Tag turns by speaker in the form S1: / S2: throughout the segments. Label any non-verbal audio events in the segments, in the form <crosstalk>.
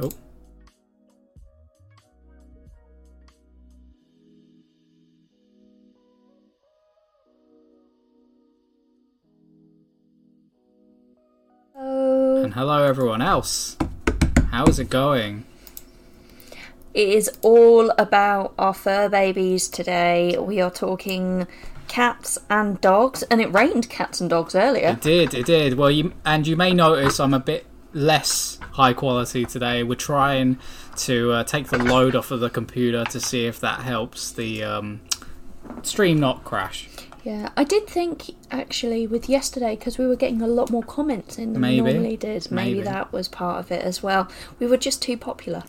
S1: Oh.
S2: Oh,
S1: And hello, everyone else. How is it going?
S2: it is all about our fur babies today. We are talking cats and dogs, and it rained cats and dogs earlier.
S1: It did, it did. Well, you and you may notice I'm a bit less high quality today. We're trying to uh, take the load off of the computer to see if that helps the um, stream not crash.
S2: Yeah, I did think actually with yesterday because we were getting a lot more comments in than
S1: Maybe.
S2: we normally did. Maybe,
S1: Maybe.
S2: that was part of it as well. We were just too popular.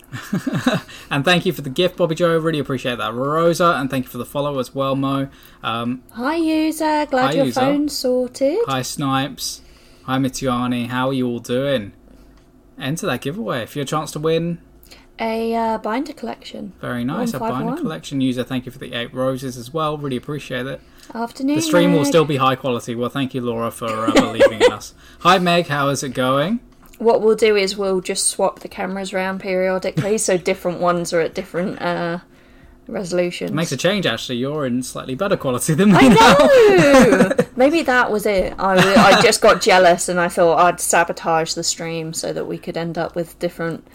S1: And thank you for the gift, Bobby Joe. Really appreciate that, Rosa. And thank you for the follow as well, Mo. Um,
S2: Hi, user. Glad
S1: Hi,
S2: your
S1: user.
S2: phone's sorted.
S1: hi, Snipes. Hi, Mitiani. How are you all doing? Enter that giveaway for your chance to win.
S2: A uh, binder collection.
S1: Very nice. A binder
S2: 151.
S1: collection user. Thank you for the eight roses as well. Really appreciate it.
S2: Afternoon.
S1: The stream will
S2: Meg.
S1: still be high quality. Well, thank you, Laura, for uh, believing in
S2: <laughs>
S1: us. Hi, Meg. How is it going?
S2: what we'll do is we'll just swap the cameras around periodically so different ones are at different uh, resolutions.
S1: Makes a change, actually. You're in slightly better quality than me
S2: I
S1: now. Oh.
S2: know. <laughs> Maybe that was it. I, w- I just got jealous and I thought I'd sabotage the stream so that we could end up with different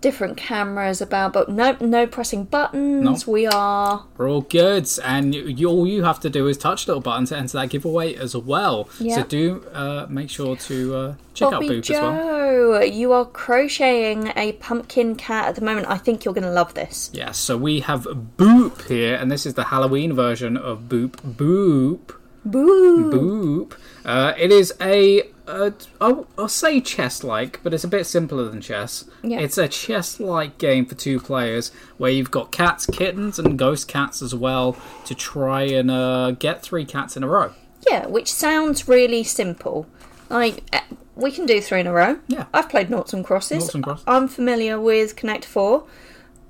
S2: different cameras about. But no, no pressing buttons. We are
S1: We're all good, and you, you, all you have to do is touch the little button to enter that giveaway as well. So
S2: Yeah.
S1: do uh, make sure to uh, check out
S2: Bobby
S1: Boop
S2: Joe.
S1: as well.
S2: You are crocheting a pumpkin cat at the moment. I think you're going to love this.
S1: Yeah, so we have Boop here, and this is the Halloween version of Boop Boop.
S2: Boo.
S1: Boop. Uh, it is a. Uh, I'll, I'll say chess like, but it's a bit simpler than chess.
S2: Yeah.
S1: It's a chess like game for two players where you've got cats, kittens, and ghost cats as well to try and uh, get three cats in a row.
S2: Yeah, which sounds really simple. Like eh, we can do three in a row.
S1: Yeah.
S2: I've played noughts and crosses.
S1: Noughts and crosses.
S2: I'm familiar with Connect Four,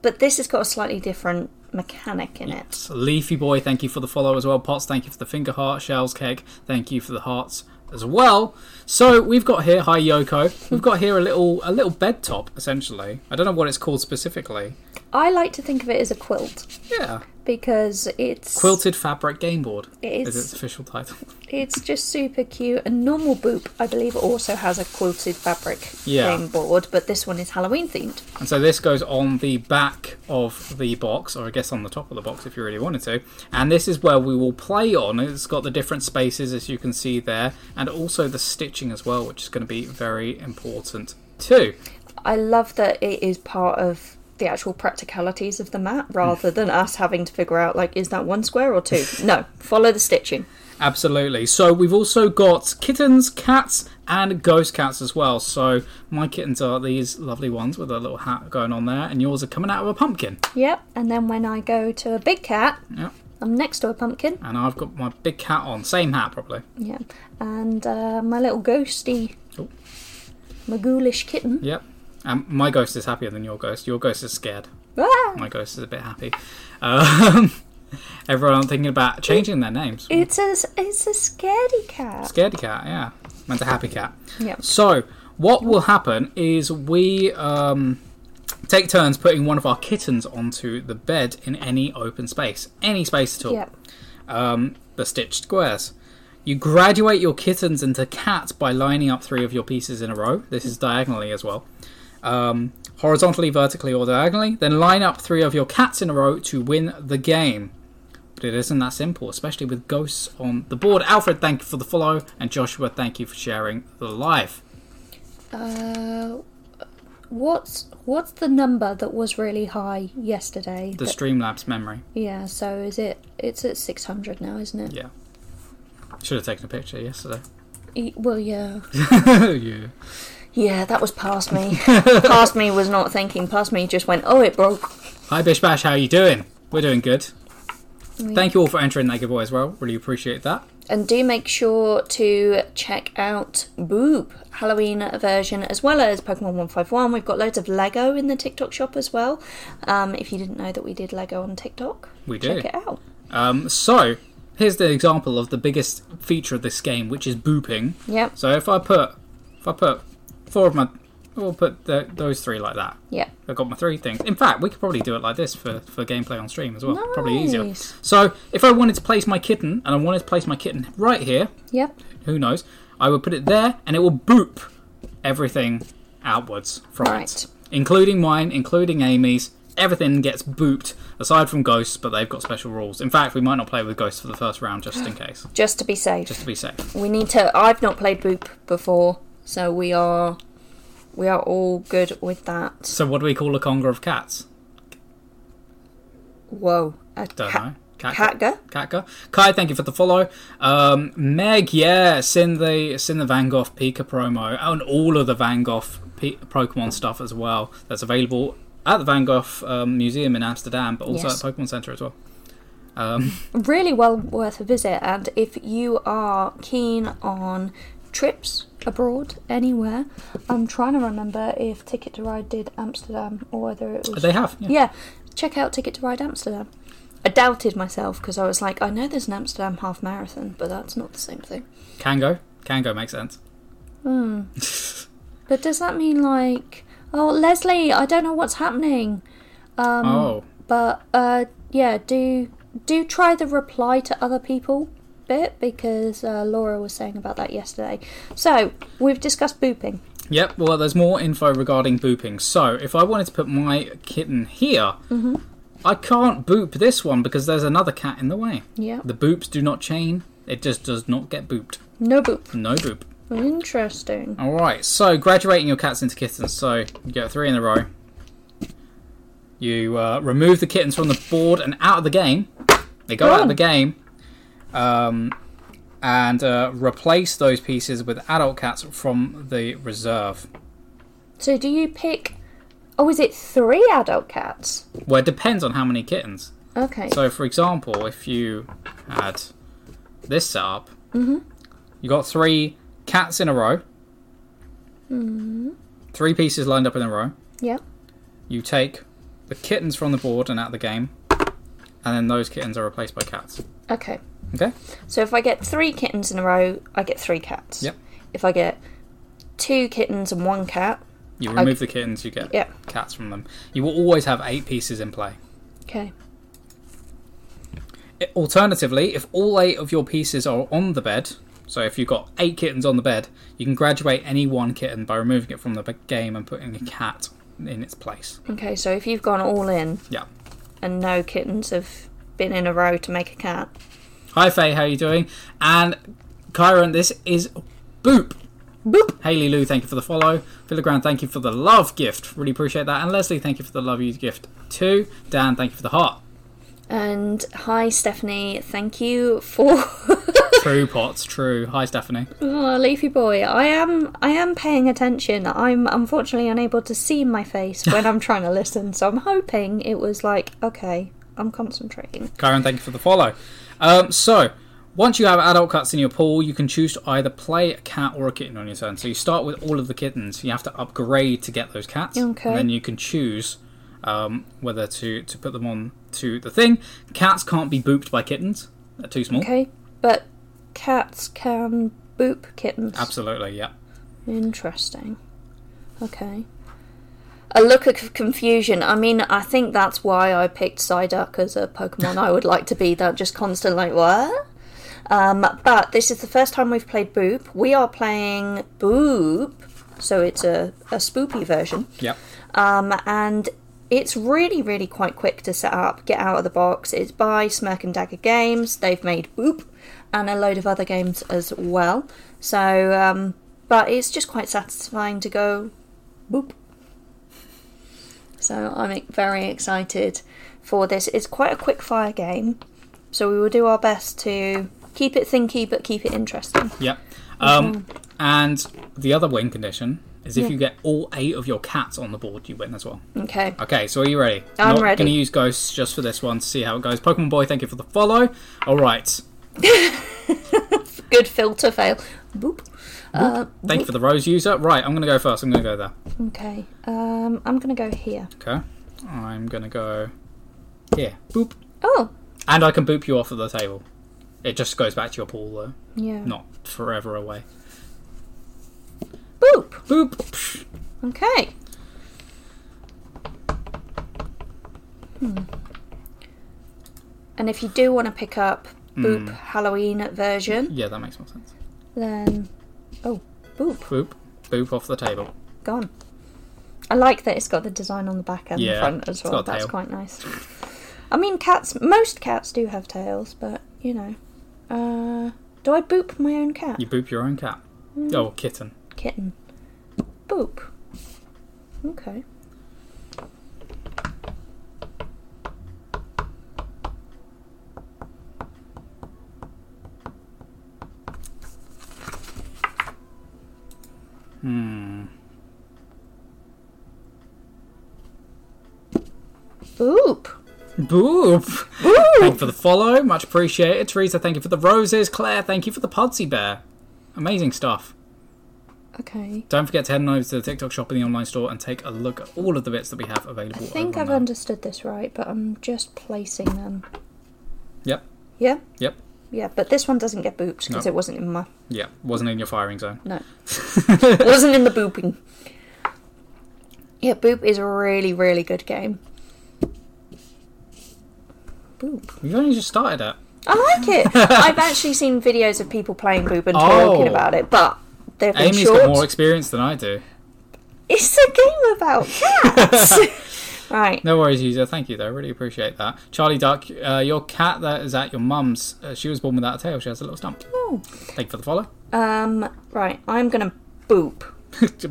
S2: but this has got a slightly different mechanic in it.
S1: Leafy Boy, thank you for the follow as well. Potts, thank you for the finger heart. Shells Cake, thank you for the hearts as well. So we've got here, hi Yoko. We've got here a little a little bed top essentially. I don't know what it's called specifically.
S2: I like to think of it as a quilt
S1: Yeah,
S2: because it's
S1: quilted fabric game board
S2: It
S1: is
S2: is.
S1: its official title.
S2: It's just super cute. And normal Boop, I believe, also has a quilted fabric
S1: Yeah.
S2: game board, but this one is Halloween themed.
S1: And so this goes on the back of the box, or I guess on the top of the box if you really wanted to. And this is where we will play on. It's got the different spaces as you can see there, and also the stitching as well, which is going to be very important too.
S2: I love that it is part of the actual practicalities of the mat rather than us having to figure out like is that one square
S1: <laughs>
S2: or two no follow the stitching
S1: Absolutely. So we've also got kittens, cats, and ghost cats as well. So my kittens are these lovely ones with a little hat going on there, and yours are coming out of a pumpkin.
S2: Yep, and then when I go to a big cat,
S1: Yep.
S2: I'm next to a pumpkin.
S1: And I've got my big cat on, same hat probably.
S2: Yeah, and uh, my little ghosty,
S1: Oh.
S2: my ghoulish kitten.
S1: Yep. And my ghost is happier than your ghost. Your ghost is scared.
S2: Ah!
S1: My ghost is a bit happy. Um, <laughs> everyone, I'm thinking about changing their names.
S2: It's a it's a scaredy cat.
S1: Scaredy cat, yeah. Meant a happy cat.
S2: Yep.
S1: So, what will happen is we um, take turns putting one of our kittens onto the bed in any open space, any space at all.
S2: Yep.
S1: Um, the stitched squares. You graduate your kittens into cats by lining up three of your pieces in a row. This is diagonally as well. Um, horizontally, vertically, or diagonally. Then line up three of your cats in a row to win the game. But it isn't that simple, especially with ghosts on the board. Alfred, thank you for the follow, and Joshua, thank you for sharing the live.
S2: Uh, what's what's the number that was really high yesterday?
S1: The
S2: That-
S1: Streamlabs memory.
S2: yeah, so is it? It's at six hundred now, isn't it?
S1: Yeah. Should have taken a picture yesterday. <laughs>
S2: E- well, yeah,
S1: yeah.
S2: yeah, that was past me. past me was not thinking. Past me just went, oh, it broke.
S1: Hi Bish Bash, how you doing? We're doing good. Thank you all for entering that giveaway as well. Really appreciate that.
S2: And do make sure to check out Boop Halloween version as well as Pokemon 151. We've got loads of Lego in the TikTok shop as well. Um, if you didn't know that we did Lego on TikTok,
S1: We do.
S2: check it out.
S1: Um, so here's the example of the biggest feature of this game, which is booping.
S2: Yep.
S1: So if I put if I put four of my we'll put the, those three like that.
S2: Yeah.
S1: I've got my three things. In fact, we could probably do it like this for, for gameplay on stream as well. Probably easier.
S2: Nice.
S1: So if I wanted to place my kitten, and I wanted to place my kitten right here,
S2: Yep.
S1: who knows? I would put it there, and it will boop everything outwards from
S2: Right.
S1: it, including mine, including Amy's. Everything gets booped, aside from ghosts, but they've got special rules. In fact, we might not play with ghosts for the first round, just in case,
S2: Just to be safe.
S1: just to be safe.
S2: we need to I've not played Boop before, so we are we are all good with that.
S1: So, what do we call a conger of cats?
S2: Whoa. A
S1: Don't
S2: ca-
S1: know. Cat-
S2: Katga?
S1: Katka. Kai, thank you for the follow. Um, Meg, yeah, send the send the Van Gogh Pika promo and all of the Van Gogh P- Pokemon stuff as well. That's available at the Van Gogh um, Museum in Amsterdam, but also
S2: Yes.
S1: at Pokemon Center as well. Um,
S2: really well worth a visit and if you are keen on trips abroad anywhere i'm trying to remember if ticket to ride did amsterdam or whether it was
S1: They have, yeah.
S2: yeah check out ticket to ride amsterdam i doubted myself because i was like i know there's an amsterdam half marathon but that's not the same thing
S1: Kango. Kango makes sense.
S2: but does that mean like oh leslie i don't know what's happening
S1: oh,
S2: but uh, yeah, do do try the reply to other people bit because uh, Laura was saying about that yesterday. So we've discussed booping.
S1: yep. Well, there's more info regarding booping. So, if I wanted to put my kitten here, I can't boop this one because there's another cat in the way.
S2: Yeah,
S1: The boops do not chain. It just does not get booped.
S2: no boop.
S1: No boop.
S2: Interesting.
S1: All right, so graduating your cats into kittens. So you get three in a row. You uh, remove the kittens from the board and out of the game. They go out of
S2: Good.
S1: the game, um, and uh, replace those pieces with adult cats from the reserve.
S2: So do you pick? Oh, is it three adult cats?
S1: Well, it depends on how many kittens.
S2: Okay.
S1: So, for example, if you had this set up, you got three cats in a row, three pieces lined up in a row.
S2: yeah.
S1: you take the kittens from the board and out of the game, and then those kittens are replaced by cats.
S2: Okay.
S1: Okay?
S2: So if I get three kittens in a row, I get three cats.
S1: Yep.
S2: If I get two kittens and one cat,
S1: You remove the kittens, you get
S2: yeah.
S1: cats from them. You will always have eight pieces in play.
S2: Okay.
S1: I- Alternatively, if all eight of your pieces are on the bed, so if you've got eight kittens on the bed, you can graduate any one kitten by removing it from the b- game and putting a cat in its place.
S2: Okay. So if you've gone all in
S1: Yeah.
S2: and no kittens have been in a row to make a cat,
S1: Hi Faye, how are you doing? And Kyron, this is Boop.
S2: Boop.
S1: Haley Lou, thank you for the follow. Filigran, thank you for the love gift. Really appreciate that. And Leslie, thank you for the love you gift too. Dan, thank you for the heart.
S2: And hi, Stephanie. Thank you for <laughs>
S1: True pots, true. Hi Stephanie.
S2: oh, leafy boy. I am I am paying attention. I'm unfortunately unable to see my face when I'm trying to listen, so I'm hoping it was like okay, I'm concentrating.
S1: Kyron, thank you for the follow. Um, so once you have adult cats in your pool, you can choose to either play a cat or a kitten on your turn. So you start with all of the kittens. You have to upgrade to get those cats,
S2: Okay.
S1: and then you can choose um, whether to to put them on to the thing. Cats can't be booped by kittens. They're too small.
S2: Okay, but cats can boop kittens.
S1: Absolutely, yeah.
S2: Interesting. Okay. A look of confusion. I mean, I think that's why I picked Psyduck as a Pokemon I would like to be. That just constant like what? Um, but this is the first time we've played Boop. We are playing Boop, so it's a, a spoopy version.
S1: Yep.
S2: Um, and it's really, really quite quick to set up, get out of the box. It's by Smirk and Dagger Games. They've made Boop and a load of other games as well. So, um, but it's just quite satisfying to go Boop. So I'm very excited for this. It's quite a quick fire game, so we will do our best to keep it thinky but keep it interesting.
S1: Yep. Um, and the other win condition is if
S2: Yeah.
S1: you get all eight of your cats on the board, you win as well.
S2: Okay.
S1: Okay, so are you ready?
S2: I'm
S1: Not
S2: ready.
S1: Going to use ghosts just for this one to see how it goes. Pokemon Boy, thank you for the follow. All right.
S2: Good filter fail. Boop. Uh,
S1: Thank you for the rose user. Right, I'm going to go first. I'm going to go there.
S2: okay. Um, I'm gonna go here.
S1: Okay. I'm going to go here. Boop.
S2: Oh,
S1: And I can boop you off of the table. It just goes back to your pool though,
S2: yeah.
S1: not forever away.
S2: Boop.
S1: Boop. Psh.
S2: Okay. Hmm. And if you do want to pick up Boop
S1: Mm.
S2: Halloween version,
S1: Yeah, that makes more sense.
S2: then oh, Boop
S1: Boop, boop off the table.
S2: gone. I like that it's got the design on the back and
S1: Yeah,
S2: the front as
S1: it's
S2: well.
S1: got a
S2: That's
S1: tail.
S2: quite nice. I mean, cats. Most cats do have tails, but you know. Uh, do I boop my own cat?
S1: You boop your own cat. Oh, kitten.
S2: Kitten. Boop. Okay.
S1: Hmm.
S2: Boop.
S1: Boop. Thank you
S2: Boop.
S1: for the follow. Much appreciated. Teresa, thank you for the roses. Claire, thank you for the Podsy Bear. Amazing stuff.
S2: Okay.
S1: Don't forget to head on over to the TikTok shop in the online store and take a look at all of the bits that we have
S2: I
S1: available.
S2: think
S1: over
S2: I've
S1: there.
S2: understood this right, but I'm just placing them.
S1: Yep.
S2: Yeah?
S1: Yep.
S2: Yeah, but this one doesn't get booped because
S1: No.
S2: it wasn't in my.
S1: Yeah. Wasn't in your firing zone. <laughs>
S2: <laughs> No. it wasn't in the booping. Yeah, Boop is a really, really good game. Boop.
S1: We've only just started it.
S2: I like <laughs> it. I've actually seen videos of people playing Boop and
S1: Oh.
S2: talking about it, but they've been
S1: Amy's
S2: short.
S1: got more experience than I do.
S2: It's a game about <laughs> cats. right.
S1: No worries, user. Thank you, though. Really appreciate that. Charlie Duck, uh, your cat that is at your mum's, uh, she was born without a tail. She has a little stump.
S2: Oh.
S1: Thank you for the follow. <laughs>
S2: Um. Right. I'm gonna boop.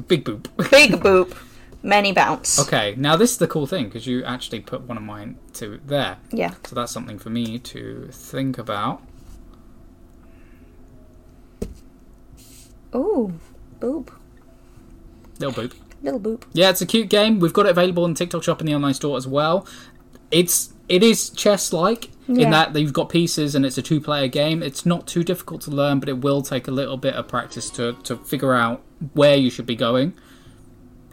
S1: Big boop. <laughs>
S2: Big boop. Many bounce.
S1: Okay, now this is the cool thing because you actually put one of mine to there.
S2: Yeah.
S1: So that's something for me to think about.
S2: Ooh. Boop.
S1: Little boop.
S2: Little boop.
S1: Yeah, it's a cute game. We've got it available in the TikTok shop and the online store as well. It's it is chess like
S2: Yeah.
S1: in that you've got pieces and it's a two player game. It's not too difficult to learn, but it will take a little bit of practice to, to figure out where you should be going.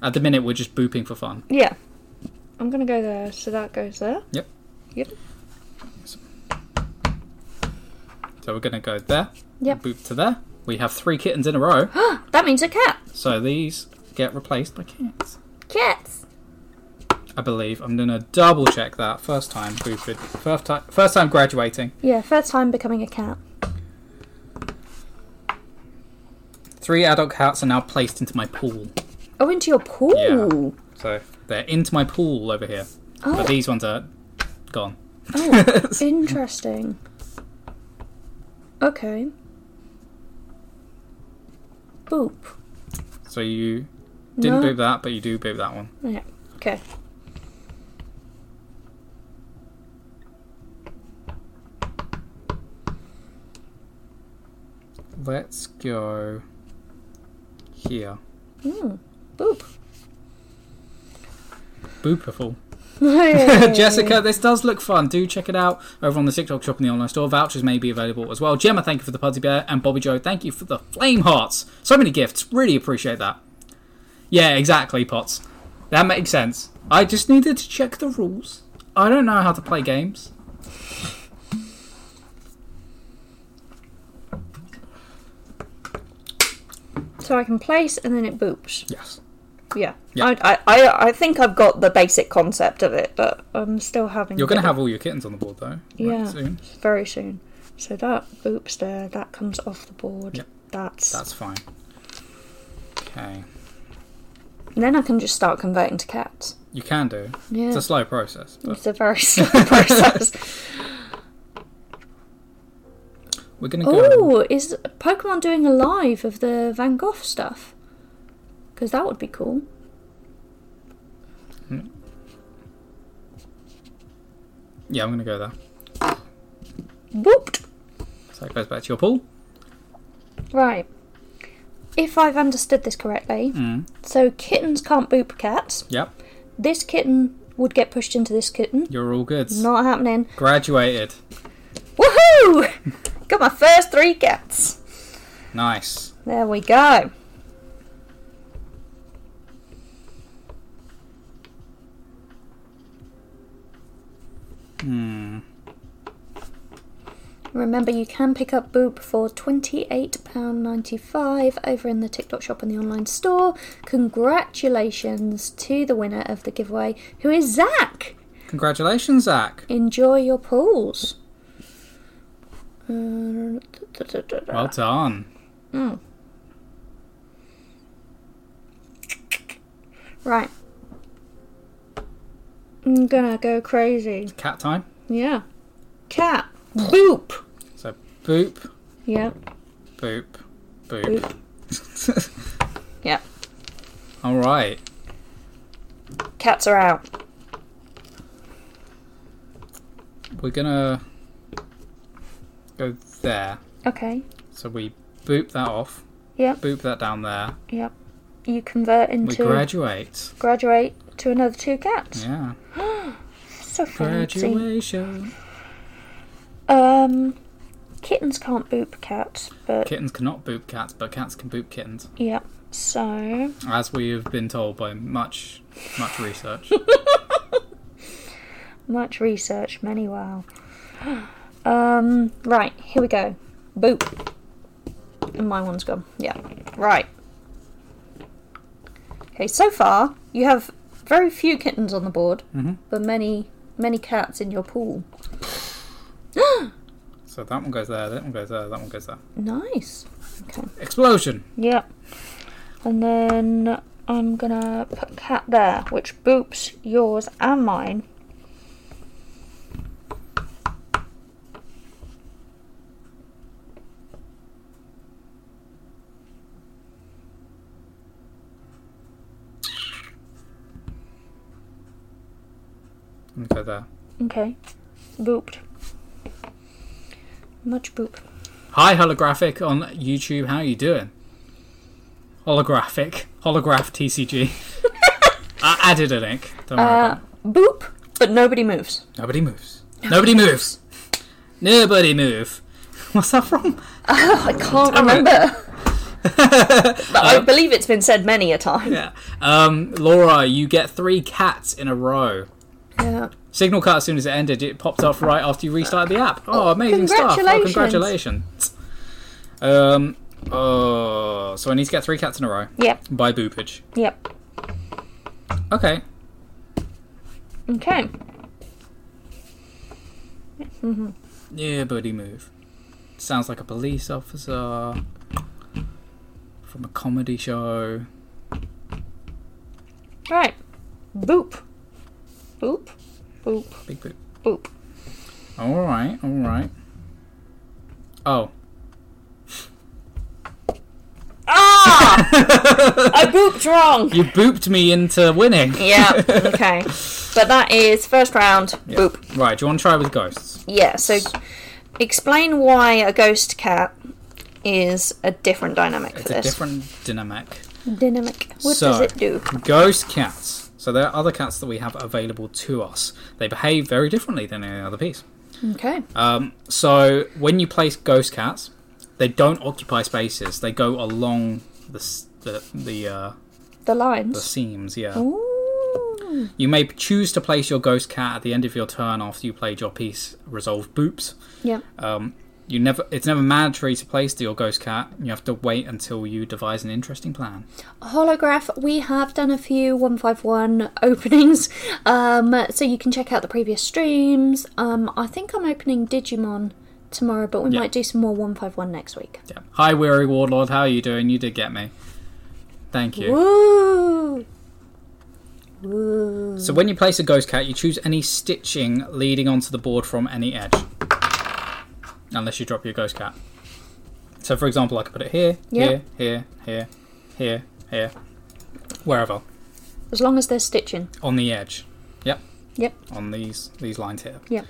S1: At the minute we're just booping for fun.
S2: Yeah. I'm gonna go there. So that goes there.
S1: Yep.
S2: Yep.
S1: So we're gonna go there.
S2: Yep.
S1: Boop to there. We have three kittens in a row.
S2: <gasps> That means a cat.
S1: so these get replaced by cats.
S2: Cats.
S1: I believe. I'm gonna double check that. First time boofed. First time. First time graduating.
S2: Yeah. First time becoming a cat.
S1: Three adult cats are now placed into my pool.
S2: Oh, into your pool.
S1: Yeah. So they're into my pool over here. But
S2: Oh.
S1: these ones are gone.
S2: oh interesting. Okay. Boop.
S1: <laughs> so you didn't
S2: No.
S1: boop that, but you do boop that one.
S2: Yeah. Okay.
S1: Let's go here.
S2: Mm. Boop.
S1: Boopiful. <laughs>
S2: Hey.
S1: Jessica, this does look fun. Do check it out over on the TikTok shop and the online store. Vouchers may be available as well. Gemma, thank you for the Pudgy Bear. And Bobby Joe, thank you for the Flame Hearts. So many gifts. Really appreciate that. Yeah, exactly, Pots. That makes sense. I just needed to check the rules. I don't know how to play games.
S2: <laughs> So I can place and then it boops.
S1: Yes.
S2: Yeah.
S1: Yeah.
S2: I, I, I, I think I've got the basic concept of it, but I'm still having.
S1: You're going to
S2: to
S1: have all your kittens on the board, though.
S2: Yeah.
S1: Right soon.
S2: Very soon. So that boops there, that comes off the board.
S1: Yep.
S2: That's.
S1: That's fine. Okay.
S2: Then I can just start converting to cats.
S1: You can do.
S2: Yeah.
S1: It's a slow process. But
S2: It's a very slow <laughs> process.
S1: we're going to go.
S2: Oh, is Pokemon doing a live of the Van Gogh stuff? Because that would be cool.
S1: Yeah, I'm going to go there.
S2: Whooped.
S1: So it goes back to your pool.
S2: Right. If I've understood this correctly,
S1: Mm.
S2: so kittens can't boop cats.
S1: Yep.
S2: This kitten would get pushed into this kitten.
S1: You're all good.
S2: Not happening.
S1: Graduated.
S2: Woohoo! <laughs> Got my first three cats.
S1: Nice.
S2: There we go.
S1: Hmm.
S2: Remember, you can pick up Boop for £28.95 over in the TikTok shop and the online store. Congratulations to the winner of the giveaway, who is Zach!
S1: Congratulations, Zach.
S2: Enjoy your pools. Uh,
S1: Well done.
S2: Right. I'm gonna go crazy.
S1: Cat time.
S2: Yeah. Cat. Boop.
S1: So boop,
S2: Yep.
S1: boop, boop.
S2: Yep.
S1: <laughs> All right.
S2: Cats are out.
S1: We're gonna go there.
S2: Okay.
S1: So we boop that off.
S2: Yep.
S1: Boop that down there.
S2: Yep. You convert
S1: We
S2: into
S1: graduate.
S2: graduate to another two cats.
S1: Yeah.
S2: So fancy.
S1: Graduation.
S2: Um, kittens can't boop cats, but
S1: Kittens cannot boop cats, but cats can boop kittens,
S2: yep. So
S1: as we have been told by much, much research.
S2: much research, many wow. <gasps> Um, right here we go. Boop. And my one's gone. Yeah. Right. Okay. So far, you have very few kittens on the board, but many, many cats in your pool.
S1: so that one goes there. That one goes there. That one goes there.
S2: Nice. Okay.
S1: Explosion.
S2: Yep. And then I'm gonna put cat there, which boops yours and mine.
S1: And go there.
S2: Okay. Booped. Much boop.
S1: Hi, holographic on YouTube. How you doing? Holographic, holograph TCG. I added a link. Don't worry. about
S2: Uh, boop, but nobody moves.
S1: it. Nobody moves. Nobody moves. Nobody move. <laughs> What's that from?
S2: Oh, I can't
S1: Damn it. <laughs> Uh,
S2: remember. but I believe it's been said many a time.
S1: Yeah. Um, Laura, you get three cats in a row.
S2: <laughs> Yeah.
S1: Signal cut as soon as it ended. It popped off right after you restarted the app. Oh, amazing stuff! Oh,
S2: congratulations.
S1: congratulations. Um. Oh, so I need to get three cats in a row
S2: Yep.
S1: by boopage.
S2: Yep.
S1: Okay.
S2: Okay.
S1: Yeah, buddy, move. Sounds like a police officer from a comedy show.
S2: Right. Boop. Boop. Boop.
S1: Big boop.
S2: Boop.
S1: All right. All right. Oh. <laughs>
S2: Ah! I booped wrong.
S1: You booped me into winning. <laughs>
S2: Yeah. Okay. But that is first round. Boop.
S1: Right. Do you want to try with ghosts?
S2: Yeah, so explain why a ghost cat is a different dynamic for
S1: It's a
S2: this.
S1: different dynamic.
S2: dynamic. What
S1: So-
S2: does it do?
S1: Ghost cats. So there are other cats that we have available to us. They behave very differently than any other piece.
S2: Okay.
S1: Um, so when you place ghost cats, they don't occupy spaces. They go along the s- the the, uh,
S2: the
S1: the
S2: lines.
S1: seams. Yeah.
S2: Oh. Ooh.
S1: You may choose to place your ghost cat at the end of your turn after you played your piece. Resolve boops.
S2: Yeah.
S1: Um, you never. It's never mandatory to place your ghost cat. You have to wait until you devise an interesting plan.
S2: Holograph, we have done a few 151 <laughs> openings, um, so you can check out the previous streams. Um, I think I'm opening Digimon tomorrow, but we
S1: Yeah.
S2: might do some more 151 next week.
S1: Yeah. Hi, weary warlord. How are you doing? You did get me. Thank you.
S2: Woo! Woo.
S1: So when you place a ghost cat, you choose any stitching leading onto the board from any edge. Unless you drop your ghost cat. So for example, I could put it here,
S2: Yeah.
S1: here, here, here, here, here, wherever
S2: As long as they're stitching.
S1: on the edge. Yep,
S2: Yep.
S1: on these these lines here.
S2: Yep.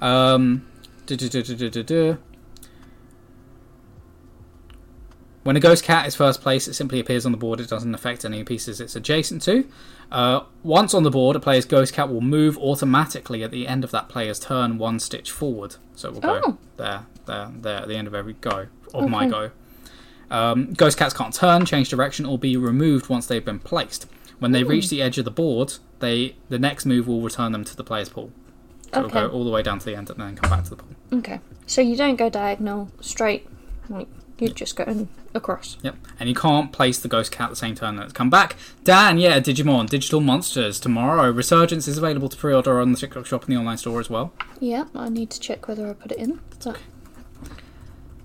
S1: Um, du-du-du-du-du-du-du. When a ghost cat is first placed, it simply appears on the board. It doesn't affect any pieces it's adjacent to. Uh, once on the board, a player's ghost cat will move automatically at the end of that player's turn one stitch forward. So it will go
S2: Oh.
S1: there, there, there at the end of every go, of my go. Um, ghost cats can't turn, change direction, or be removed once they've been placed. When they reach the edge of the board, they the next move will return them to the player's pool. So
S2: Okay.
S1: we'll go all the way down to the end and then come back to the pool.
S2: Okay. So you don't go diagonal, straight. Like, you just go in- across.
S1: Yep. And you can't place the ghost cat the same turn that it's come back. Dan, yeah, Digimon, Digital Monsters tomorrow. Resurgence is available to pre-order on the TikTok shop and the online store as well.
S2: Yeah, I need to check whether I put it in. So,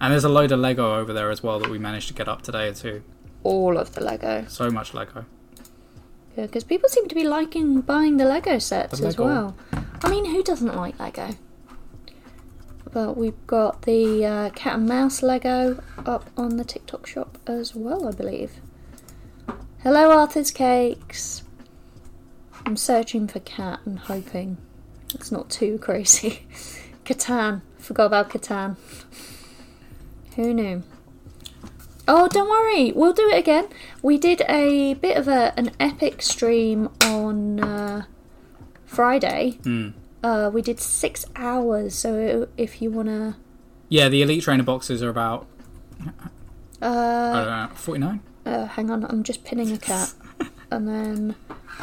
S1: And there's a load of Lego over there as well that we managed to get up today too.
S2: all of the Lego.
S1: So much Lego.
S2: Because people seem to be liking buying the Lego sets
S1: The
S2: as
S1: Lego.
S2: well. I mean, who doesn't like Lego? But we've got the uh, cat and mouse Lego up on the TikTok shop as well, I believe. Hello, Arthur's Cakes. I'm searching for cat and hoping it's not too <laughs> crazy. Catan. Forgot about Catan. Who knew? Oh, don't worry, we'll do it again. We did a bit of a, an epic stream on uh, Friday.
S1: Hmm.
S2: Uh, we did six hours, so if you wanna,
S1: Yeah, the Elite Trainer boxes are about
S2: uh,
S1: I don't know, 49?
S2: uh, hang on, I'm just pinning a cat, and then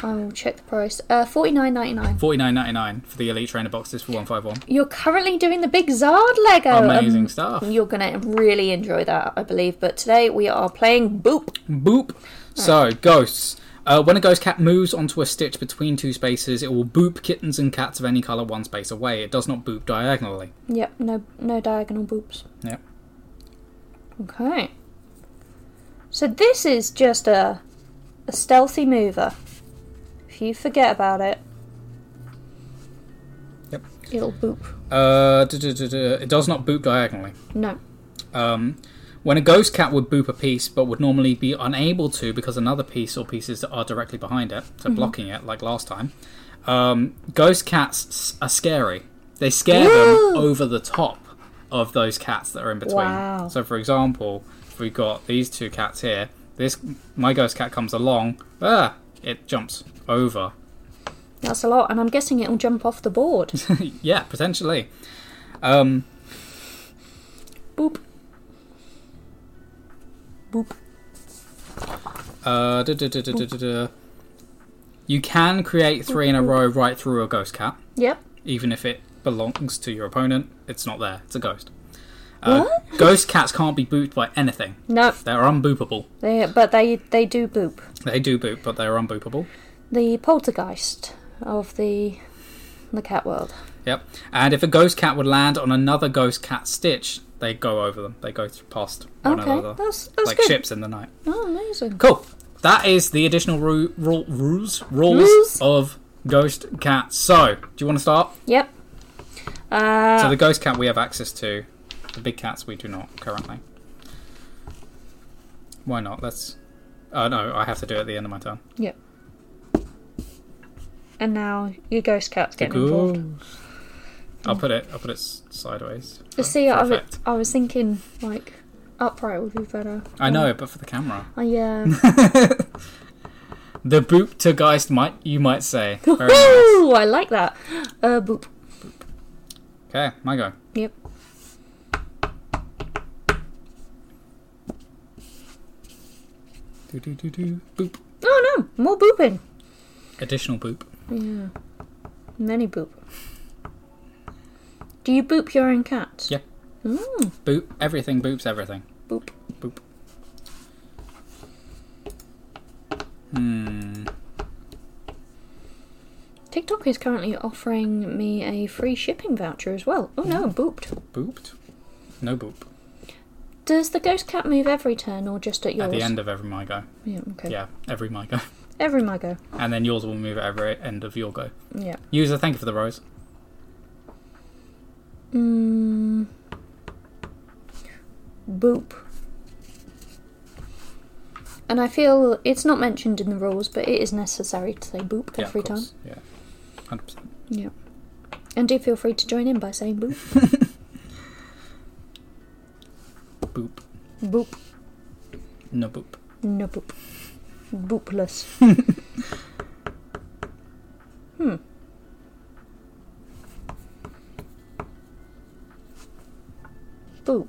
S2: I will check the price. Uh, forty nine ninety nine.
S1: 49.99 for the Elite Trainer boxes for 151.
S2: You're currently doing the big Zard Lego.
S1: Amazing
S2: um,
S1: stuff.
S2: You're gonna really enjoy that, I believe. But today we are playing Boop.
S1: Boop. So, ghosts. Uh, when a ghost cat moves onto a stitch between two spaces, it will boop kittens and cats of any colour one space away. It does not boop diagonally.
S2: Yep, no, no diagonal boops.
S1: Yep.
S2: Okay. So this is just a, a stealthy mover. If you forget about it,
S1: Yep.
S2: it'll boop.
S1: Uh, duh, duh, duh, duh. it does not boop diagonally.
S2: No.
S1: Um, when a ghost cat would boop a piece but would normally be unable to because another piece or pieces that are directly behind it, so
S2: Mm-hmm.
S1: blocking it like last time, um, ghost cats s- are scary. They scare
S2: Woo!
S1: them over the top of those cats that are in between.
S2: Wow.
S1: So, for example, if we've got these two cats here, this my ghost cat comes along, ah, it jumps over <laughs>
S2: That's a lot, and I'm guessing it'll jump off the board.
S1: yeah, potentially. Um,
S2: Boop. Boop.
S1: uh, duh, duh, duh, duh, duh, duh, duh. You can create three in a row right through a ghost cat,
S2: Yep.
S1: even if it belongs to your opponent. It's not there. It's a ghost. Uh,
S2: What?
S1: Ghost cats can't be booped by anything.
S2: No,
S1: They're unboopable.
S2: they, but they they do boop.
S1: They do boop, but they're unboopable.
S2: The poltergeist of the the cat world.
S1: Yep. And if a ghost cat would land on another ghost cat stitch, they go over them. They go th- past one
S2: okay,
S1: another,
S2: that's that's
S1: like
S2: good.
S1: ships in the night.
S2: Oh, amazing.
S1: Cool. That is the additional ru- rule rules rules
S2: Rules.
S1: of Ghost Cat. So, do you want to start?
S2: Yep. Uh,
S1: So the Ghost Cat we have access to, the big cats we do not currently. Why not? Let's. Oh no, I have to do it at the end of my turn.
S2: Yep. And now your ghost cat's getting involved.
S1: Cool. I'll put it. I'll put it s- sideways.
S2: You see,
S1: for
S2: I was,
S1: effect.
S2: I was thinking like upright would be better.
S1: I know, but for the camera,
S2: I, uh, yeah.
S1: the boop to Geist might you might
S2: <laughs>
S1: say. Very nice.
S2: Woo! I like that. Uh, boop.
S1: Okay, my go.
S2: Yep.
S1: Do do do do. Boop.
S2: Oh no, more booping.
S1: Additional boop.
S2: Yeah. Many boop. Do you boop your own cats?
S1: Yeah.
S2: Mm,
S1: Boop. Everything boops everything.
S2: boop.
S1: Boop. Hmm.
S2: TikTok is currently offering me a free shipping voucher as well. Oh no,
S1: Mm-hmm.
S2: booped.
S1: Booped? No boop.
S2: Does the ghost cat move every turn or just at yours?
S1: At the end of every my go.
S2: Yeah, okay.
S1: Yeah, every my go.
S2: Every my go.
S1: <laughs> And then yours will move at every end of your go.
S2: Yeah.
S1: User, thank you for the rose.
S2: Mm. Boop. And I feel it's not mentioned in the rules, but it is necessary to say boop
S1: Yeah,
S2: every
S1: of
S2: time.
S1: course. Yeah. 100%.
S2: Yeah. And do feel free to join in by saying boop.
S1: <laughs> Boop.
S2: boop.
S1: No boop.
S2: No boop.
S1: <laughs>
S2: Boopless. hmm. Boop.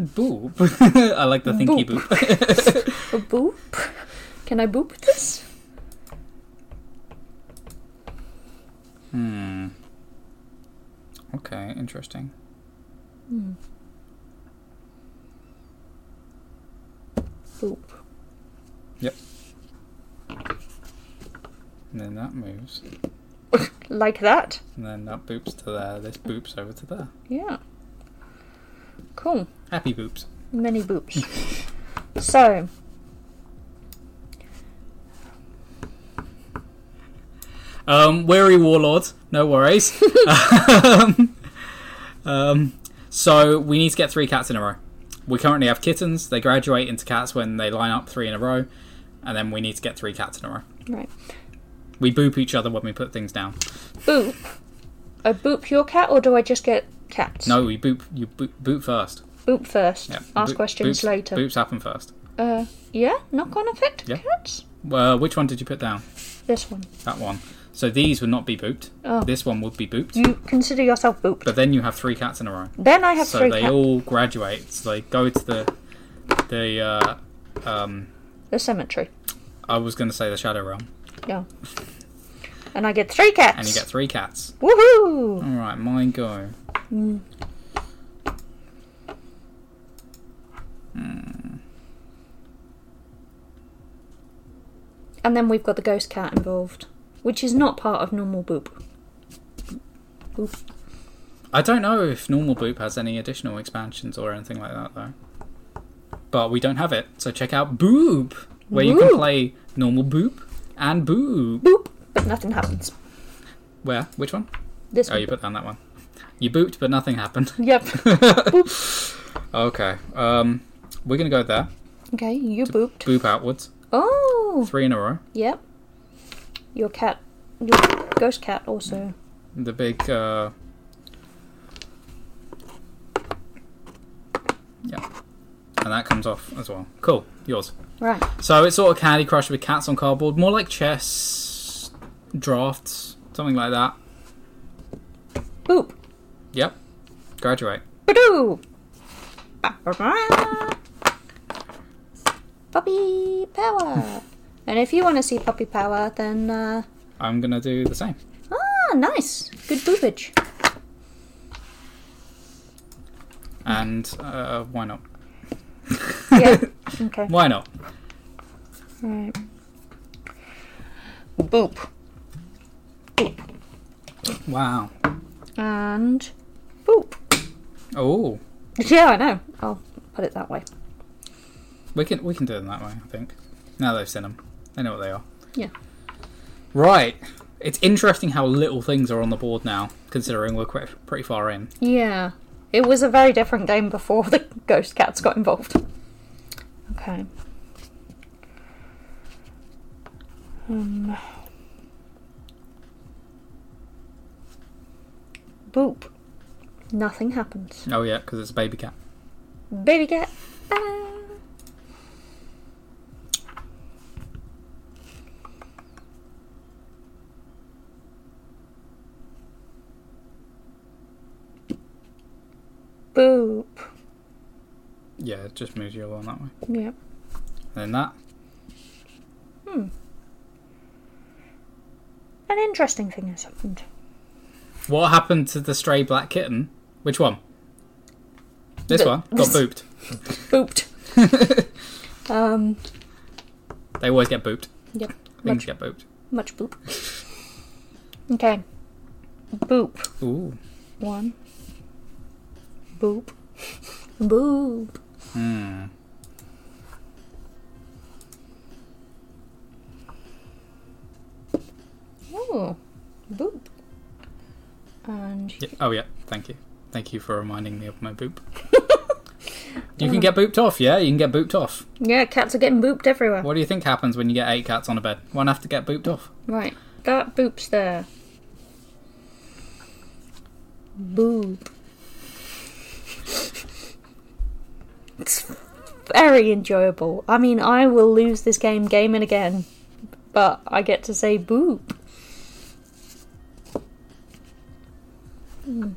S1: Boop. <laughs> I like the thinky boop. <laughs>
S2: Boop. A boop? Can I boop this?
S1: Hmm. Okay, interesting.
S2: Hmm. Boop.
S1: And then that moves.
S2: Like that.
S1: And then that boops to there. This boops over to there.
S2: Yeah. Cool.
S1: Happy boops.
S2: Many <laughs> boops. so.
S1: Um, weary warlords, no
S2: <laughs>
S1: worries. um, um, so we need to get three cats in a row. We currently have kittens. They graduate into cats when they line up three in a row, and then we need to get three cats in a row.
S2: Right.
S1: We boop each other when we put things down.
S2: Boop. I boop your cat or do I just get cats?
S1: No, we boop. You boop, boop first.
S2: Boop first.
S1: Yeah.
S2: Ask
S1: Boop-
S2: questions
S1: boops-
S2: later.
S1: Boops happen first.
S2: Uh, yeah? Knock on effect?
S1: Yeah.
S2: Cats?
S1: Uh, which one did you put down?
S2: This one.
S1: That one. So these would not be booped.
S2: Oh.
S1: This one would be booped.
S2: You consider yourself booped.
S1: But then you have three cats in a row.
S2: then I have
S1: so
S2: three
S1: they
S2: cats.
S1: all graduate. So they go to the the uh, um,
S2: The cemetery.
S1: I was going to say the Shadow Realm,
S2: Yeah. And I get three cats.
S1: and you get three cats.
S2: Woohoo!
S1: All right, mine go.
S2: And then we've got the ghost cat involved, which is not part of normal boop. Boop.
S1: I don't know if normal Boop has any additional expansions or anything like that though. But we don't have it, so check out Boop, where you
S2: Boop.
S1: can play normal Boop and Boop.
S2: Boop. But nothing happens.
S1: Where? Which one?
S2: This
S1: Oh,
S2: one.
S1: you put down that one. You booped, but nothing happened. <laughs>
S2: Yep. <laughs>
S1: Okay. Um, we're gonna go there.
S2: okay, you booped.
S1: Boop outwards.
S2: Oh!
S1: Three in a row.
S2: Yep. Your cat. Your ghost cat also.
S1: The big. Uh... Yeah. And that comes off as well. Cool. Yours.
S2: Right.
S1: So it's sort of Candy Crush with cats on cardboard, more like chess drafts, something like that.
S2: Boop.
S1: Yep. Graduate.
S2: Badoo! Ba-ba-ba. Puppy power! and if you want to see puppy power, then. Uh,
S1: I'm gonna do the same.
S2: ah, nice! Good boopage.
S1: And uh, why not?
S2: Yeah. okay.
S1: <laughs> Why not?
S2: Right. Boop.
S1: Wow.
S2: And boop.
S1: Oh,
S2: Yeah, I know. I'll put it that way.
S1: we can we can do them that way. I think. Now they've seen them, they know what they are.
S2: Yeah.
S1: Right. It's interesting how little things are on the board now, considering we're quite, pretty far in.
S2: Yeah. It was a very different game before the <laughs> ghost cats got involved. Okay. Um. Boop. Nothing happens.
S1: Oh yeah, because it's a baby cat.
S2: Baby cat. Ah. Boop.
S1: Yeah, it just moves you along that way.
S2: Yep. Hmm.
S1: And then that.
S2: An interesting thing has happened.
S1: What happened to the stray black kitten? Which one? This
S2: The- <laughs>
S1: one got booped. <laughs>
S2: Booped. um.
S1: They always get booped.
S2: Yep.
S1: Things
S2: Much,
S1: get booped.
S2: much boop. Okay. Boop.
S1: Ooh.
S2: One. Boop. Boop.
S1: Hmm.
S2: Oh. Boop. And
S1: Yeah. Oh yeah. Thank you. Thank you for reminding me of my
S2: <laughs>
S1: boop. you can get booped off. Yeah, you can get booped off.
S2: yeah, cats are getting booped everywhere.
S1: What do you think happens when you get eight cats on a bed? One have to get booped off.
S2: Right. That boops there. Boop. It's very enjoyable. I mean, I will lose this game game and again, but I get to say boop. Hmm.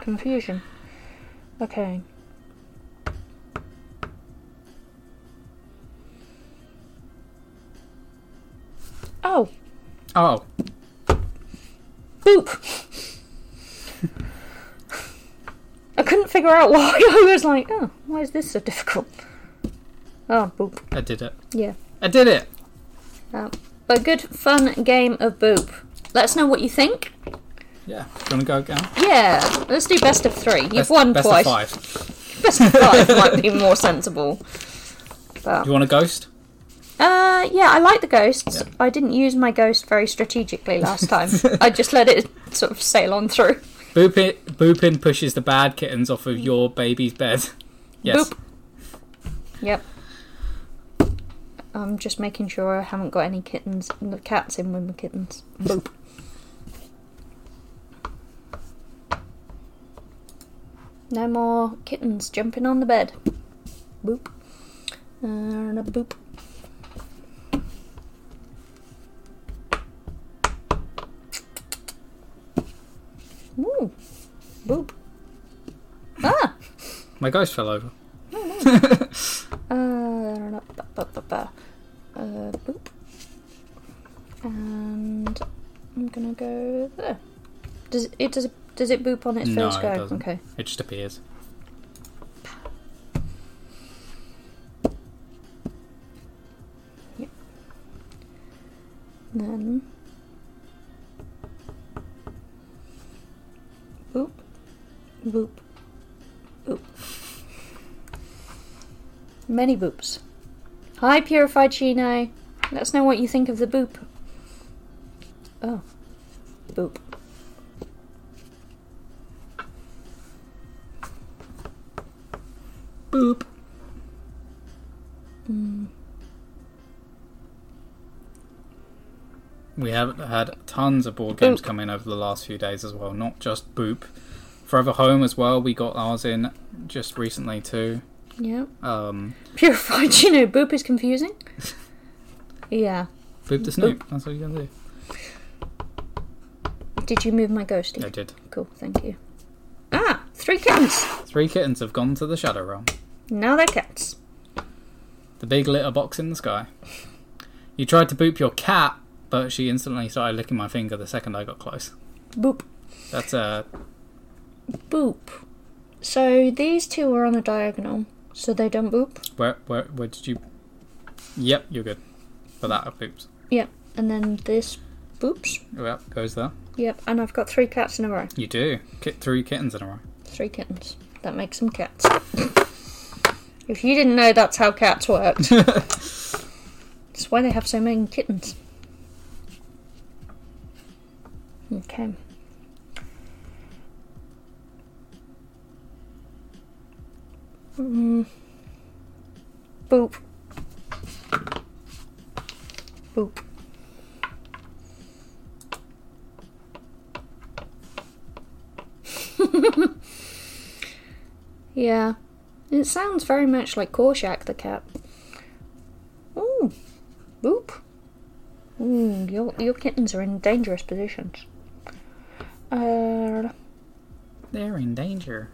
S2: Confusion. Okay. Oh,
S1: Oh.
S2: Oh. boop. I couldn't figure out why. <laughs> I was like, oh, why is this so difficult? Oh, boop.
S1: I did it.
S2: Yeah.
S1: I did it.
S2: Um, but good fun game of boop. Let us know what you think.
S1: Yeah. Do you want to go again?
S2: Yeah, let's do best of three. You've
S1: Best,
S2: won
S1: best
S2: twice.
S1: of five.
S2: <laughs> Best
S1: <laughs>
S2: of five might be more sensible. But
S1: You want a ghost?
S2: uh, yeah, I like the ghosts.
S1: Yeah.
S2: I didn't use my ghost very strategically
S1: <laughs>
S2: last time. I just let it sort of sail on through.
S1: Boopin, Boopin pushes the bad kittens off of your baby's bed. <laughs> Yes.
S2: Boop. Yep. I'm just making sure I haven't got any kittens, no cats in with my kittens. Boop. No more kittens jumping on the bed. Boop. And a boop. Ooh. Boop. Ah!
S1: My ghost fell over.
S2: Uh, ba- ba- ba- ba. Uh, boop. And I'm gonna go there. Does it does it, does it boop on its
S1: No,
S2: first
S1: it
S2: go?
S1: doesn't.
S2: Okay.
S1: It just appears.
S2: Then boop, boop, boop. Many boops. Hi, Purified Chino. Let us know what you think of the boop. Oh, boop.
S1: Boop.
S2: Mm.
S1: We have had tons of board games
S2: Boop.
S1: come in over the last few days as well, not just Boop. Forever Home as well, we got ours in just recently too.
S2: Yeah.
S1: Um,
S2: Purified <laughs> Chino boop is confusing. yeah.
S1: Boop the Snoop, that's what you're going to
S2: Did you move my ghosty?
S1: do. I did.
S2: Cool, thank you. Ah, three cats.
S1: Three kittens have gone to the Shadow Realm.
S2: Now they're cats.
S1: The big litter box in the sky. You tried to boop your cat, but she instantly started licking my finger the second I got close.
S2: Boop.
S1: That's uh
S2: Boop. So these two are on a diagonal, so they don't boop.
S1: where where where did you Yep, you're good. For that it boops.
S2: Yep. And then this boops.
S1: Yep, goes there.
S2: Yep. And I've got three cats in a row.
S1: You do. Kit three kittens in a row.
S2: Three kittens. That makes them cats. if you didn't know that's how cats worked, that's why they have so many kittens. Okay. Mm. Boop. Boop. Yeah. It sounds very much like Korshak the cat. Ooh. Boop. Ooh, your, your kittens are in dangerous positions. Uh,
S1: They're in danger.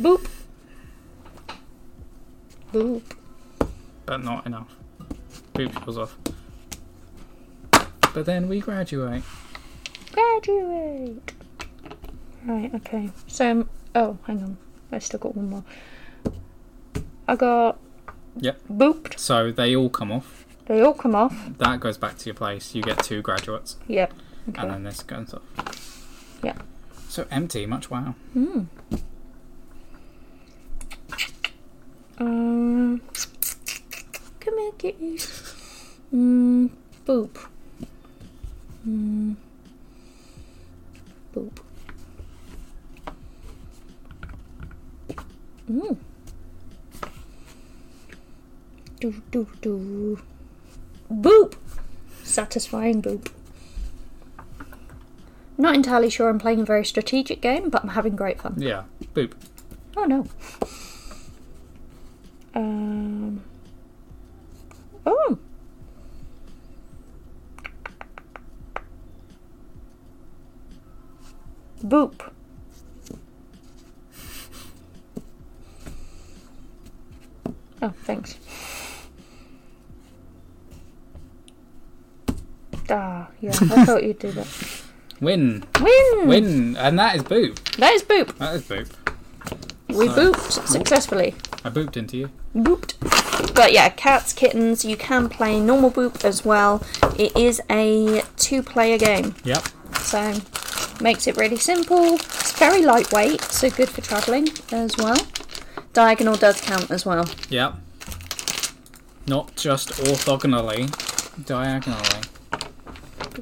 S2: boop. Boop.
S1: But not enough. Boops goes off. But then we graduate.
S2: Graduate! Right, okay. So, um, oh, hang on. I still got one more. I got
S1: Yep.
S2: booped.
S1: So they all come off.
S2: They all come off.
S1: That goes back to your place. You get two graduates.
S2: Yep. Okay.
S1: And then this goes off.
S2: Yeah.
S1: So empty, much wow.
S2: Hmm. Um, come here, kitties. Mm, boop. Mm, boop. Mm. Do do do. Boop. Satisfying boop. Not entirely sure I'm playing a very strategic game, but I'm having great fun.
S1: Yeah. Boop.
S2: Oh no. Um. Oh. Boop. Oh, thanks. Ah, yeah, I thought you'd do that.
S1: Win.
S2: Win!
S1: Hmm. Win. And that is boop.
S2: That is boop.
S1: That is boop.
S2: We
S1: So-
S2: booped successfully.
S1: I booped into you.
S2: Booped. But yeah, cats, kittens, you can play normal boop as well. It is a two player game,
S1: Yep.
S2: so makes it really simple. It's very lightweight, so good for travelling as well. Diagonal does count as well.
S1: Yep. Not just orthogonally, diagonally.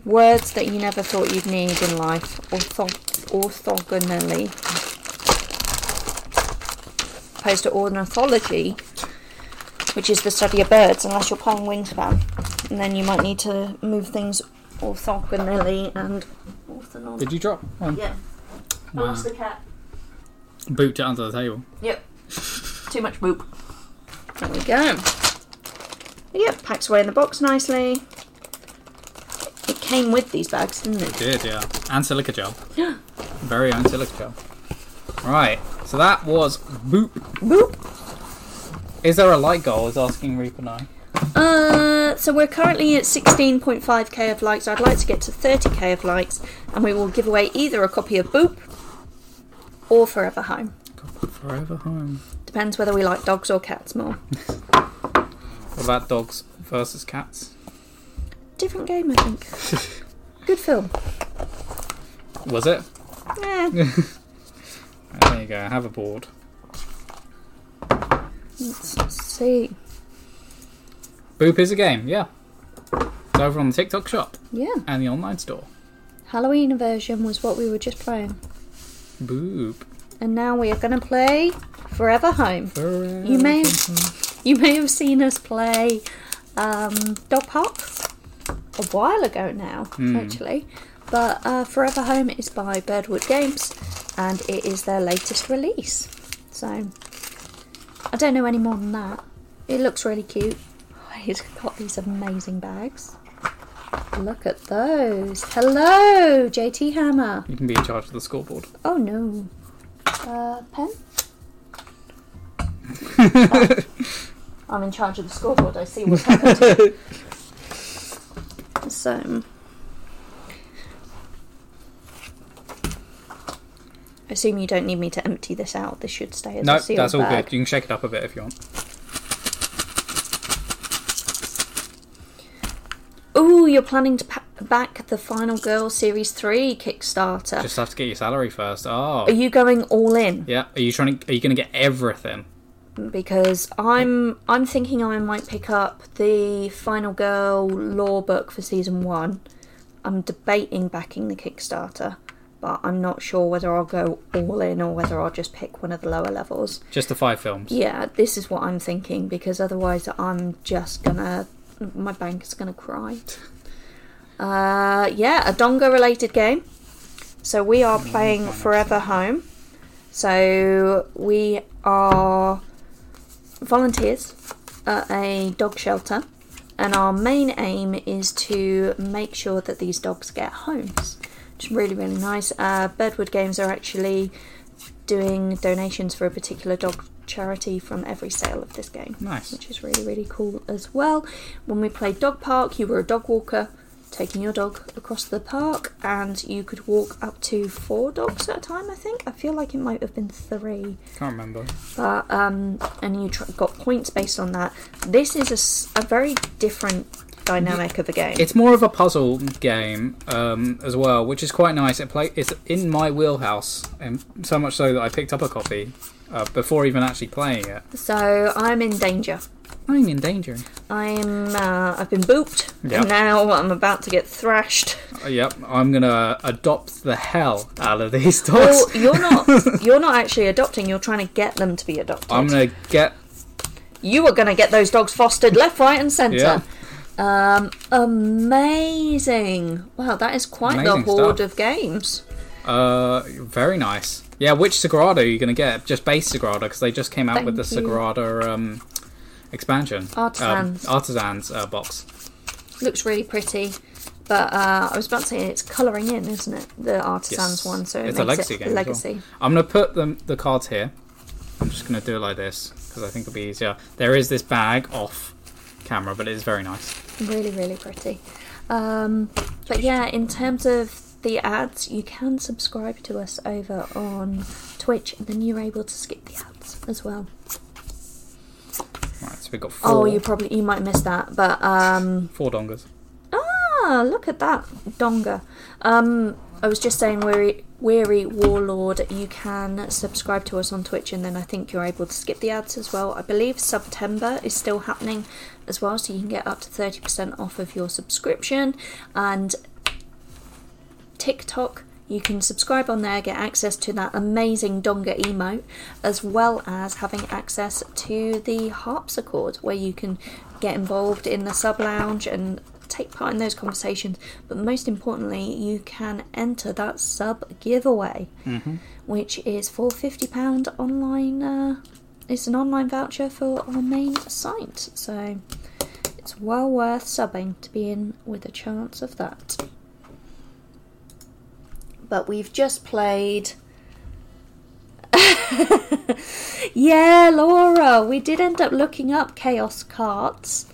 S2: Words that you never thought you'd need in life, ortho- orthogonally. Opposed to ornithology, which is the study of birds, unless you're playing wingspan. And then you might need to move things orthogonally and orthogonally.
S1: Did you drop one?
S2: Yeah. I
S1: Wow.
S2: lost the cat.
S1: Booped it under the table.
S2: Yep. Too much boop. There we go. Yep, packs away in the box nicely. It came with these bags, didn't it?
S1: Did, yeah. And silica
S2: <gasps>
S1: gel. Very own silica gel. Right, so that was boop.
S2: Boop.
S1: Is there a light goal? Is asking Reaper now.
S2: Uh, so we're currently at 16.5k of likes. I'd like to get to 30k of likes, and we will give away either a copy of Boop or Forever Home.
S1: Forever home.
S2: Depends whether we like dogs or cats more.
S1: What about dogs versus cats?
S2: Different game, I think. Good film.
S1: Was it?
S2: Eh,
S1: Right, there you go. Have a board.
S2: let's see.
S1: Boop is a game. Yeah. It's over on the TikTok shop
S2: Yeah,
S1: and the online store.
S2: Halloween version was what we were just playing,
S1: Boop.
S2: and now we are going to play Forever Home.
S1: Forever.
S2: You may you may have seen us play um, Dog Park a while ago now, actually. But uh, Forever Home is by Birdwood Games, and it is their latest release. So I don't know any more than that. It looks really cute. <laughs> He's got these amazing bags. Look at those. Hello, JT Hammer.
S1: You can be in charge of the scoreboard.
S2: Oh no. Uh, <laughs> pen? I'm in charge of the scoreboard. I see what's happened. <laughs> so. I assume you don't need me to empty this out. This should stay as
S1: No,
S2: a sealed
S1: that's all
S2: bag.
S1: good. You can shake it up a bit if you want.
S2: Ooh, you're planning to pa- back the Final Girl Series 3 Kickstarter.
S1: Just have to get your salary first. Oh.
S2: Ah. Are you going all in?
S1: yeah. Are you trying to? Are you going to get everything?
S2: because I'm I'm thinking I might pick up the Final Girl law book for season one. I'm debating backing the Kickstarter, but I'm not sure whether I'll go all in or whether I'll just pick one of the lower levels.
S1: Just the five films.
S2: Yeah, this is what I'm thinking because otherwise I'm just gonna my bank is gonna cry. Uh, yeah, a Donga related game. So we are playing Forever Home. So we are volunteers at a dog shelter, and our main aim is to make sure that these dogs get homes, which is really really nice. Uh, Birdwood Games are actually doing donations for a particular dog charity from every sale of this game.
S1: Nice.
S2: Which is really, really cool as well. When we played Dog Park, you were a dog walker taking your dog across the park, and you could walk up to four dogs at a time, I think. I feel like it might have been three
S1: Can't remember.
S2: but um, and you tr- got points based on that. This is a s- a, very different dynamic of a game.
S1: It's more of a puzzle game um, as well, which is quite nice. It play it's in my wheelhouse, and so much so that I picked up a copy uh, before even actually playing it.
S2: so I'm in danger.
S1: I'm in danger.
S2: I'm uh, I've been booped,
S1: Yeah.
S2: and now I'm about to
S1: <laughs>
S2: get thrashed.
S1: Uh, yep, I'm gonna adopt the hell out of these <laughs> dogs.
S2: Well,
S1: <laughs>
S2: you're not you're not actually adopting. You're trying to get them to be adopted.
S1: I'm gonna get
S2: you are going to get those dogs fostered left, right, and centre.
S1: yeah.
S2: Um, amazing! Wow, that is quite
S1: Amazing
S2: the horde
S1: stuff.
S2: of games.
S1: Uh, very nice. Yeah, which Sagrada are you gonna get? Just base Sagrada because they just came out with the
S2: Thank you.
S1: Sagrada um, expansion
S2: Artisans.
S1: um, artisans uh, box.
S2: looks really pretty. But uh, I was about to say it's colouring in, isn't it? The artisans
S1: Yes.
S2: one, so it
S1: it's
S2: makes
S1: a legacy
S2: it
S1: game. as well.
S2: legacy.
S1: I'm gonna put the the cards here. I'm just gonna do it like this because I think it'll be easier. There is this bag off camera, but it is very nice.
S2: Really, really pretty. Um, but yeah, in terms of the ads, you can subscribe to us over on Twitch, and then you're able to skip the ads as well.
S1: Right, so we've got
S2: Oh,
S1: four,
S2: you probably you might miss that, but um,
S1: four dongers.
S2: ah, look at that donga. Um, I was just saying, weary, weary warlord, you can subscribe to us on Twitch, and then I think you're able to skip the ads as well. I believe September is still happening as well, so you can get up to thirty percent off of your subscription, and TikTok. You can subscribe on there, get access to that amazing Donga emote, as well as having access to the harpsichord, where you can get involved in the sub lounge and take part in those conversations. But most importantly, you can enter that sub giveaway,
S1: Mm-hmm.
S2: which is for £50 online. Uh, it's an online voucher for our main site, so it's well worth subbing to be in with a chance of that but we've just played. <laughs> yeah, Laura, we did end up looking up Chaos Carts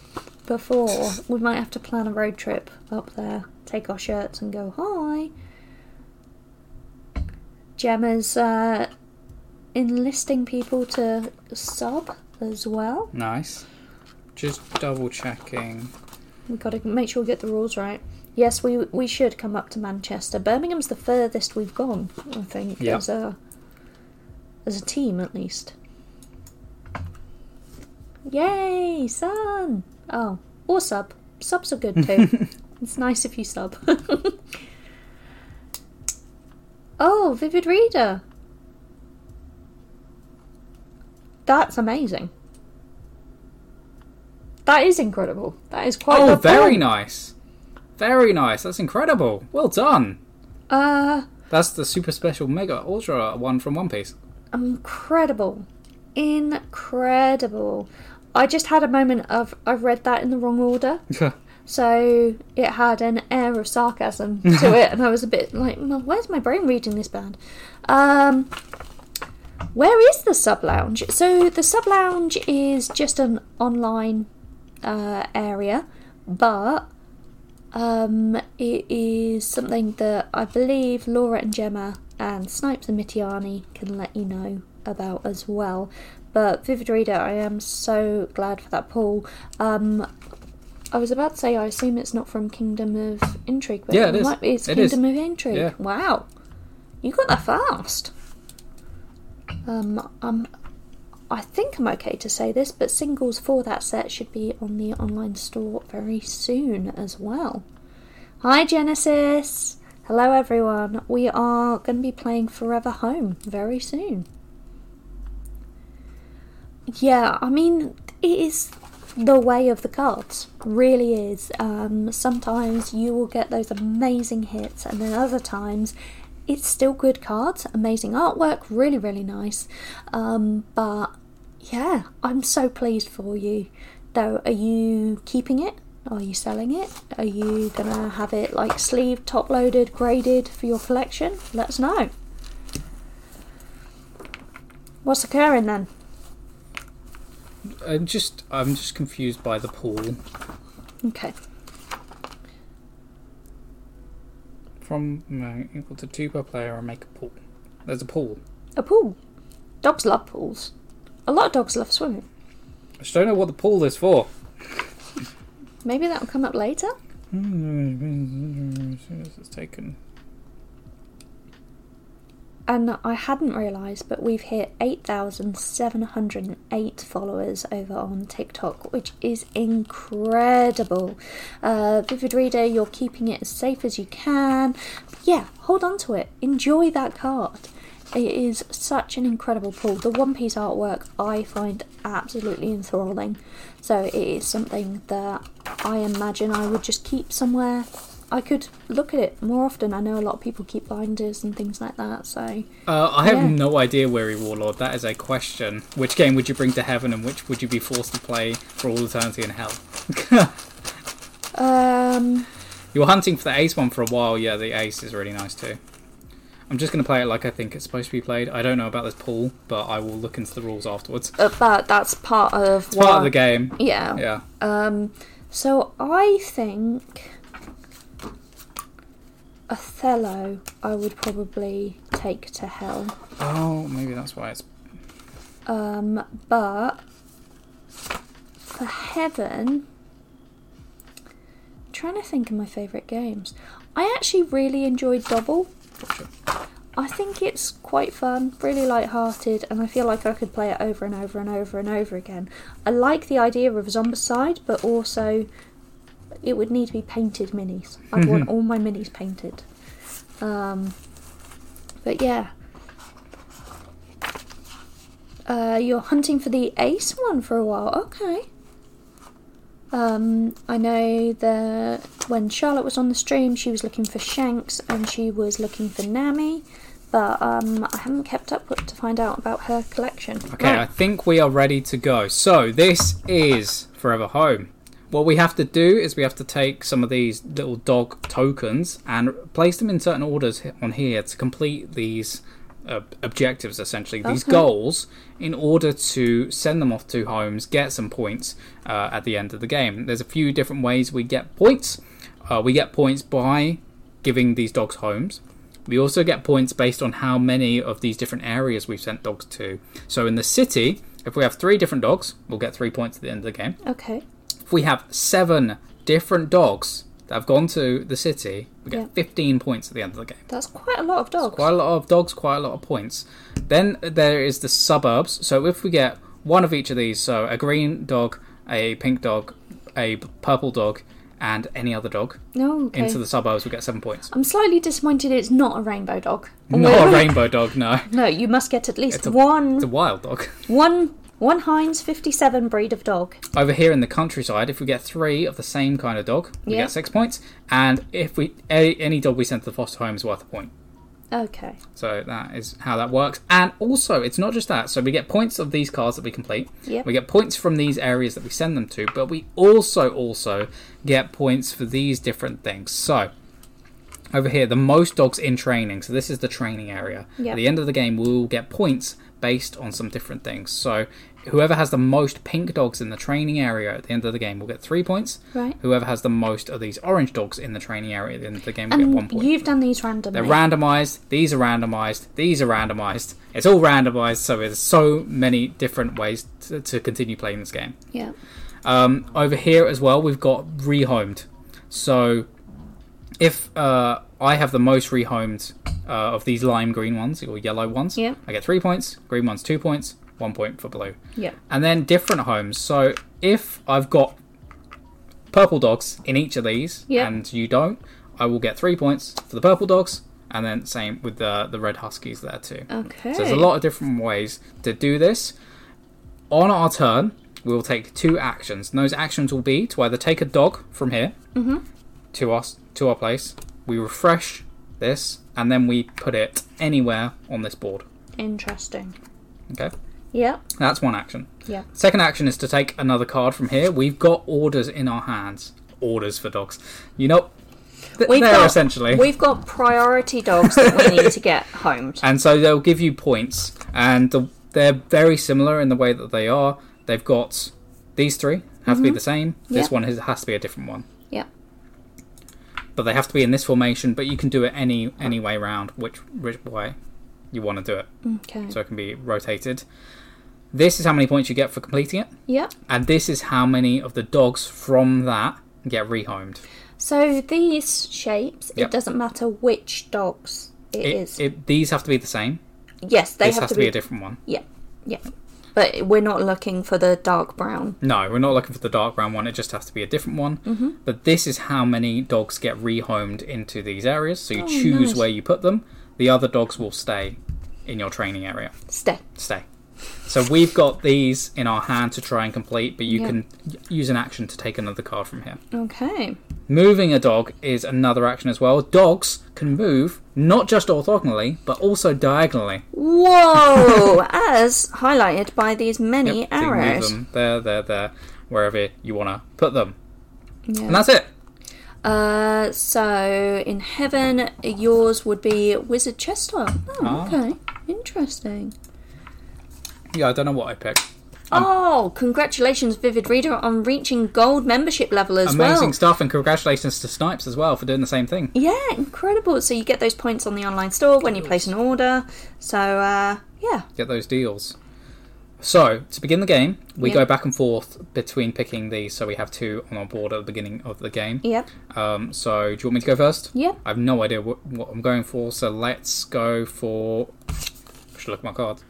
S2: before. We might have to plan a road trip up there, take our shirts and go, hi. Gemma's uh, enlisting people to sub as well.
S1: Nice. Just double checking.
S2: We've got to make sure we get the rules right. Yes, we we should come up to Manchester. Birmingham's the furthest we've gone, I think,
S1: Yeah.
S2: as a as a team at least. Yay, sun! Oh, or sub. Subs are good
S1: <laughs>
S2: too. it's nice if you sub. <laughs> oh, Vivid Reader. That's amazing. That is incredible. That is quite.
S1: Oh,
S2: well done.
S1: very nice. Very nice. That's incredible. Well done.
S2: Uh,
S1: That's the super special mega ultra one from One Piece.
S2: incredible. Incredible. I just had a moment of I read that in the wrong order. So it had an air of sarcasm
S1: <laughs>
S2: to it, and I was a bit like, "Well, where's my brain reading this bad? Um, where is the sub lounge? So the sub lounge is just an online uh, area, but um, it is something that I believe Laura and Gemma and Snipes and Mitiani can let you know about as well. But Vivid Reader, I am so glad for that poll. Um, I was about to say, I assume it's not from Kingdom of Intrigue, but
S1: Yeah, it is.
S2: might be. It's
S1: It is.
S2: Kingdom of Intrigue.
S1: Yeah.
S2: Wow, you got there fast. Um, I'm I think I'm okay to say this, but singles for that set should be on the online store very soon as well. Hi, Genesis! Hello, everyone. We are going to be playing Forever Home very soon. Yeah, I mean, it is the way of the cards, really is. Um, sometimes you will get those amazing hits, and then other times it's still good cards, amazing artwork, really, really nice. Um, but yeah, I'm so pleased for you. Though, are you keeping it? Are you selling it? Are you gonna have it like sleeve top loaded, graded for your collection? Let us know. What's occurring then?
S1: I'm just I'm just confused by the pool
S2: Okay.
S1: from no, equal to two per player and make a pool. There's a pool.
S2: A pool. Dogs love pools. A lot of dogs love swimming.
S1: I just don't know what the pool is for.
S2: Maybe that'll come up later.
S1: As soon as it's taken.
S2: And I hadn't realised, but we've hit 8,708 followers over on TikTok, which is incredible. Uh, Vivid Reader, you're keeping it as safe as you can. But yeah, hold on to it. Enjoy that card. It is such an incredible pull. The One Piece artwork I find absolutely enthralling. So it is something that I imagine I would just keep somewhere. I could look at it more often. I know a lot of people keep binders and things like that. So
S1: Uh, I have
S2: Yeah.
S1: no idea, Weary Warlord. That is a question. Which game would you bring to heaven and which would you be forced to play for all eternity in hell? <laughs>
S2: um,
S1: You were hunting for the ace one for a while. Yeah, the ace is really nice too. I'm just going to play it like I think it's supposed to be played. I don't know about this pool, but I will look into the rules afterwards.
S2: uh, but that's part of
S1: It's part of the game.
S2: Yeah.
S1: Yeah.
S2: Um, so I think Othello, I would probably take to hell.
S1: Oh, maybe that's why it's.
S2: Um, but for heaven, I'm trying to think of my favourite games. I actually really enjoyed Double.
S1: Gotcha.
S2: I think it's quite fun, really light-hearted, and I feel like I could play it over and over and over and over again. I like the idea of Zombicide, but also it would need to be painted minis. I'd
S1: Mm-hmm.
S2: want all my minis painted. Um, but yeah. Uh, you're hunting for the ace one for a while. Okay. Um, I know that when Charlotte was on the stream, she was looking for Shanks and she was looking for Nami, but um, I haven't kept up with- to find out about her collection.
S1: Okay, I think we are ready to go. So this is Forever Home. What we have to do is we have to take some of these little dog tokens and place them in certain orders he- on here to complete these uh, objectives, essentially these
S2: Okay.
S1: goals, in order to send them off to homes, get some points uh, at the end of the game. There's a few different ways we get points. Uh, we get points by giving these dogs homes. We also get points based on how many of these different areas we've sent dogs to. So in the city, if we have three different dogs, we'll get three points at the end of the game.
S2: Okay.
S1: If we have seven different dogs that have gone to the city, we get
S2: Yeah.
S1: 15 points at the end of the game.
S2: That's quite a lot of dogs.
S1: Quite a lot of dogs, quite a lot of points. Then there is the suburbs. So if we get one of each of these, so a green dog, a pink dog, a p- purple dog, and any other dog
S2: No, okay.
S1: into the suburbs, we get seven points.
S2: I'm slightly disappointed it's not a rainbow dog.
S1: Not a rainbow dog,
S2: <laughs>
S1: no.
S2: No, you must get at least
S1: It's a-
S2: Oh, one,
S1: It's a wild dog.
S2: one, one Heinz 57 breed of dog.
S1: Over here in the countryside, if we get three of the same kind of dog, we
S2: Yeah.
S1: get six points. And if we a, any dog we send to the foster home is worth a point.
S2: Okay.
S1: So that is how that works. And also, it's not just that. So we get points of these cards that we complete.
S2: Yep.
S1: We get points from these areas that we send them to, but we also also get points for these different things. So over here, the most dogs in training. So this is the training area. At
S2: Yep.
S1: the end of the game, we will get points based on some different things. So whoever has the most pink dogs in the training area at the end of the game will get three points.
S2: Right.
S1: Whoever has the most of these orange dogs in the training area at the end of the game will get one
S2: And
S1: point.
S2: you've done these randomly.
S1: They're randomized. These are randomized. These are randomized. It's all randomized, so there's so many different ways to, to continue playing this game.
S2: yeah.
S1: Um, over here as well, we've got rehomed. So if uh, I have the most rehomed uh, of these lime green ones or yellow ones,
S2: Yeah.
S1: I get three points. Green ones, two points. One point for blue
S2: Yeah.
S1: and then different homes. So if I've got purple dogs in each of these
S2: Yeah.
S1: and you don't, I will get three points for the purple dogs, and then same with the the red huskies there too.
S2: Okay.
S1: So there's a lot of different ways to do this. On our turn, we will take two actions. And those actions will be to either take a dog from here to us to our place. We refresh this, and then we put it anywhere on this board.
S2: Interesting.
S1: Okay,
S2: Yeah.
S1: that's one action.
S2: Yeah.
S1: Second action is to take another card from here. We've got orders in our hands. Orders for dogs. You know, th-
S2: We've
S1: there
S2: got,
S1: essentially.
S2: We've got priority dogs that we need
S1: <laughs>
S2: to get homed.
S1: And so they'll give you points, and the, they're very similar in the way that they are. They've got these three have to be the same. This
S2: Mm-hmm. Yeah.
S1: one has, has to be a different one,
S2: Yeah.
S1: but they have to be in this formation. But you can do it any any way round, which which way you want to do it,
S2: Okay.
S1: so it can be rotated. This is how many points you get for completing it,
S2: Yep.
S1: and this is how many of the dogs from that get rehomed.
S2: So these shapes,
S1: Yep.
S2: it doesn't matter which dogs
S1: it,
S2: it is.
S1: it- these have to be the same.
S2: yes, they
S1: This
S2: have
S1: has to be a different one.
S2: Yeah. Yeah. But we're not looking for the dark brown.
S1: No, we're not looking for the dark brown one. It just has to be a different one.
S2: Mm-hmm.
S1: But this is how many dogs get rehomed into these areas. So you
S2: Oh,
S1: choose
S2: nice.
S1: where you put them. The other dogs will stay in your training area.
S2: Stay.
S1: Stay. So we've got these in our hand to try and complete, but you
S2: Yeah.
S1: can use an action to take another card from here.
S2: Okay.
S1: Moving a dog is another action as well. Dogs can move not just orthogonally, but also diagonally.
S2: Whoa! as highlighted by these many
S1: Yep, so you can move
S2: arrows.
S1: them there, there, there, wherever you want to put them.
S2: Yeah.
S1: And that's it.
S2: Uh, so in heaven, yours would be Wizard Chester. Oh,
S1: Ah.
S2: okay, interesting.
S1: Yeah, I don't know what I picked.
S2: oh, congratulations, Vivid Reader, on reaching gold membership level as
S1: Amazing
S2: well.
S1: stuff, and congratulations to Snipes as well for doing the same thing.
S2: Yeah, incredible. So you get those points on the online store when you place an order. So uh, yeah,
S1: Get those deals. So, to begin the game, we
S2: Yeah.
S1: go back and forth between picking these, so we have two on our board at the beginning of the game.
S2: yep,
S1: Um, so, do you want me to go first?
S2: yep.
S1: I have no idea what, what I'm going for, so let's go for. I should look at my
S2: <laughs>
S1: card.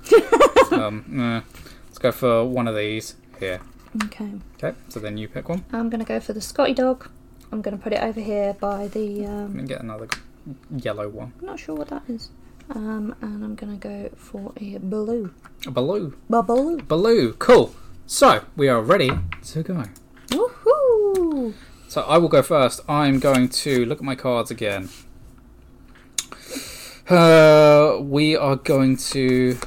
S1: um, eh, let's go for one of these here.
S2: Okay,
S1: Okay, so then you pick one.
S2: I'm gonna go for the Scotty dog. I'm gonna put it over here by the.
S1: Let
S2: Um,
S1: me get another yellow one.
S2: I'm not sure what that is. Um, and I'm gonna go for a blue.
S1: A Baloo.
S2: Bubble.
S1: Baloo. Cool. So, we are ready to go.
S2: Woohoo!
S1: So I will go first. I'm going to look at my cards again. Uh, we are going to.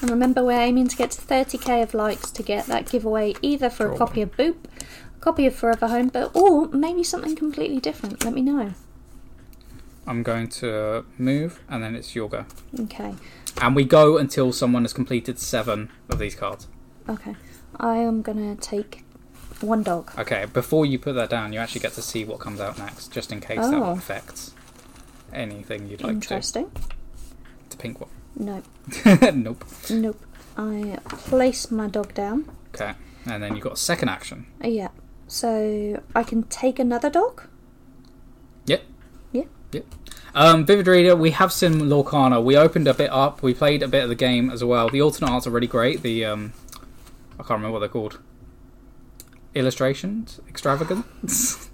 S2: And remember, we're aiming to get to 30k of likes to get that giveaway either for a
S1: Cool.
S2: copy of Boop, a copy of Forever Home, but or maybe something completely different. Let me know.
S1: I'm going to move, and then it's your go.
S2: Okay,
S1: And we go until someone has completed seven of these cards.
S2: okay. I am gonna take one dog.
S1: Okay, before you put that down, you actually get to see what comes out next, just in case
S2: Oh.
S1: that affects anything you'd like to.
S2: Interesting.
S1: The pink one.
S2: No,
S1: <laughs> nope.
S2: nope. I place my dog down.
S1: Okay, and then you've got a second action.
S2: Uh, Yeah. So I can take another dog.
S1: Yep.
S2: Yeah.
S1: Yep. Um, Vivid Reader, we have seen Lorcana. We opened a bit up. We played a bit of the game as well. The alternate arts are really great. The um, I can't remember what they're called. Illustrations, extravagance,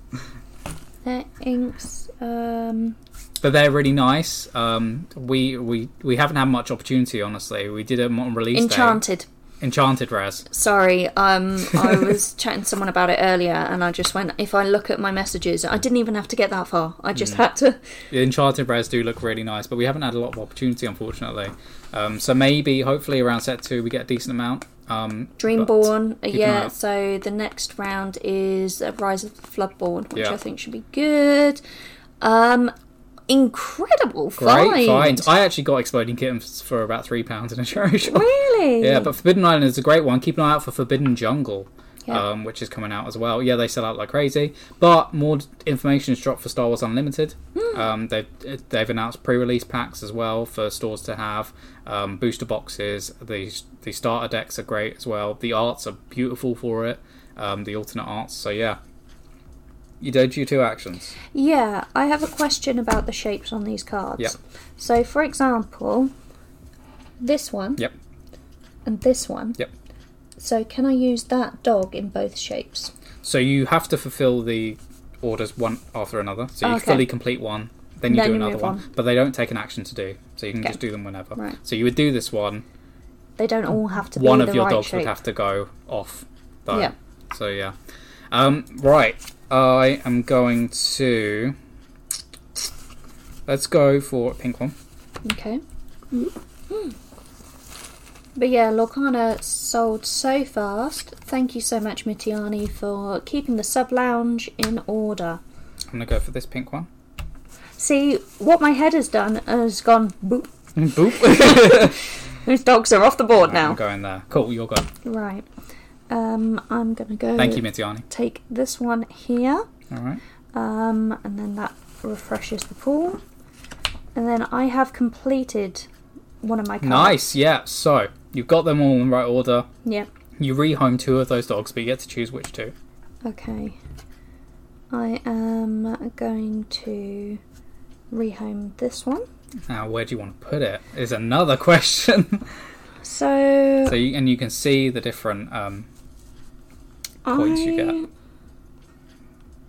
S2: Their inks. Um.
S1: but they're really nice. Um, we we we haven't had much opportunity, honestly. We did them on release
S2: Enchanted.
S1: day. Enchanted Res.
S2: Sorry, um, I was <laughs> chatting to someone about it earlier, and I just went. If I look at my messages, I didn't even have to get that far. I just
S1: Hmm.
S2: had to.
S1: The Enchanted Res do look really nice, but we haven't had a lot of opportunity, unfortunately. Um, so maybe, hopefully, around set two, we get a decent amount. Um, but-
S2: Dreamborn, uh,
S1: keep an eye
S2: yeah.
S1: out.
S2: So the next round is uh, Rise of the Floodborn, which
S1: Yeah.
S2: I think should be good. Um, incredible
S1: Great
S2: find.
S1: finds. I actually got Exploding Kittens for about three pounds in a charity shop.
S2: Really?
S1: Yeah, but Forbidden Island is a great one. Keep an eye out for Forbidden Jungle,
S2: Yeah.
S1: um, which is coming out as well. Yeah, they sell out like crazy. But more d- information is dropped for Star Wars Unlimited. Um, they've they've announced pre-release packs as well for stores to have. Um, booster boxes. The the starter decks are great as well. The arts are beautiful for it. Um, the alternate arts. So yeah, you did your two actions.
S2: yeah. I have a question about the shapes on these cards.
S1: Yep.
S2: So, for example, this one
S1: Yep.
S2: and this one.
S1: Yep.
S2: So, can I use that dog in both shapes?
S1: So you have to fulfill the orders one after another. So you
S2: Okay.
S1: fully complete one, then you
S2: Then
S1: do
S2: you
S1: another
S2: move
S1: one.
S2: on.
S1: But they don't take an action to do, so you can
S2: Okay.
S1: just do them whenever.
S2: Right.
S1: So you would do this one.
S2: They don't all have to
S1: one
S2: be
S1: of
S2: the
S1: your
S2: right
S1: dogs
S2: shape.
S1: would have to go off, though.
S2: Yeah.
S1: So yeah. Um, right. I am going to. Let's go for a pink one.
S2: Okay. But yeah, Lorcana sold so fast. Thank you so much, Mitiani, for keeping the sub lounge in order.
S1: I'm gonna go for this pink
S2: <laughs>
S1: one.
S2: See, what my head has done has gone boop.
S1: Boop.
S2: Those dogs are off
S1: <laughs>
S2: the board
S1: I'm
S2: now.
S1: going there. Cool. You're good.
S2: Right. Um, I'm gonna go
S1: Thank you, Mitiani.
S2: take this one here.
S1: All right.
S2: Um, and then that refreshes the pool. And then I have completed one of my cards.
S1: Nice. Yeah. So you've got them all in right order.
S2: Yeah.
S1: You rehome two of those dogs, but you get to choose which two.
S2: Okay. I am going to rehome this one.
S1: Now, where do you want to put it? Is another <laughs> question.
S2: So,
S1: so, you, and you can see the different. Um, points
S2: I,
S1: you get.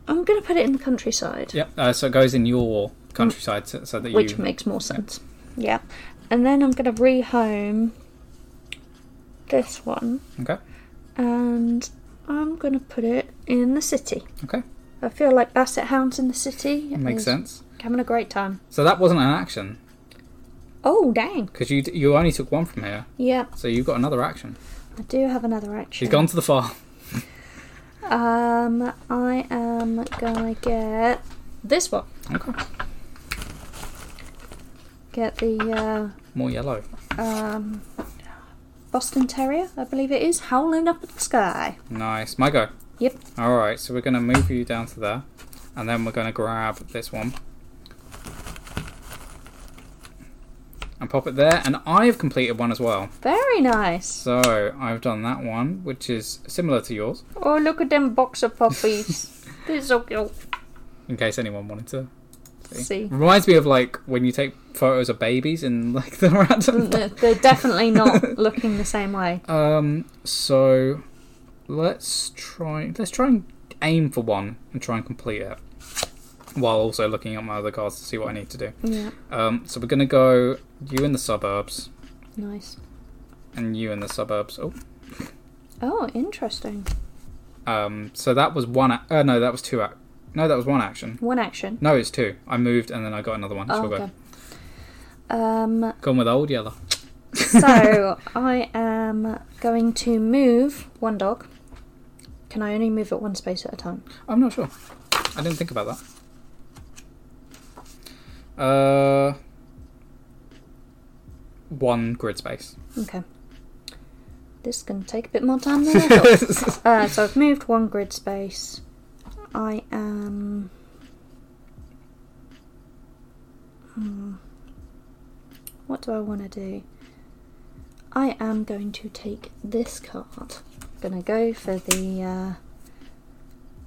S2: I'm going to put it in the countryside,
S1: yep. Uh, so it goes in your countryside, so, so that
S2: which
S1: you.
S2: makes more sense. Yeah. And then I'm going to rehome this one
S1: Okay.
S2: and I'm going to put it in the city.
S1: Okay.
S2: I feel like Basset Hounds in the city.
S1: Makes
S2: is
S1: sense.
S2: Having a great time.
S1: So that wasn't an action
S2: Oh, dang.
S1: because you d- you only took one from here,
S2: Yeah,
S1: so you got another action.
S2: I do have another action.
S1: She's gone to the farm.
S2: Um, I am gonna get this one.
S1: Okay.
S2: Get the
S1: More yellow.
S2: uh, um, Boston Terrier, I believe it is, howling up at the sky.
S1: Nice. My go.
S2: Yep.
S1: All right, so we're going to move you down to there, and then we're going to grab this one and pop it there. And I've completed one as well.
S2: Very nice.
S1: So I've done that one, which is similar to yours,
S2: Oh, look at them
S1: <laughs>
S2: boxer puppies. They're so cute.
S1: in case anyone wanted to.
S2: See.
S1: Reminds me of like when you take photos of babies in <laughs> like the random.
S2: They're they're
S1: <laughs>
S2: definitely not looking the same way.
S1: Um. So let's try. Let's try and aim for one and try and complete it, while also looking at my other cards to see what I need to do.
S2: Yeah,
S1: Um, so we're gonna go you in the suburbs
S2: nice.
S1: and you in the suburbs. Oh,
S2: Oh, interesting.
S1: um, so that was one. Ac- uh, no, that was two. Ac- no, that was one action.
S2: One action.
S1: No, it's two. I moved and then I got another one.
S2: Oh,
S1: Sure
S2: okay.
S1: go.
S2: Um,
S1: Gone with old yellow.
S2: so I am going to move one dog. Can I only move it one space at a time?
S1: <laughs> I'm not sure. I didn't think about that. Uh, one grid space.
S2: Okay. This is going to take a bit more time
S1: <laughs>
S2: than I thought. Uh, so I've moved one grid space. I am. Hmm. What do I want to do? I am going to take this card. Gonna go for the uh,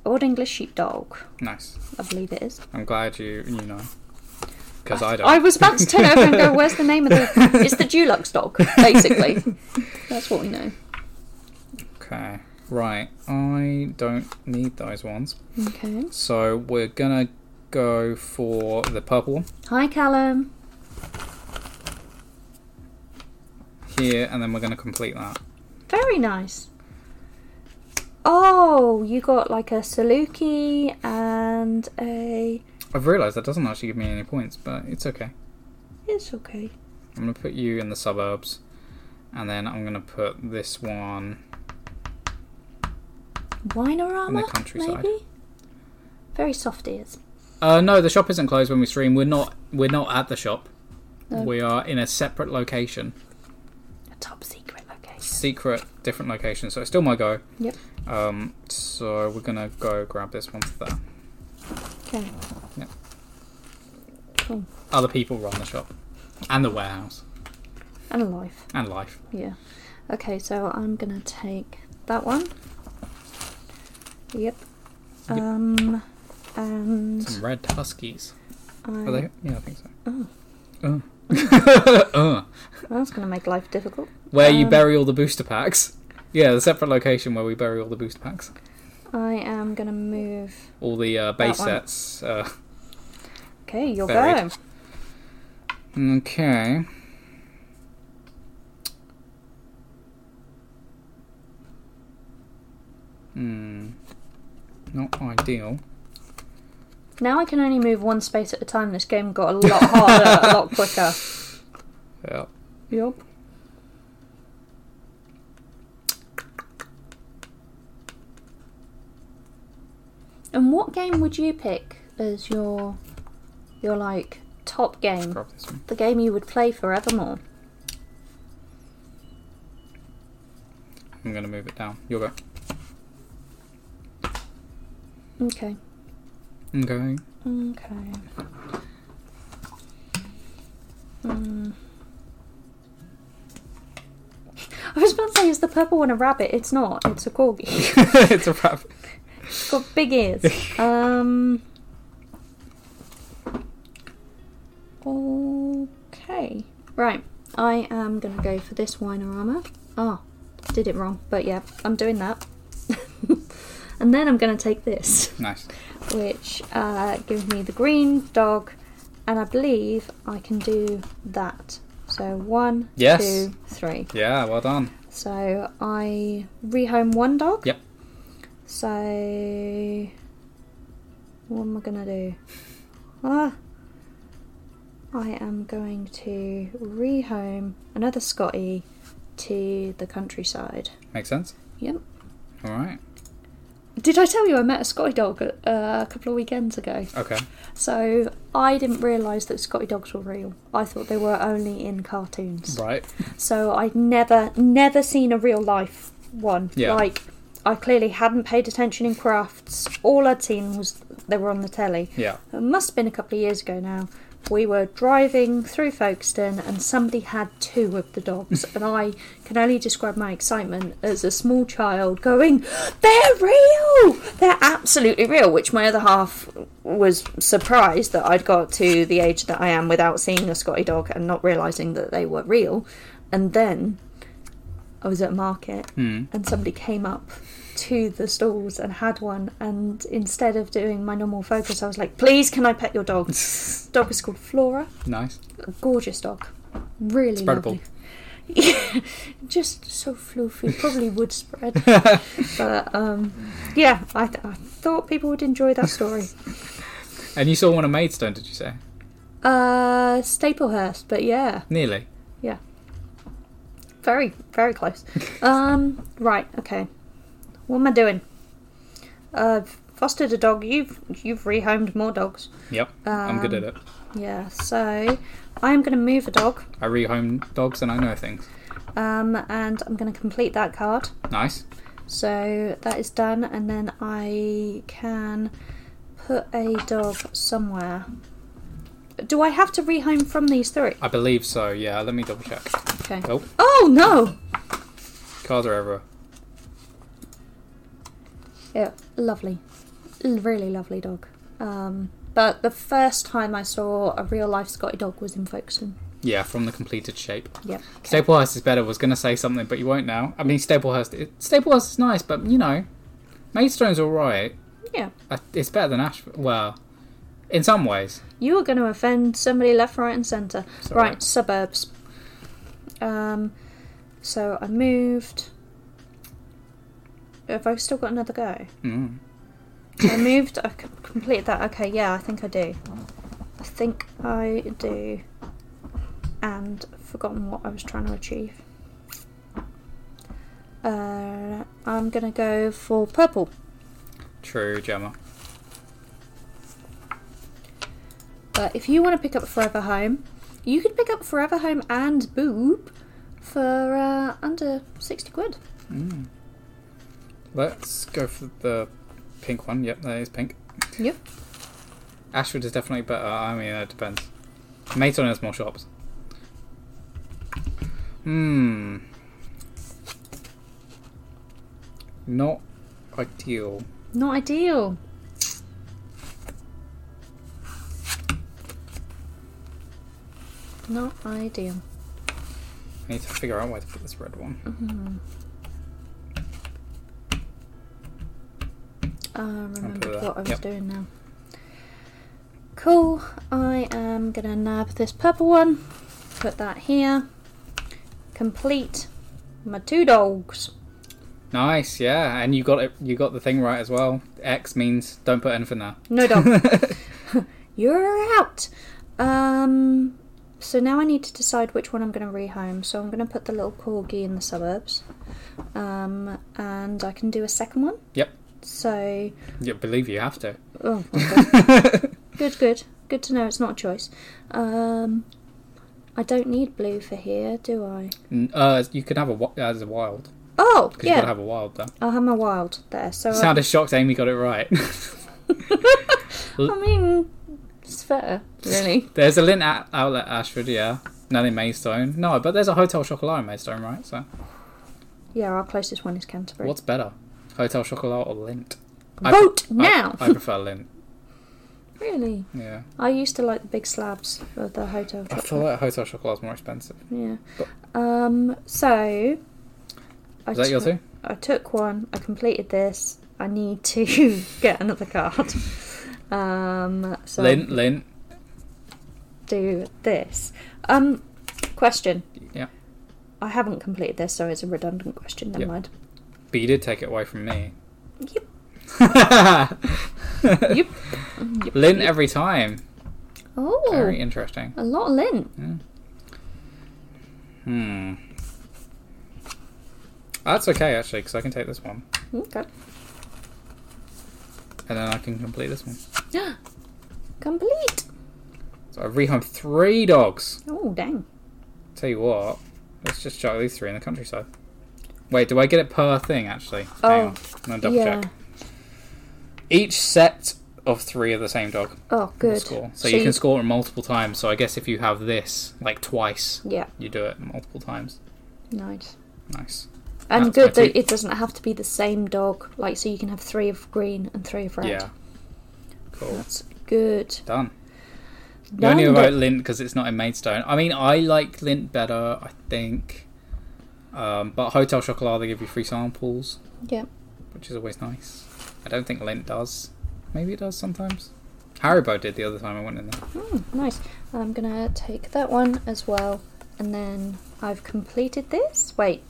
S2: Old English Sheepdog,
S1: nice.
S2: I believe it is.
S1: I'm glad you you know because I, don't.
S2: I was about to turn over and go, where's the
S1: <laughs>
S2: name of the. It's the Dulux dog, basically. That's what we know.
S1: okay. Right. I don't need those ones.
S2: Okay.
S1: So we're gonna go for the purple one
S2: Hi, Callum.
S1: here, and then we're gonna complete that.
S2: Very nice. Oh, you got like a Saluki and a.
S1: I've realised that doesn't actually give me any points, but it's okay.
S2: It's okay.
S1: I'm gonna put you in the suburbs, and then I'm gonna put this one.
S2: Winorama,
S1: In the countryside.
S2: maybe. Very soft ears.
S1: Uh, no, the shop isn't closed when we stream. We're not. We're not at the shop.
S2: No.
S1: We are in a separate location,
S2: A top secret location.
S1: secret, different location. So it's still my go.
S2: Yep.
S1: Um, so we're gonna go grab this one for that.
S2: Okay.
S1: Yep.
S2: Cool.
S1: Other people run the shop, and the warehouse,
S2: And a life.
S1: and life.
S2: Yeah. Okay, so I'm gonna take that one. Yep.
S1: Yep.
S2: Um. And
S1: Some red huskies.
S2: I,
S1: Are they? Yeah, I think so.
S2: Oh.
S1: Oh. <laughs> Uh.
S2: that's gonna make life difficult.
S1: Where you
S2: Um,
S1: bury all the booster packs. Yeah, the separate location where we bury all the booster packs.
S2: I am gonna move.
S1: All the uh, base
S2: one.
S1: sets. Uh,
S2: Okay, you'll go.
S1: Buried. okay. Hmm. Not ideal.
S2: Now I can only move one space at a time. This game got a lot harder, a lot quicker.
S1: Yeah.
S2: Yup. And what game would you pick as your your like top game?
S1: Grab this one.
S2: The game you would play forevermore.
S1: I'm gonna move it down. You'll go.
S2: Okay.
S1: Okay. <laughs>
S2: Okay. Hmm. I was about to say, is the purple one a rabbit? It's not. It's a corgi.
S1: <laughs> it's a wrap.
S2: It's got
S1: <laughs>
S2: big ears. <laughs> um. Okay. Right. I am gonna go for this winorama. Ah, did it wrong. But yeah, I'm doing that. <laughs> and then I'm gonna take this,
S1: Nice.
S2: which uh, gives me the green dog, and I believe I can do that. So one,
S1: Yes.
S2: two, three.
S1: Yeah. Well done.
S2: So I rehome one dog.
S1: Yep.
S2: So, what am I gonna do? Ah, I am going to rehome another Scotty to the countryside.
S1: Makes sense.
S2: Yep.
S1: All right.
S2: Did I tell you I met a Scotty dog uh, a couple of weekends ago?
S1: Okay.
S2: So I didn't realise that Scotty dogs were real. I thought they were only in cartoons.
S1: Right.
S2: So I'd never, never seen a real life one.
S1: Yeah.
S2: Like, I clearly hadn't paid attention in crafts. All I'd seen was they were on the telly.
S1: Yeah.
S2: It must have been a couple of years ago now. We were driving through Folkestone and somebody had two of the dogs. and I can only describe my excitement as a small child going, They're real! They're absolutely real. Which my other half was surprised that I'd got to the age that I am without seeing a Scotty dog and not realising that they were real. And then I was at a market
S1: Hmm.
S2: and somebody came up to the stalls and had one and instead of doing my normal focus I was like, Please can I pet your dog? dog is called Flora.
S1: Nice.
S2: A gorgeous dog. Really
S1: Spreadable.
S2: <laughs> lovely. Just so fluffy. Probably would spread. but um, yeah, I, th- I thought people would enjoy that story.
S1: And you saw one at Maidstone, did you say?
S2: Uh, Staplehurst, but yeah.
S1: Nearly.
S2: Yeah. Very, very close. um, right, okay. What am I doing? I've fostered a dog. You've you've rehomed more dogs.
S1: Yep. I'm good at it.
S2: Yeah, so I'm going to move a dog,
S1: I rehome dogs and I know things.
S2: um, and I'm going to complete that card.
S1: Nice.
S2: So that is done, and then I can put a dog somewhere. Do I have to rehome from these three?
S1: I believe so, yeah. Let me double check.
S2: Okay.
S1: Oh,
S2: Oh no!
S1: cards are everywhere.
S2: Yeah, lovely. L- Really lovely dog. Um, but the first time I saw a real life Scotty dog was in Folkestone.
S1: Yeah, from the completed shape.
S2: Yep.
S1: Staplehurst is better. was going to say something, but you won't now. I mean, Staplehurst. It, Staplehurst is nice, but you know, Maidstone's alright.
S2: Yeah.
S1: I- It's better than Ashford. Well, in some ways.
S2: You are going to offend somebody left, right, and centre.
S1: Sorry.
S2: Right, suburbs. Um, so I moved. Have I still got another go?
S1: Mm.
S2: I moved. I c- completed that. Okay, yeah, I think I do. I think I do. And I've forgotten what I was trying to achieve. Uh, I'm gonna go for purple.
S1: True, Gemma.
S2: But if you want to pick up Forever Home, you could pick up Forever Home and Boob for uh, under sixty quid.
S1: Mm. Let's go for the pink one. Yep, that is pink.
S2: Yep.
S1: Ashford is definitely better. I mean, it depends. Maidstone has more shops. Hmm. Not ideal.
S2: Not ideal. Not ideal.
S1: I need to figure out where to put this red one.
S2: Mm-hmm. I remembered
S1: that.
S2: Ah, what I was
S1: Yep.
S2: doing now. Cool. I am gonna nab this purple one, put that here, complete my two dogs.
S1: Nice, yeah, and you got it. You got the thing right as well. X means don't put anything there.
S2: No dog.
S1: <laughs>
S2: You're out. Um, so now I need to decide which one I'm going to rehome. So I'm going to put the little corgi in the suburbs, um, and I can do a second one.
S1: Yep,
S2: So
S1: you believe you have to.
S2: Oh, okay.
S1: <laughs>
S2: good, good, good to know. It's not a choice. Um, I don't need blue for here, do I?
S1: N- Uh, you can have a wi- as a wild
S2: Oh,
S1: because you
S2: yeah.
S1: gotta have a wild there.
S2: I'll have my wild there. So
S1: You
S2: I,
S1: sounded shocked. Amy got it right. <laughs>
S2: I mean, it's fair,
S1: <laughs>
S2: really.
S1: there's a Lint out- outlet Ashford, yeah. None in Maidstone. No, but there's a Hotel Chocolat in Maidstone, right? So
S2: yeah, our closest one is Canterbury.
S1: what's better, Hotel Chocolat or Lint? I-
S2: Vote
S1: I-
S2: now!
S1: I prefer Lint.
S2: Really?
S1: Yeah,
S2: I used to like the big slabs of the hotel.
S1: I feel like Hotel Chocolat's more expensive.
S2: Yeah. Um. So. I
S1: Is that your
S2: took-
S1: two?
S2: I took one. I completed this. I need to <laughs> get
S1: <laughs>
S2: another card. Um. So I'm
S1: Lint, Lint.
S2: do this. Um, question.
S1: Yeah.
S2: I haven't completed this, so it's a redundant question. Never
S1: Yeah.
S2: mind.
S1: But you did take it away from me.
S2: Yep.
S1: <laughs> Lint
S2: Yep.
S1: every time.
S2: Oh,
S1: Very interesting.
S2: a lot of lint.
S1: Hmm. That's okay actually, because I can take this one,
S2: Okay. <gasps>
S1: and then I can complete this one.
S2: Complete.
S1: So I've rehomed three dogs.
S2: Oh, dang.
S1: Tell you what, let's just chuck these three in the countryside. Wait, do I get it per thing actually? Hang
S2: Oh,
S1: on. I'm gonna double
S2: yeah.
S1: check. Each set of three of the same dog.
S2: Oh,
S1: will
S2: good.
S1: Score. So, you can score it multiple times. So I guess if you have this like twice,
S2: Yeah,
S1: you do it multiple times.
S2: nice.
S1: Nice.
S2: And
S1: That's my
S2: good that
S1: tip.
S2: it doesn't have to be the same dog. Like, so you can have three of green and three of red.
S1: Yeah. Cool.
S2: That's good.
S1: Done. You only
S2: Round
S1: about
S2: it.
S1: lint because it's not in Maidstone. I mean, I like lint better, I think. Um, but Hotel Chocolat, they give you free samples,
S2: Yeah.
S1: which is always nice. I don't think lint does. Maybe it does sometimes. Haribo did the other time I went in there.
S2: Mm, nice. I'm gonna take that one as well, and then I've completed this. Wait,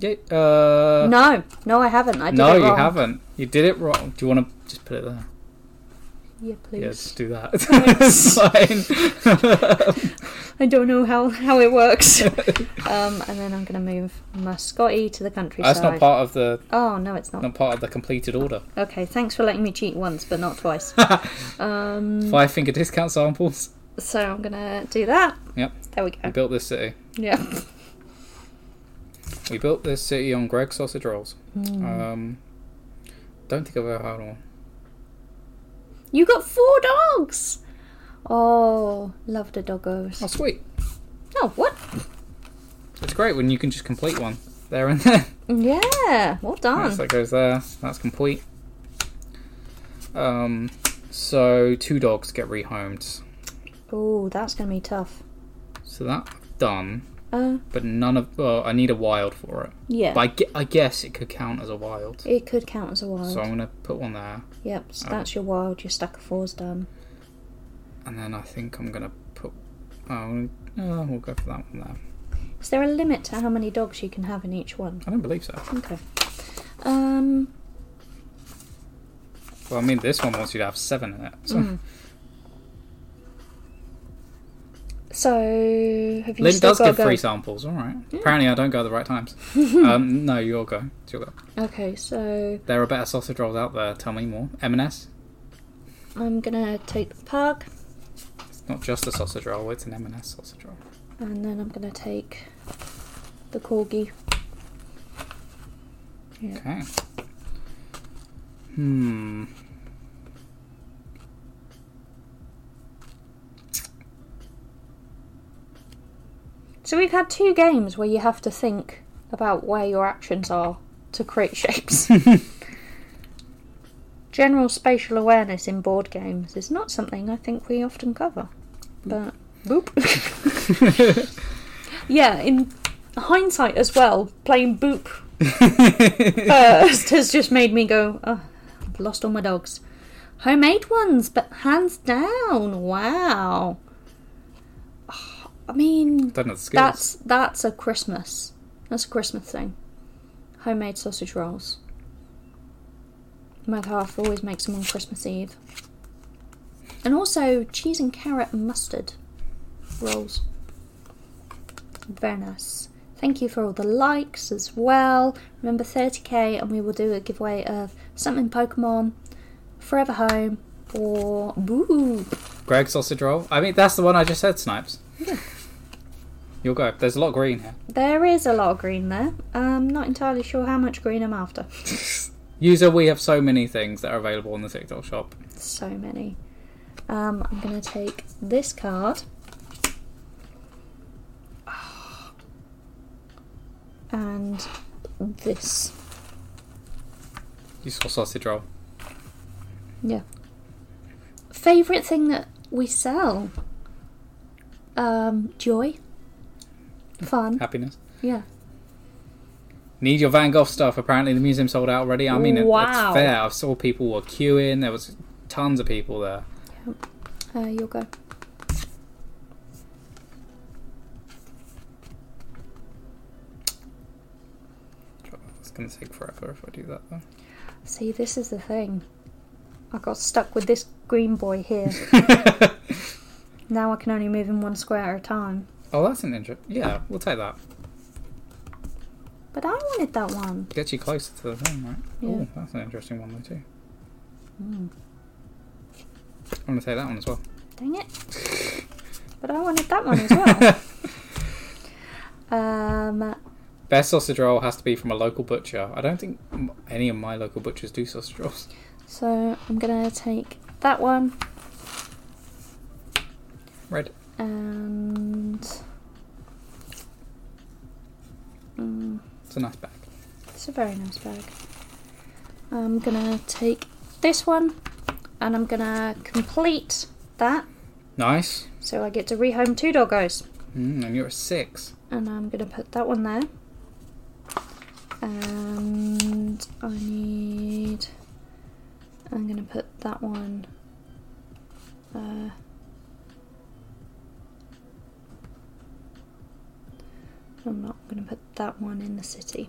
S1: Yeah, uh,
S2: no, no, I haven't. I did
S1: no,
S2: it
S1: you
S2: wrong.
S1: haven't. You did it wrong. Do you want to just put it there?
S2: Yeah, please.
S1: Yeah, just do that. it's <laughs> fine.
S2: <laughs> I don't know how how
S1: <laughs>
S2: it works. um, and then I'm gonna move my Scotty to the countryside.
S1: That's not part of the
S2: Oh no, it's not.
S1: not part of the completed order.
S2: Okay, thanks for letting me cheat once, but not
S1: <laughs>
S2: twice. um,
S1: Five finger discount samples.
S2: so I'm gonna do that.
S1: Yep,
S2: There we
S1: we
S2: go.
S1: built this city. <laughs>
S2: Yeah.
S1: We built this city on Greg sausage rolls.
S2: Hmm. Mm.
S1: Um, don't think I've ever had one.
S2: You got four dogs. Oh, love the doggos.
S1: Oh, sweet!
S2: Oh, what?
S1: It's great when you can just complete one there and there.
S2: Yeah, well done.
S1: Nice, that goes there. That's complete. Um, so two dogs get rehomed.
S2: Oh, that's gonna be tough.
S1: So that I've done,
S2: Uh,
S1: but none of. Well, I need a wild for it.
S2: yeah.
S1: But I, gue- I guess it could count as a wild.
S2: It could count as a wild.
S1: So I'm gonna put one there,
S2: yep, so
S1: Oh.
S2: that's your wild. Your stack of four's done.
S1: and then I think I'm gonna put. Oh, no, we'll go for that one there.
S2: Is there a limit to how many dogs you can have in each one?
S1: I don't believe so.
S2: Okay. Um.
S1: Well, I mean, this one wants you to have seven in it. So.
S2: hmm. Mm. So have you
S1: Lynn
S2: still
S1: does
S2: got
S1: give
S2: to go?
S1: free samples, all right. Apparently, I don't go at the right
S2: <laughs>
S1: times. um, no, you'll go. It's your go.
S2: Okay, so
S1: There are better sausage rolls out there. Tell me more. M&S.
S2: I'm gonna take the pug,
S1: It's not just a sausage roll. It's an M&S sausage roll.
S2: and then I'm gonna take the corgi. Yeah.
S1: Okay.
S2: <laughs>
S1: Hmm. <laughs>
S2: So we've had two games where you have to think about where your actions are to create <laughs> shapes. General spatial awareness in board games is not something I think we often cover. But boop. <laughs> yeah, in hindsight as well, playing boop first has just made me go, oh, I've lost all my dogs. Homemade ones, but hands down, wow. <sighs> I mean,
S1: Don't have the skills.
S2: that's that's a Christmas. That's a Christmas thing. Homemade sausage rolls. My half always makes them on Christmas Eve. And also cheese and carrot and mustard rolls. Very nice. Thank you for all the likes as well. Remember 30k, and we will do a giveaway of something Pokemon, Forever Home, or Boo.
S1: Greg sausage roll. I mean, that's the one I just said, Snipes. You'll go. There's a lot of green here.
S2: There is a lot of green there. I'm not entirely sure how much green I'm after.
S1: User, we have so many things that are available in the TikTok shop.
S2: So many. Um, I'm going to take this card. And this.
S1: You saw sausage roll.
S2: Yeah. Favourite thing that we sell? Um, joy. Fun.
S1: Happiness.
S2: Yeah.
S1: Need your Van Gogh stuff. Apparently, the museum sold out already. I mean, it,
S2: Wow.
S1: it's fair. I saw people were queuing. There was tons of people there.
S2: Uh, you'll go.
S1: It's gonna take forever if I do that
S2: See, this is the thing. I got stuck with this green boy here.
S1: though. <laughs>
S2: now I can only move him one square at a time.
S1: oh, that's an intro. Yeah, we'll take that.
S2: But I wanted that one.
S1: Gets you closer to the thing, right?
S2: Yeah.
S1: Oh, that's an interesting one though too. I'm gonna take that one as well.
S2: Dang it. But I wanted that one Oh, as
S1: <laughs>
S2: well. um,
S1: Best sausage roll has to be from a local butcher. I don't think m- any of my local butchers do sausage rolls.
S2: so I'm going to take that one
S1: Red.
S2: and. Mm,
S1: It's a nice bag.
S2: it's a very nice bag. I'm going to take this one and I'm going to complete that.
S1: Nice.
S2: So I get to rehome two doggos.
S1: Mm, and you're a six.
S2: And I'm going to put that one there. And I need. I'm going to put that one. Uh, I'm not going to put that one in the city.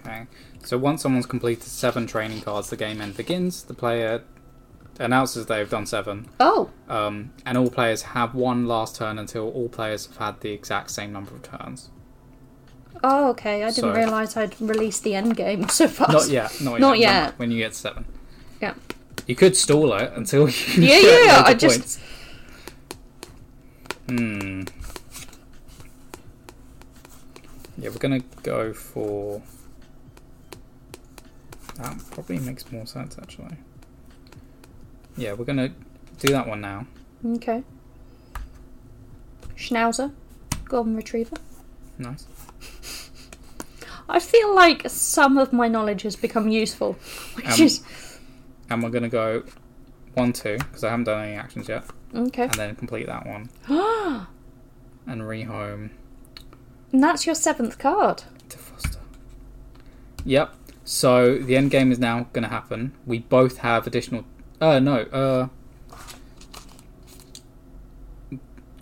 S1: Okay. So once someone's completed seven training cards, the game end begins. The player announces they've done seven,
S2: Oh!
S1: um, and all players have one last turn until all players have had the exact same number of turns.
S2: Oh, okay. I didn't
S1: So-
S2: realise I'd released the end game <laughs> so fast.
S1: Not yet. Not,
S2: Not
S1: yet.
S2: yet.
S1: When, when you get to seven,
S2: Yeah.
S1: you could stall it until <laughs> you.
S2: Yeah,
S1: get
S2: yeah.
S1: loads
S2: I
S1: of
S2: just.
S1: points. Hmm. Yeah, we're gonna go for. That probably makes more sense actually. Yeah, we're gonna do that one now.
S2: Okay. Schnauzer, golden retriever.
S1: Nice.
S2: I feel like some of my knowledge has become useful, which
S1: Um,
S2: is
S1: And we're gonna go one, two, because I haven't done any actions yet,
S2: okay.
S1: and then complete that one
S2: <gasps> and
S1: and rehome
S2: that's your seventh card.
S1: to Foster. Yep. So the end game is now gonna happen. We both have additional. Uh no. Uh.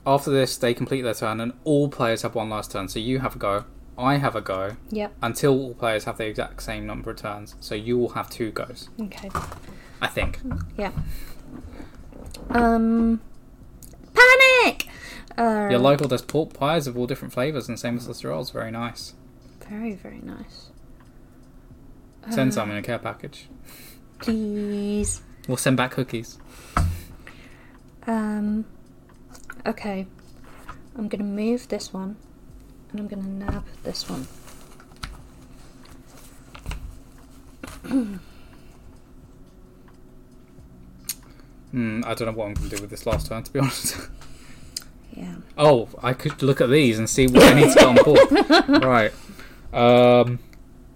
S1: After this, they complete their turn, and all players have one last turn. So you have a go. I have a go
S2: Yep.
S1: until all players have the exact same number of turns. So you will have two goes,
S2: Okay.
S1: I think.
S2: Yeah. Um. Panic. Uh,
S1: Your local does pork pies of all different flavours and same as Lister rolls. Very nice.
S2: very very nice.
S1: Send
S2: Uh,
S1: some in a care package.
S2: please.
S1: We'll send back cookies.
S2: Um. Okay. I'm gonna move this one, and I'm gonna nab this one.
S1: Hmm, I don't know what I'm going to do with this last turn, to be <laughs> honest.
S2: Yeah.
S1: oh, I could look at these and see what I need to get on board.
S2: <laughs>
S1: right. Um,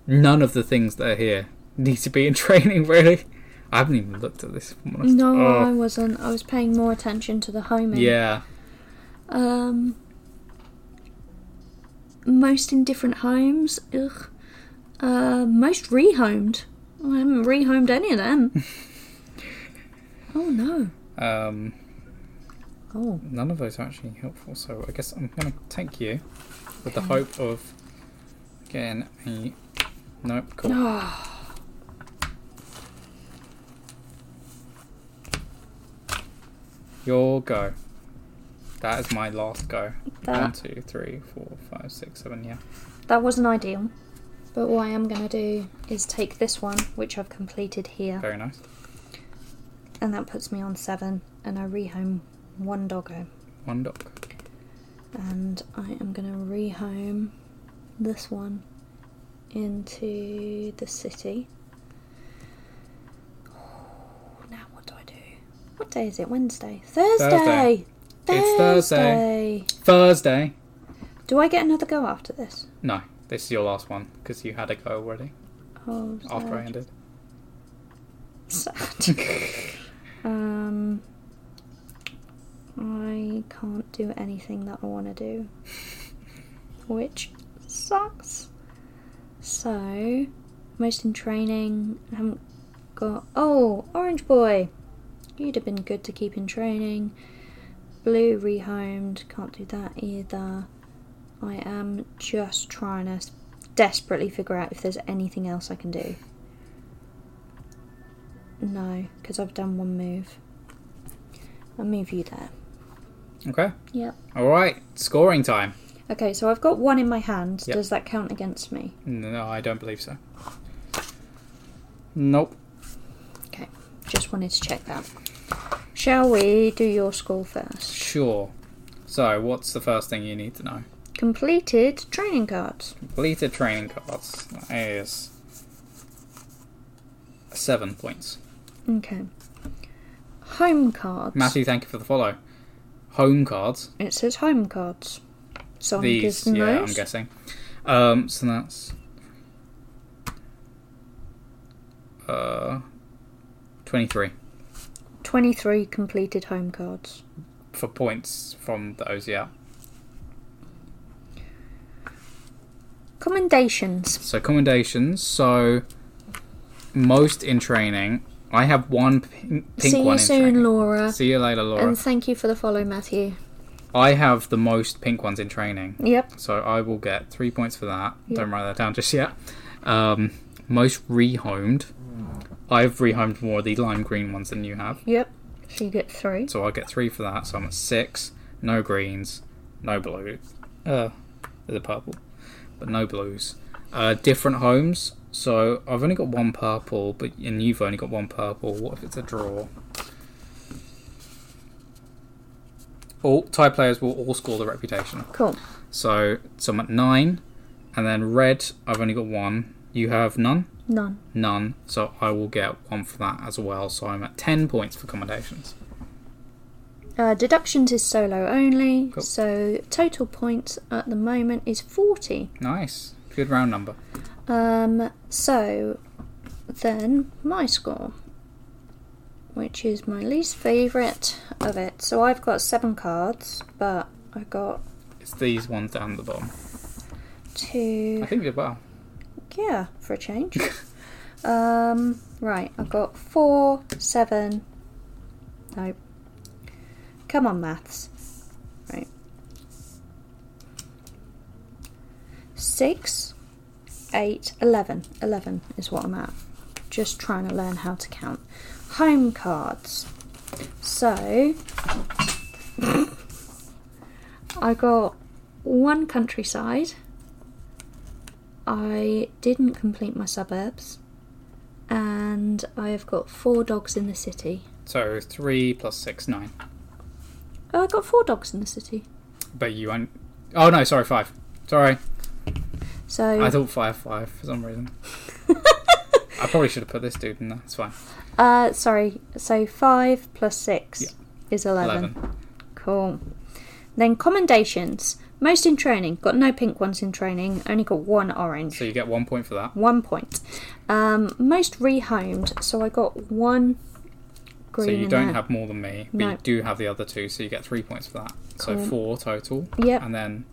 S1: none of the things that are here need to be in <laughs> training, really. I haven't even looked at this. If I'm honest.
S2: No,
S1: Oh,
S2: I wasn't. I was paying more attention to the homing.
S1: Yeah.
S2: Um. Most in different homes. Ugh. Uh, most rehomed. I haven't rehomed any of them. <laughs> oh no.
S1: Um,
S2: Oh.
S1: none of those are actually helpful, so I guess I'm going to take you with the hope of getting a. Nope, cool.
S2: Oh.
S1: Your go. That is my last go. One,
S2: That
S1: two, three, four, five, six, seven, yeah.
S2: <sighs> that wasn't ideal. But what I am gonna do is take this one, which I've completed here,
S1: Very nice.
S2: and that puts me on seven, and I rehome one doggo,
S1: One dog.
S2: and I am gonna rehome this one into the city. Oh, now what do I do? What day is it? Wednesday?
S1: Thursday.
S2: Thursday.
S1: It's Thursday. Thursday.
S2: Do I get another go after this?
S1: No, this is your last one because you had a go already
S2: Oh,
S1: after I
S2: sad.
S1: ended. <laughs>
S2: Sad. <laughs> um, I can't do anything that I want to do, <laughs> which sucks. So, most in training, I haven't got. Oh, Orange Boy! You'd have been good to keep in training. Blue rehomed, can't do that either. I am just trying to s- desperately figure out if there's anything else I can do. No, because I've done one move. I'll move you there.
S1: Okay.
S2: Yep.
S1: All right. Scoring time.
S2: Okay, so I've got one in my hand.
S1: Yep.
S2: Does that count against me?
S1: No, I don't believe so. Nope.
S2: Just wanted to check that. Shall we do your school first?
S1: Sure. So, what's the first thing you need to know?
S2: Completed training cards.
S1: Completed training cards That is seven points.
S2: Okay. Home cards.
S1: Matthew, thank you for the follow. Home cards.
S2: It says home cards. Sonic is
S1: These,
S2: the
S1: yeah, I'm
S2: most.
S1: guessing. Um, so that's uh, twenty-three
S2: 23 completed home cards.
S1: for points from those. Yeah.
S2: Commendations.
S1: So commendations. So most in training. I have one pink, pink
S2: See
S1: one
S2: you
S1: in training.
S2: soon, Laura.
S1: See you later, Laura.
S2: And thank you for the follow, Matthew.
S1: I have the most pink ones in training,
S2: Yep.
S1: so I will get three points for that.
S2: Yeah.
S1: Don't write that down just yet. Um, most rehomed. I've rehomed more of the lime green ones than you have,
S2: Yep. So you get three.
S1: so I'll get three for that. So I'm at six. No greens, no blue. Uh, there's a purple, but no blues. Uh, different homes. So I've only got one purple, but and you've only got one purple. What if it's a draw? All tie players will all score the reputation.
S2: Cool.
S1: So, so I'm at nine, and then red. I've only got one. You have none,
S2: None.
S1: none. So I will get one for that as well. So I'm at ten points for commendations.
S2: Uh, deductions is solo only,
S1: Cool.
S2: so total points at the moment is 40.
S1: Nice, good round number.
S2: Um, so then my score, which is my least favourite of it. So I've got seven cards, but I got
S1: It's these ones down the bottom. I
S2: two.
S1: think you did well. <laughs>
S2: Yeah, for a change. um, right, I've got four, seven. No. Come on, maths. Right. Six, eight, eleven. Eleven is what I'm at. Just trying to learn how to count. Home cards. So. <laughs> I got one countryside. I didn't complete my suburbs, and I have got four dogs in the city.
S1: So three plus six, nine.
S2: Oh, I got four dogs in the city.
S1: But you only. Oh no, sorry, five. Sorry,
S2: So
S1: I thought five, five for some <laughs> reason. I probably should have put this dude in there. It's fine.
S2: uh, sorry. So five plus six
S1: Yeah.
S2: is 11.
S1: Eleven.
S2: Cool. Then commendations. Most in training. Got no pink ones in training. Only got one orange.
S1: So you get one point for that.
S2: One point. Um, most rehomed. So I got one green.
S1: So you
S2: in
S1: don't
S2: there.
S1: have more than me, but
S2: No.
S1: you do have the other two, so you get three points for that. So
S2: Cool.
S1: four total.
S2: Yep.
S1: And then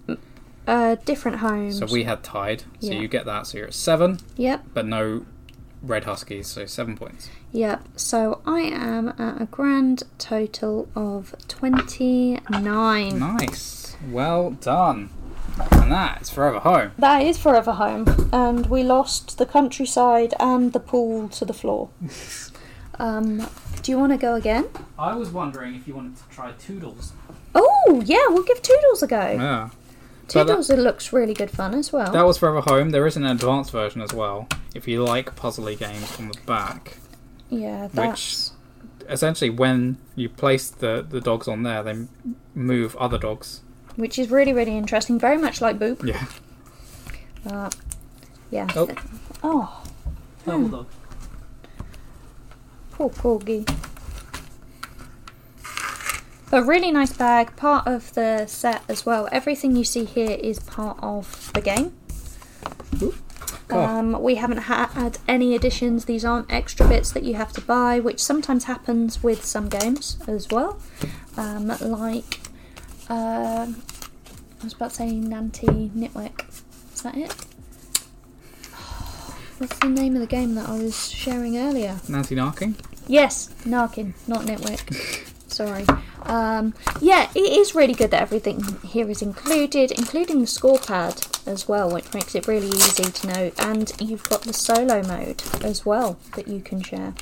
S2: uh, different homes.
S1: so we had tied. So
S2: Yeah.
S1: you get that. So you're at seven,
S2: Yep.
S1: but no red huskies, so seven points.
S2: Yep, so I am at a grand total of 29.
S1: Nice. Well done. And that is forever home.
S2: That is forever home, and we lost the countryside and the pool to
S1: <laughs>
S2: the floor. um, do you want to go again?
S1: I was wondering if you wanted to try Toodles.
S2: Oh, yeah, we'll give Toodles a go.
S1: Yeah. but that-
S2: Toodles it looks really good fun as well.
S1: That was Forever Home. There is an advanced version as well. If you like puzzly games on the back,
S2: yeah, that's.
S1: essentially when you place the, the dogs on there, they m- move other dogs. <laughs>
S2: Which, is really, really interesting. Very much like Boop.
S1: Yeah.
S2: Uh, yeah.
S1: Oh.
S2: th- oh,
S1: Double dog.
S2: Poor corgi. A really nice bag, part of the set as well. Everything you see here is part of the game.
S1: Oh.
S2: Um, we haven't ha- had any additions. These aren't extra bits that you have to buy, which sometimes happens with some games as well. Um, like, um I was about to say Nanti Nitwick. Is that it? <sighs> What's the name of the game that I was sharing earlier?
S1: Nancy Narking.
S2: Yes, Narkin, not Nitwick. Sorry. Um, yeah, it is really good that everything here is included, including the scorecard as well, which makes it really easy to know. And you've got the solo mode as well that you can share.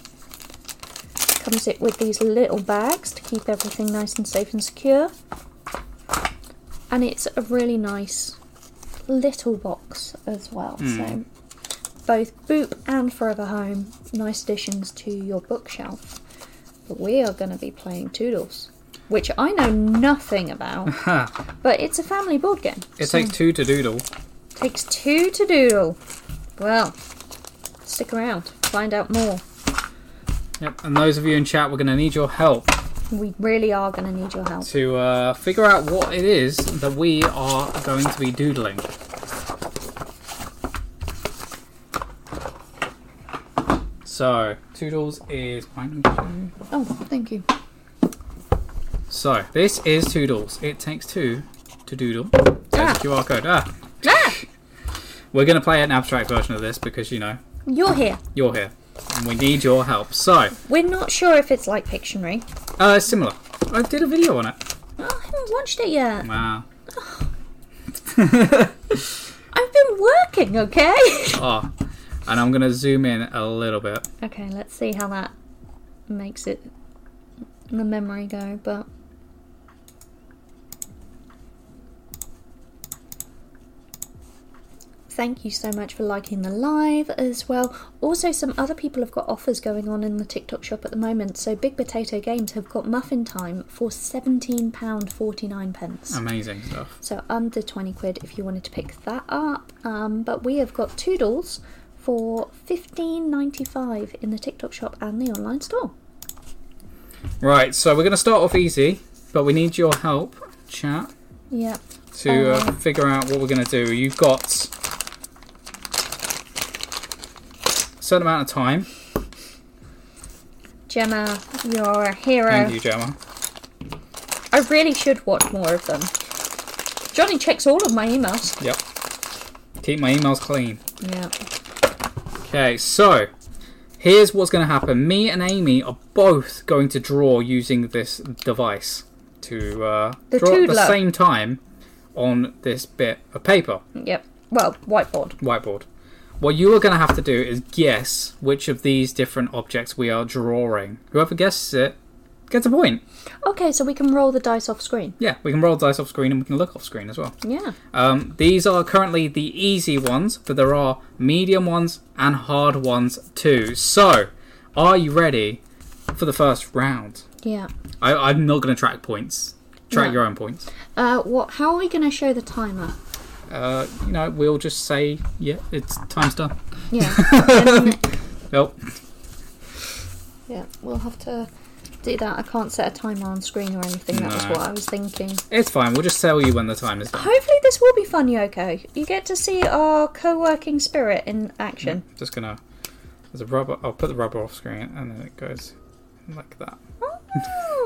S2: Comes it with these little bags to keep everything nice and safe and secure. And it's a really nice little box as well. So both Boop and Forever Home, nice additions to your bookshelf. But we are going to be playing Toodles, which I know nothing <laughs> about, but it's a family board game.
S1: It takes two to doodle.
S2: Takes two to doodle. Well, stick around, find out more.
S1: Yep. And those of you in chat, we're going to need your help
S2: We really are going to need your help.
S1: to uh, figure out what it is that we are going to be doodling. So, Toodles is.
S2: Oh, thank you.
S1: So, this is Toodles. It takes two to doodle.
S2: Ah.
S1: There's the QR code. Ah!
S2: Ah,
S1: We're going to play an abstract version of this because, you know,
S2: you're here.
S1: you're here. And we need your help. So,
S2: We're not sure if it's like Pictionary.
S1: uh, it's similar. I did a video on it.
S2: Oh, I haven't watched it yet.
S1: Wow.
S2: I've been working, okay? <laughs>
S1: Oh. And I'm going to zoom in a little bit.
S2: okay, let's see how that makes it the memory go, but Thank you so much for liking the live as well. Also, some other people have got offers going on in the TikTok shop at the moment. So, Big Potato Games have got muffin time for £17.49. pence.
S1: Amazing stuff.
S2: So under 20 quid if you wanted to pick that up. Um, but we have got Toodles for 15.95 in the TikTok shop and the online store.
S1: Right, so we're going to start off easy, but we need your help, chat,
S2: Yep.
S1: to uh,
S2: Alright.
S1: figure out what we're going to do. You've got a certain amount of time,
S2: Gemma, you're a hero.
S1: and you, Gemma.
S2: I really should watch more of them. Johnny checks all of my emails.
S1: Yep. Keep my emails clean.
S2: Yeah.
S1: Okay, so here's what's going to happen. Me and Amy are both going to draw using this device to uh,
S2: The
S1: draw at the
S2: Toodler.
S1: same time on this bit of paper.
S2: Yep. Well, whiteboard.
S1: whiteboard. What you are going to have to do is guess which of these different objects we are drawing. Whoever guesses it gets a point.
S2: Okay, so we can roll the dice off screen.
S1: Yeah, we can roll dice off screen and we can look off screen as well.
S2: Yeah.
S1: Um, these are currently the easy ones, but there are medium ones and hard ones too. So, are you ready for the first round?
S2: Yeah.
S1: I, I'm not going to track points. Track
S2: No.
S1: your own points.
S2: Uh, what? How are we going to show the timer?
S1: Uh, you know, we'll just say, yeah, it's time's done.
S2: Yeah. And-
S1: Well,
S2: Yeah, we'll have to do that. I can't set a timer on screen or anything. That was
S1: No.
S2: what I was thinking.
S1: it's fine. We'll just tell you when the time is done.
S2: Hopefully, this will be fun, Yoko. You get to see our co working spirit in action.
S1: just gonna there's a rubber I'll put the rubber off screen and then it goes like that.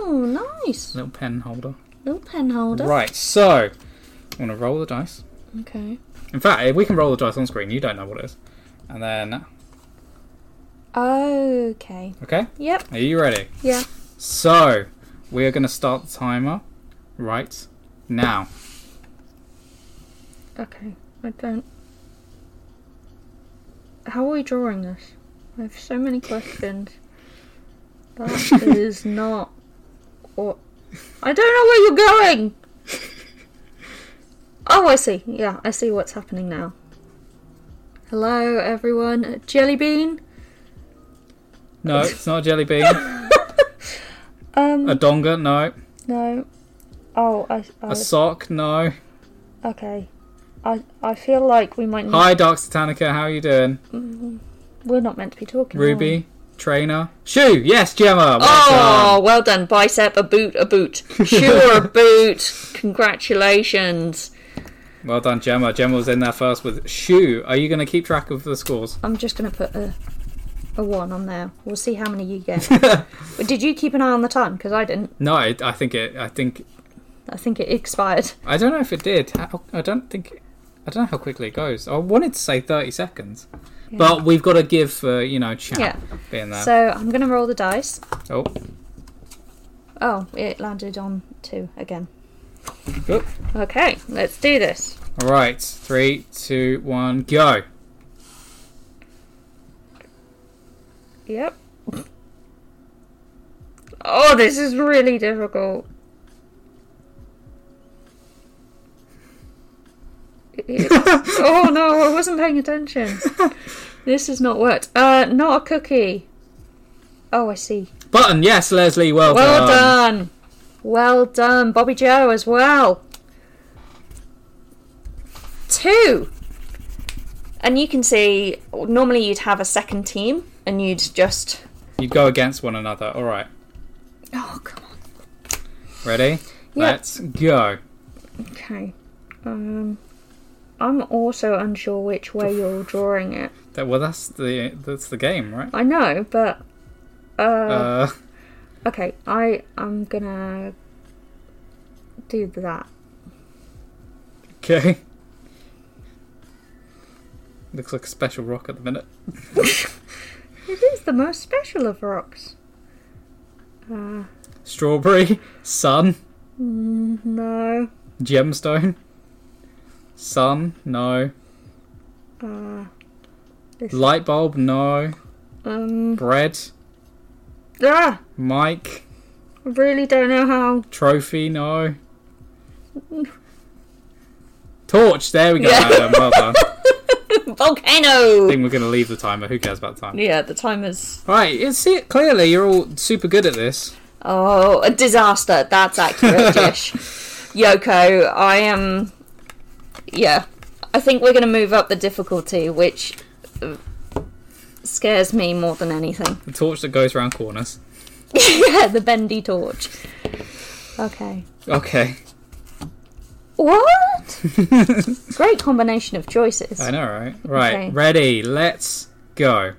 S2: Oh, nice.
S1: Little pen holder.
S2: Little pen holder.
S1: Right, so I'm gonna roll the dice.
S2: Okay.
S1: In fact, if we can roll the dice on screen, you don't know what it is. And then
S2: Okay.
S1: okay?
S2: Yep.
S1: Are you ready?
S2: Yeah.
S1: So we are gonna start the timer right now.
S2: Okay. I don't. How are we drawing this? I have so many questions.
S1: <laughs>
S2: That is not. Or... I don't know where you're going! Oh, I see. Yeah, I see what's happening now. Hello, everyone. Jelly bean? <laughs>
S1: No, it's not a jelly bean.
S2: Um,
S1: A donga, no.
S2: no. Oh, I.
S1: A sock, no.
S2: okay. I, I feel like we might not.
S1: Hi Dark Satanica, how are you doing?
S2: We're not meant to be talking.
S1: Ruby, trainer. Shoe, yes, Gemma. well done.
S2: Oh, well done, bicep, a boot, a boot. Shoe or a boot. Congratulations.
S1: Well done, Gemma. Gemma was in there first with shoe. Are you going to keep track of the scores?
S2: I'm just going to put a, a one on there. We'll see how many you get. Did you keep an eye on the time? Because I didn't.
S1: No, I, I think it. I think
S2: I think it expired.
S1: I don't know if it did. How- I don't think. I don't know how quickly it goes. I wanted to say thirty seconds, but we've got to give uh, you know chat
S2: Yeah.
S1: being there.
S2: So I'm going to roll the dice.
S1: oh,
S2: Oh, it landed on two again.
S1: Oop.
S2: Okay, let's do this.
S1: all right. Three, two, one, go. <laughs>
S2: Yep. Oh, this is really difficult. <laughs> oh no, I wasn't paying attention. This has not worked. Uh, not a cookie. Oh, I see.
S1: Button, yes, Leslie, well,
S2: Well
S1: done.
S2: done. Well done, Bobby Joe as well. Two. And you can see normally you'd have a second team and you'd just
S1: You go against one another. All right,
S2: Oh come on.
S1: ready? Let's go.
S2: Okay. Um I'm also unsure which way you're drawing it.
S1: That, well, that's the that's the game, right?
S2: I know, but
S1: Uh,
S2: okay, I I'm gonna do that.
S1: okay. Looks like a special rock at the minute.
S2: It is the most special of rocks. Uh
S1: Strawberry, sun,
S2: no.
S1: gemstone, sun, no.
S2: Uh this
S1: Light bulb, no.
S2: um
S1: Bread,
S2: ah,
S1: Mike,
S2: I really don't know how. <laughs>
S1: trophy, no. Torch, there we go,
S2: Yeah.
S1: Adam. Well done. I
S2: Volcano.
S1: think we're going to leave the timer. Who cares about the time?
S2: Yeah, the timer's
S1: Right, you see it clearly. You're all super good at this.
S2: oh a disaster. That's
S1: <laughs>
S2: accurate, Dish. Yoko, I am. Yeah, I think we're gonna move up the difficulty, which uh, scares me more than anything. <laughs>
S1: The torch that goes around corners.
S2: yeah, the bendy torch. Okay.
S1: Okay. <laughs>
S2: What? Great combination of choices.
S1: I know,
S2: <laughs>
S1: right? Right,
S2: Okay.
S1: ready, let's
S2: <laughs>
S1: go.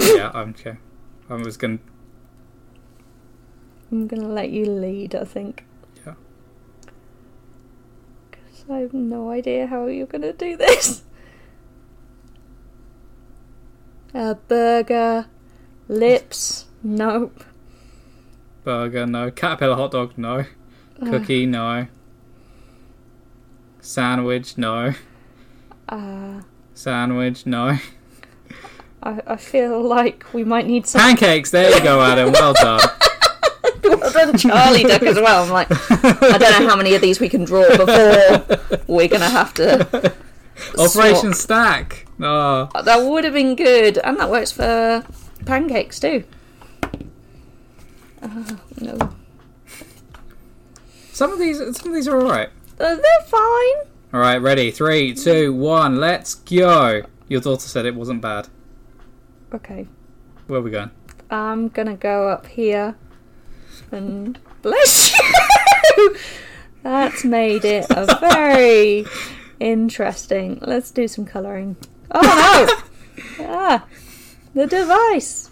S1: yeah, I'm okay. I was going to.
S2: I'm gonna let you lead. I think.
S1: Yeah.
S2: 'Cause I have no idea how you're gonna do this. <laughs> A burger, lips. Nope.
S1: Burger, no. Caterpillar hot dog, no.
S2: Uh.
S1: Cookie, no. Sandwich, no.
S2: Uh,
S1: Sandwich,
S2: <laughs>
S1: no.
S2: I, I feel like we might need some.
S1: Pancakes, there you go, Adam.
S2: <laughs>
S1: Well done.
S2: well done, Charlie Duck as well. I'm like, I don't know
S1: <laughs>
S2: how many of these we can draw before we're gonna have to.
S1: Operation
S2: swap.
S1: Stack. Oh,
S2: That would have been good, and that works for pancakes too. Oh no,
S1: some of these, some of these are all right.
S2: Uh, they're fine.
S1: All right, ready? Three, two, one. Let's go. Your daughter said it wasn't bad.
S2: Okay,
S1: Where are we going?
S2: I'm gonna go up here and bless you. <laughs> That's made it a very interesting. Let's do some colouring. Oh <laughs> no! ah, the device.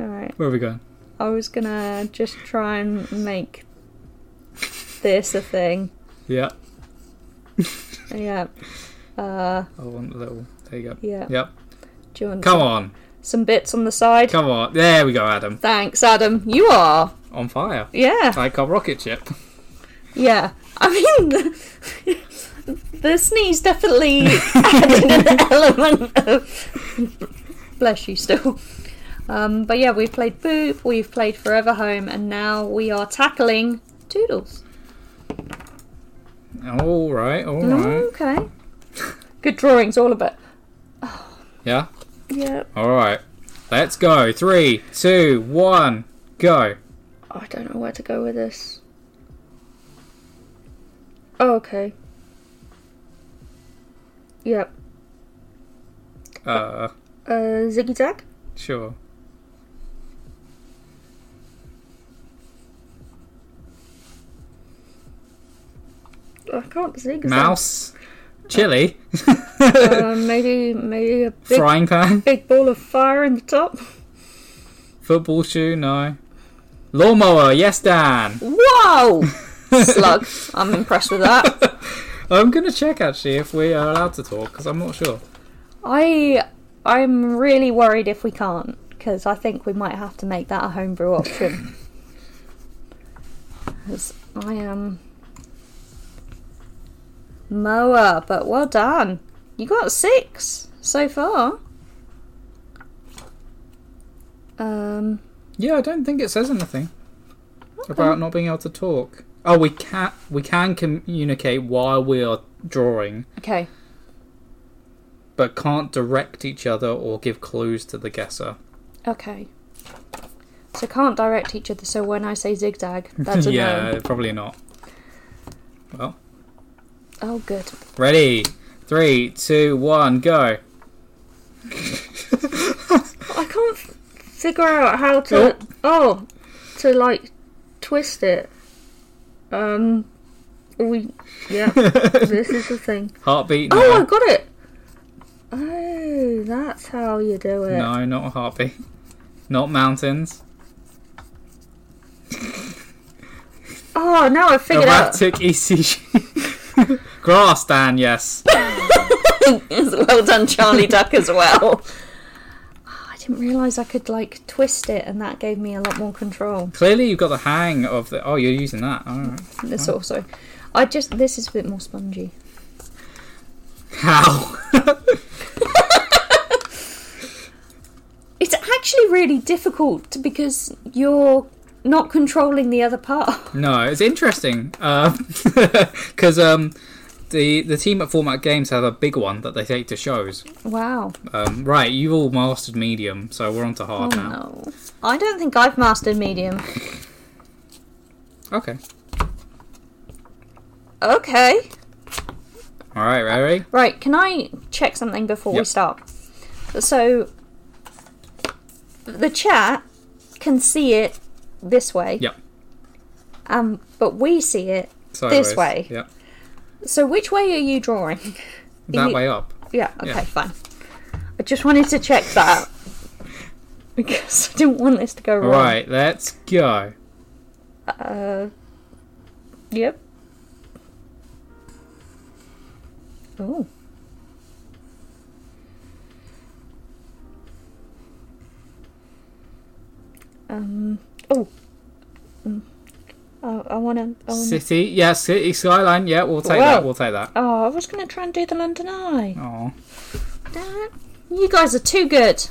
S2: All right,
S1: <laughs> Where are we going?
S2: I was gonna just try and make this a thing.
S1: Yeah.
S2: Yeah. Uh,
S1: I want a Oh, little. There you go.
S2: Yeah.
S1: Yep.
S2: do you want
S1: Come
S2: some,
S1: on.
S2: some bits on the side?
S1: Come on. There we go, Adam.
S2: Thanks, Adam. You are.
S1: On fire.
S2: Yeah.
S1: Like a rocket ship.
S2: Yeah, I mean, <laughs> the, the sneeze definitely added <laughs> an element of <laughs> bless you still. Um, but yeah, we've played Boop, we've played Forever Home, and now we are tackling Toodles.
S1: All right. All right.
S2: Mm, Okay, good drawings, all of it.
S1: Yeah.
S2: Yeah,
S1: All right. Let's go. Three, two, one, go.
S2: I don't know where to go with this. Oh, okay. Yep.
S1: Uh,
S2: Uh, ziggy zag.
S1: sure.
S2: I can't zigzag.
S1: Mouse. Chili.
S2: <laughs> Uh, maybe maybe a
S1: <laughs>
S2: big,
S1: Frying pan.
S2: big ball of fire in the top.
S1: Football shoe. No. Lawnmower. Yes, Dan.
S2: <laughs> Whoa! Slug. I'm impressed with that.
S1: I'm gonna check actually if we are allowed to talk because I'm not sure.
S2: I I'm really worried if we can't because I think we might have to make that a homebrew <laughs> option. 'Cause I am mower, but well done. You got six so far. Um.
S1: Yeah, I don't think it says anything about not being able to talk. Oh, we can we can communicate while we are drawing,
S2: Okay.
S1: but can't direct each other or give clues to the guesser.
S2: Okay. So can't direct each other. So when I
S1: <laughs>
S2: say zigzag, <laughs> that's a
S1: yeah,
S2: no.
S1: probably not. Well,
S2: Oh, good.
S1: ready? Three, two, one,
S2: <laughs>
S1: go. <laughs>
S2: I can't f- figure out how to. Oh, to like twist it. Um, we yeah. <laughs> this is the
S1: <laughs>
S2: thing.
S1: Heartbeat?
S2: Oh, I
S1: No,
S2: got it. Oh, that's how you do it.
S1: no not a heartbeat. Not mountains.
S2: Oh, now I figured out.
S1: Erratic ECG. <laughs> Grass, Dan, yes.
S2: <laughs> well done, Charlie Duck, as <laughs> well. Oh, I didn't realise I could like twist it, and that gave me a lot more control.
S1: Clearly, you've got the hang of the. Oh, you're using that. All right.
S2: This also, I just this is a bit more spongy.
S1: How?
S2: It's actually really difficult because you're not controlling the other part.
S1: <laughs>
S2: <laughs>
S1: No, it's interesting <laughs> because um, the the team at Format Games have a big one that they take to shows.
S2: Wow.
S1: Um, right, you've all mastered medium, so we're on to
S2: Oh
S1: hard now.
S2: no. I don't think I've mastered medium.
S1: Okay,
S2: Okay.
S1: all right, ready?
S2: Right, can I check something before we
S1: Yep.
S2: start? So the chat can see it this way.
S1: Yep.
S2: Um but we see it.
S1: Sideways.
S2: way.
S1: Yep.
S2: So which way are you drawing?
S1: That
S2: you-
S1: way up.
S2: yeah, okay,
S1: Yeah.
S2: fine. I just wanted to check that because <laughs> I didn't want this to go
S1: All
S2: wrong.
S1: right, let's go.
S2: Uh, yep. Oh. Um. Oh. Mm. I, I wanna. I wanna
S1: City, yeah, city skyline. Yeah, we'll take
S2: Wow.
S1: that. We'll take that.
S2: oh, I was gonna try and do the London Eye.
S1: Oh,
S2: Damn. You guys are too good.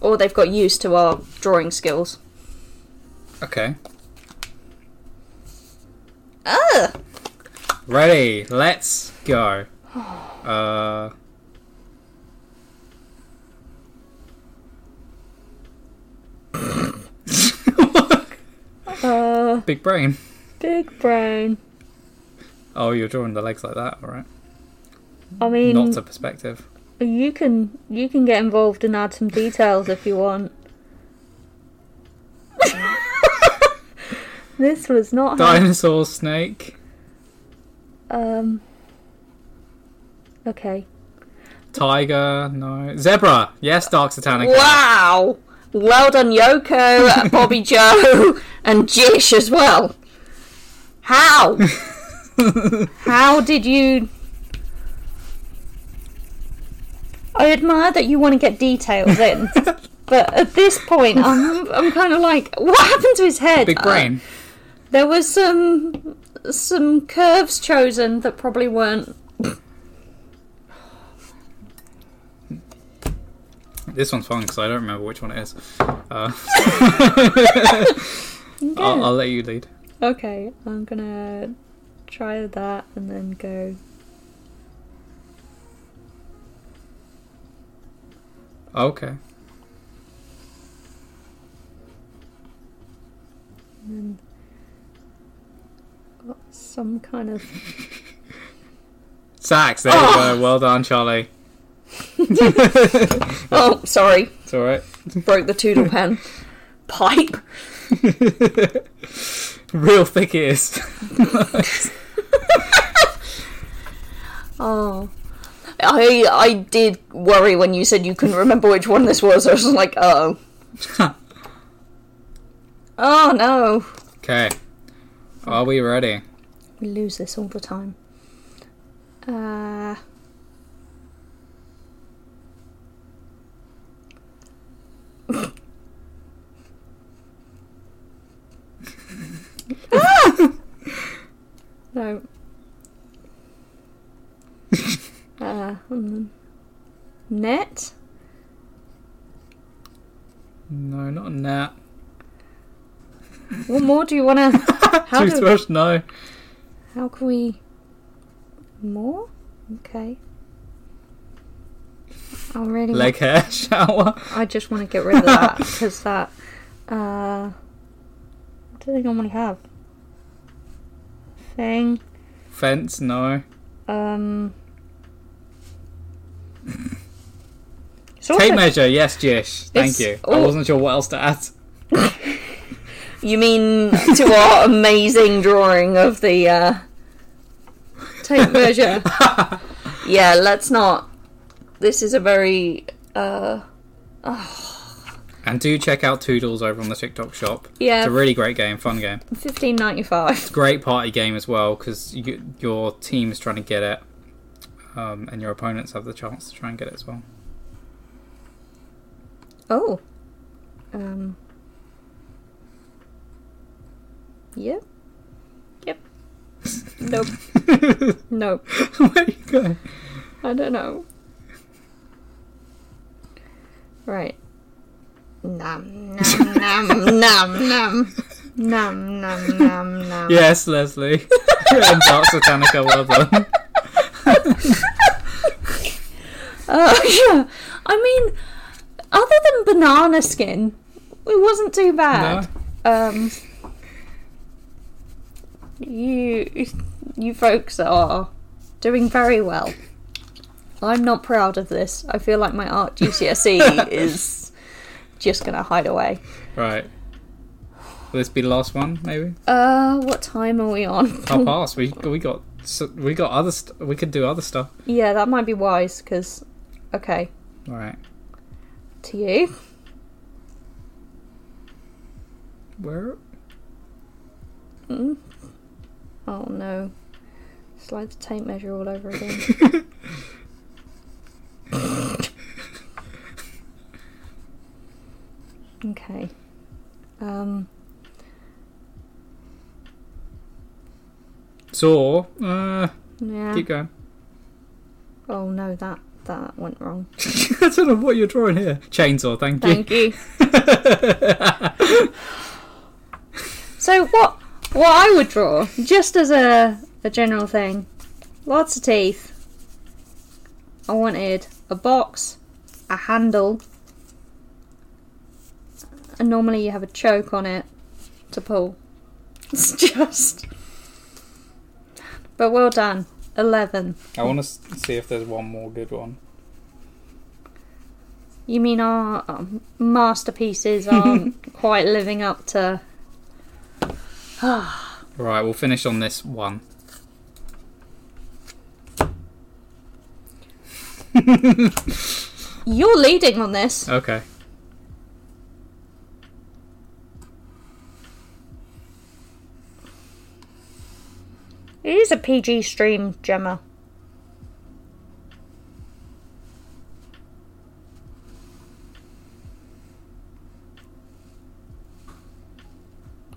S2: Or they've got used to our drawing skills.
S1: okay.
S2: Ugh.
S1: Ready? Let's go. Uh,
S2: Uh.
S1: big brain.
S2: Big brain.
S1: Oh, you're drawing the legs like that. All right.
S2: I mean,
S1: Not to perspective.
S2: you can you can get involved and add some details if you want. this was not. how-
S1: Dinosaur snake.
S2: um. Okay.
S1: Tiger, no. Zebra, yes, Dark Satanic.
S2: Wow. Well done, Yoko, Bobby Joe, and Jish as well.
S1: <laughs>
S2: How? How did you? I admire that you want to get details
S1: <laughs>
S2: in, but at this point, I'm I'm kind of like, what happened to his
S1: <laughs>
S2: head?
S1: Big brain.
S2: Uh, there was some some curves chosen that probably weren't.
S1: This one's fun because I don't remember which one it is. Uh, <laughs> I'll, I'll let you lead.
S2: Okay, I'm gonna try that and then go.
S1: Okay.
S2: and then got some kind of
S1: Sax, there
S2: Oh.
S1: you go. Well done, Charlie.
S2: <laughs> oh sorry
S1: It's alright.
S2: broke the toodle pen pipe
S1: Real thick it is.
S2: oh i i did worry when you said you couldn't remember which one this was i was just like oh oh no
S1: <laughs> okay. Are we ready?
S2: we lose this all the time uh <laughs> Ah! No. Uh, and then net.
S1: No, not in that.
S2: What more do you want to? How do?
S1: Toothbrush, no.
S2: How can we? More? Okay. I really
S1: leg hair <laughs> shower.
S2: I just want to get rid of that because that. Uh, what do they normally have? Thing.
S1: Fence, no.
S2: Um. So
S1: Tape measure, yes, Jish. Thank
S2: It's-
S1: you. I
S2: oh.
S1: wasn't sure what else to add. <laughs>
S2: you mean to our amazing drawing of the uh, tape measure? yeah, let's not. This is a very. Uh,
S1: And do check out Toodles over on the TikTok shop.
S2: yeah,
S1: It's a really great game, fun game.
S2: 1595.
S1: Great party game as well because you, your team is trying to get it, um, and your opponents have the chance to try and get it as well. <laughs>
S2: Oh. Um. Yep. Yep. <laughs> Nope. nope.
S1: Where you going?
S2: I don't know. Right. Num num <laughs> num num num num num num num.
S1: Yes, Leslie. and Dark Satanica, well done.
S2: Oh <laughs> yeah. I mean, other than banana skin, it wasn't too bad. Um. You you folks are doing very well. I'm not proud of this. I feel like my
S1: <laughs>
S2: art GCSE E is just gonna hide away.
S1: Right. Will this be the last one, maybe?
S2: Uh, what time are we on?
S1: Half past. We we got so we got other st- we could do other stuff.
S2: <laughs> yeah, that might be wise because, okay,
S1: All right.
S2: to you.
S1: Where?
S2: Hmm? Oh no, slide the tape measure all over again. okay. Um.
S1: So, uh,
S2: Yeah.
S1: keep going.
S2: Oh no, that that went wrong.
S1: I don't know what you're drawing here. Chainsaw. Thank you.
S2: Thank you. so what what I would draw, just as a, a general thing, lots of teeth. I wanted a box, a handle, and normally you have a choke on it to pull. <laughs> It's just But well done. Eleven.
S1: <laughs> I want to see if there's one more good one.
S2: You mean our um, masterpieces aren't quite living up to
S1: Right, we'll finish on this one. <laughs>
S2: You're leading on this.
S1: Okay.
S2: It is a PG stream, Gemma.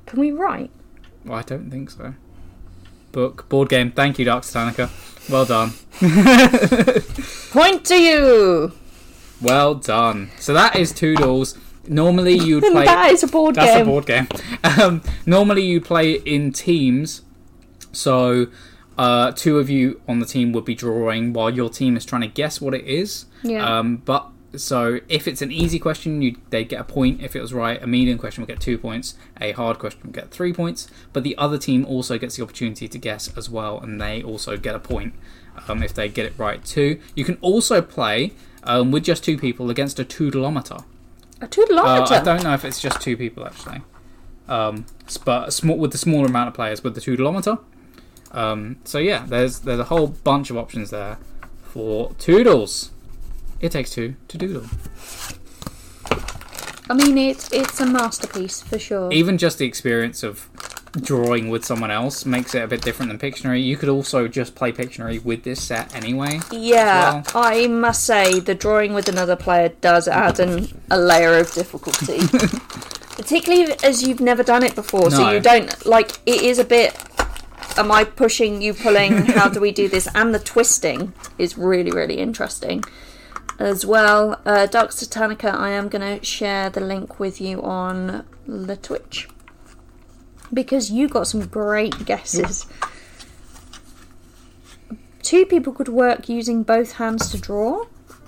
S2: Can we write?
S1: Well, I don't think so. Book, board game. Thank you, Dark Satanica. Well done.
S2: Point to you!
S1: Well done. So that is Toodles. Normally you'd
S2: And
S1: play.
S2: <laughs> that is a board
S1: That's
S2: game.
S1: a board game. <laughs> Um, normally, you play in teams, so uh, two of you on the team would be drawing while your team is trying to guess what it is.
S2: Yeah.
S1: Um, but so if it's an easy question, you they get a point. If it was right, a medium question would get two points. A hard question would get three points. But the other team also gets the opportunity to guess as well, and they also get a point um, if they get it right too. You can also play um, with just two people against a toodleometer.
S2: A
S1: Uh, I
S2: toodleometer.
S1: don't know if it's just two people actually, um, s- but small with the smaller amount of players with the toodleometer. Um, so yeah, there's there's a whole bunch of options there for toodles. It takes two to doodle.
S2: I mean, it's it's a masterpiece for sure.
S1: Even just the experience of drawing with someone else makes it a bit different than Pictionary. You could also just play Pictionary with this set anyway.
S2: Yeah,
S1: as
S2: I must say the drawing with another player does add an, a layer of difficulty, particularly as you've never done it before.
S1: No.
S2: So you don't like it is a bit. Am I pushing you pulling? How do we do this? And the twisting is really really interesting as well. Uh, Dark Satanica, I am going to share the link with you on the Twitch because you got some great guesses. Two people could work using both hands to draw,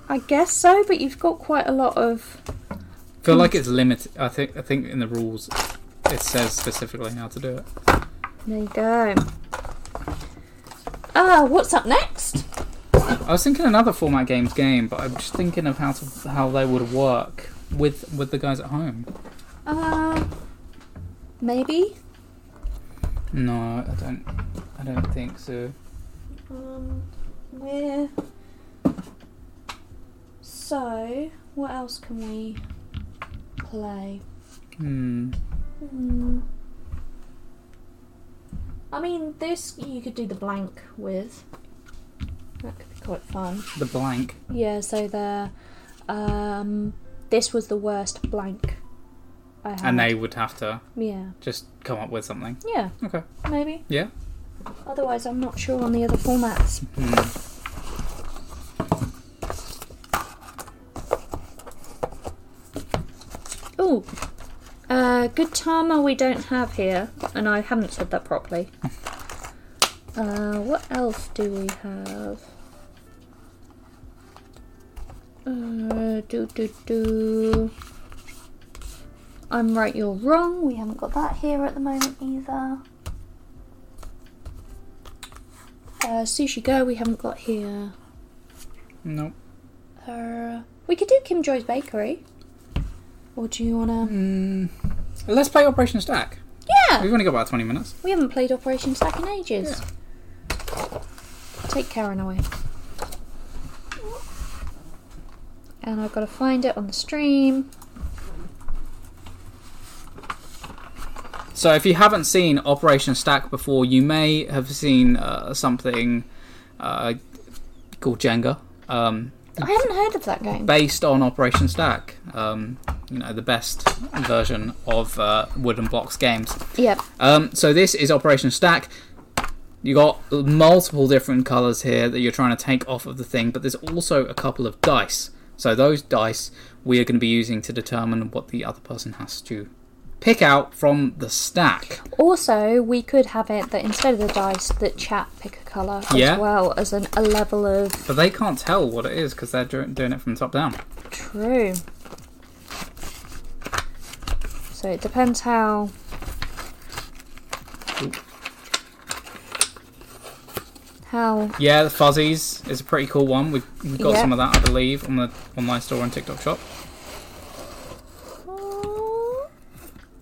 S2: I guess so, but you've got quite a lot of.
S1: I feel like it's limited. I think I think in the rules it says specifically how to do it.
S2: There you go. Ah, what's up next?
S1: I was thinking another format games game, but I'm just thinking of how to how they would work with with the guys at home.
S2: Uh, maybe.
S1: No, I don't. I don't think so.
S2: Um, we're. So, what else can we play?
S1: Hmm.
S2: Hmm. I mean, this you could do the blank with. That could be quite fun.
S1: The blank.
S2: Yeah, so the um this was the worst blank I had.
S1: And they would have to
S2: Yeah.
S1: just come up with something.
S2: Yeah,
S1: Okay.
S2: maybe.
S1: Yeah.
S2: Otherwise I'm not sure on the other formats.
S1: Hmm,
S2: Ooh. Uh Gutama we don't have here, and I haven't said that properly. Uh what else do we have? Uh, do do do. I'm right, you're wrong. We haven't got that here at the moment either. Uh, sushi go. We haven't got here.
S1: Nope.
S2: Uh, we could do Kim Joy's Bakery. Or do you wanna?
S1: Mm. Let's play Operation Stack.
S2: Yeah,
S1: We've only got about 20 minutes.
S2: we haven't played Operation Stack in ages. Take Karen away. And I've got to find it on the stream.
S1: So if you haven't seen Operation Stack before, you may have seen uh, something uh, called Jenga, um,
S2: I haven't heard of that game.
S1: based on Operation Stack. Um, you know, the best version of uh, wooden blocks games.
S2: Yep.
S1: Um, so this is Operation Stack. You got multiple different colors here that you're trying to take off of the thing, but there's also a couple of dice. So those dice we are going to be using to determine what the other person has to pick out from the stack.
S2: Also, we could have it that instead of the dice, that chat pick a color
S1: Yeah.
S2: as well as an, a level of
S1: But they can't tell what it is because they're do- doing it from top down.
S2: true. So it depends how how
S1: Yeah, the fuzzies is a pretty cool one. We've, we've got
S2: Yeah.
S1: some of that, I believe, on the online store and TikTok shop.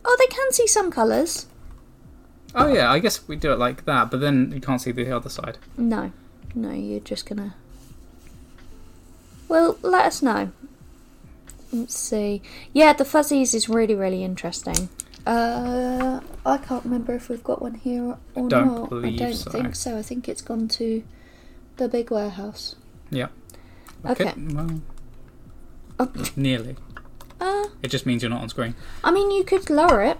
S2: Oh, they can see some colours.
S1: Oh yeah, I guess we do it like that, but then you can't see the other side.
S2: No, no, you're just gonna. Well, let us know. Let's see. Yeah, the fuzzies is really, really interesting. Uh, I can't remember if we've got one here or
S1: don't
S2: not.
S1: believe
S2: I don't
S1: so.
S2: think so. I think it's gone to the big warehouse.
S1: Yeah.
S2: Okay.
S1: Well,
S2: Oh. <laughs>
S1: nearly.
S2: Uh,
S1: It just means you're not on screen.
S2: I mean, you could lower it.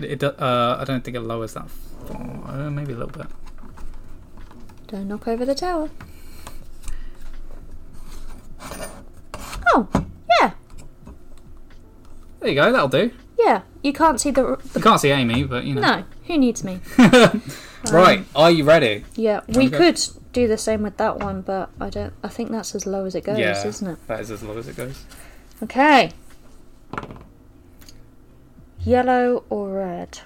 S1: It, do- uh, I don't think it lowers that. Far. Uh, maybe a little bit.
S2: Don't knock over the tower. Oh, yeah,
S1: There you go. That'll do.
S2: yeah. You can't see the
S1: You can't see Amy, but you know. <laughs>
S2: No, who needs me?
S1: right. Are you ready?
S2: Yeah, we
S1: Okay.
S2: could do the same with that one, but I don't. I think that's as low as it goes,
S1: yeah.
S2: isn't it?
S1: That is as low as it goes.
S2: Okay. Yellow or red?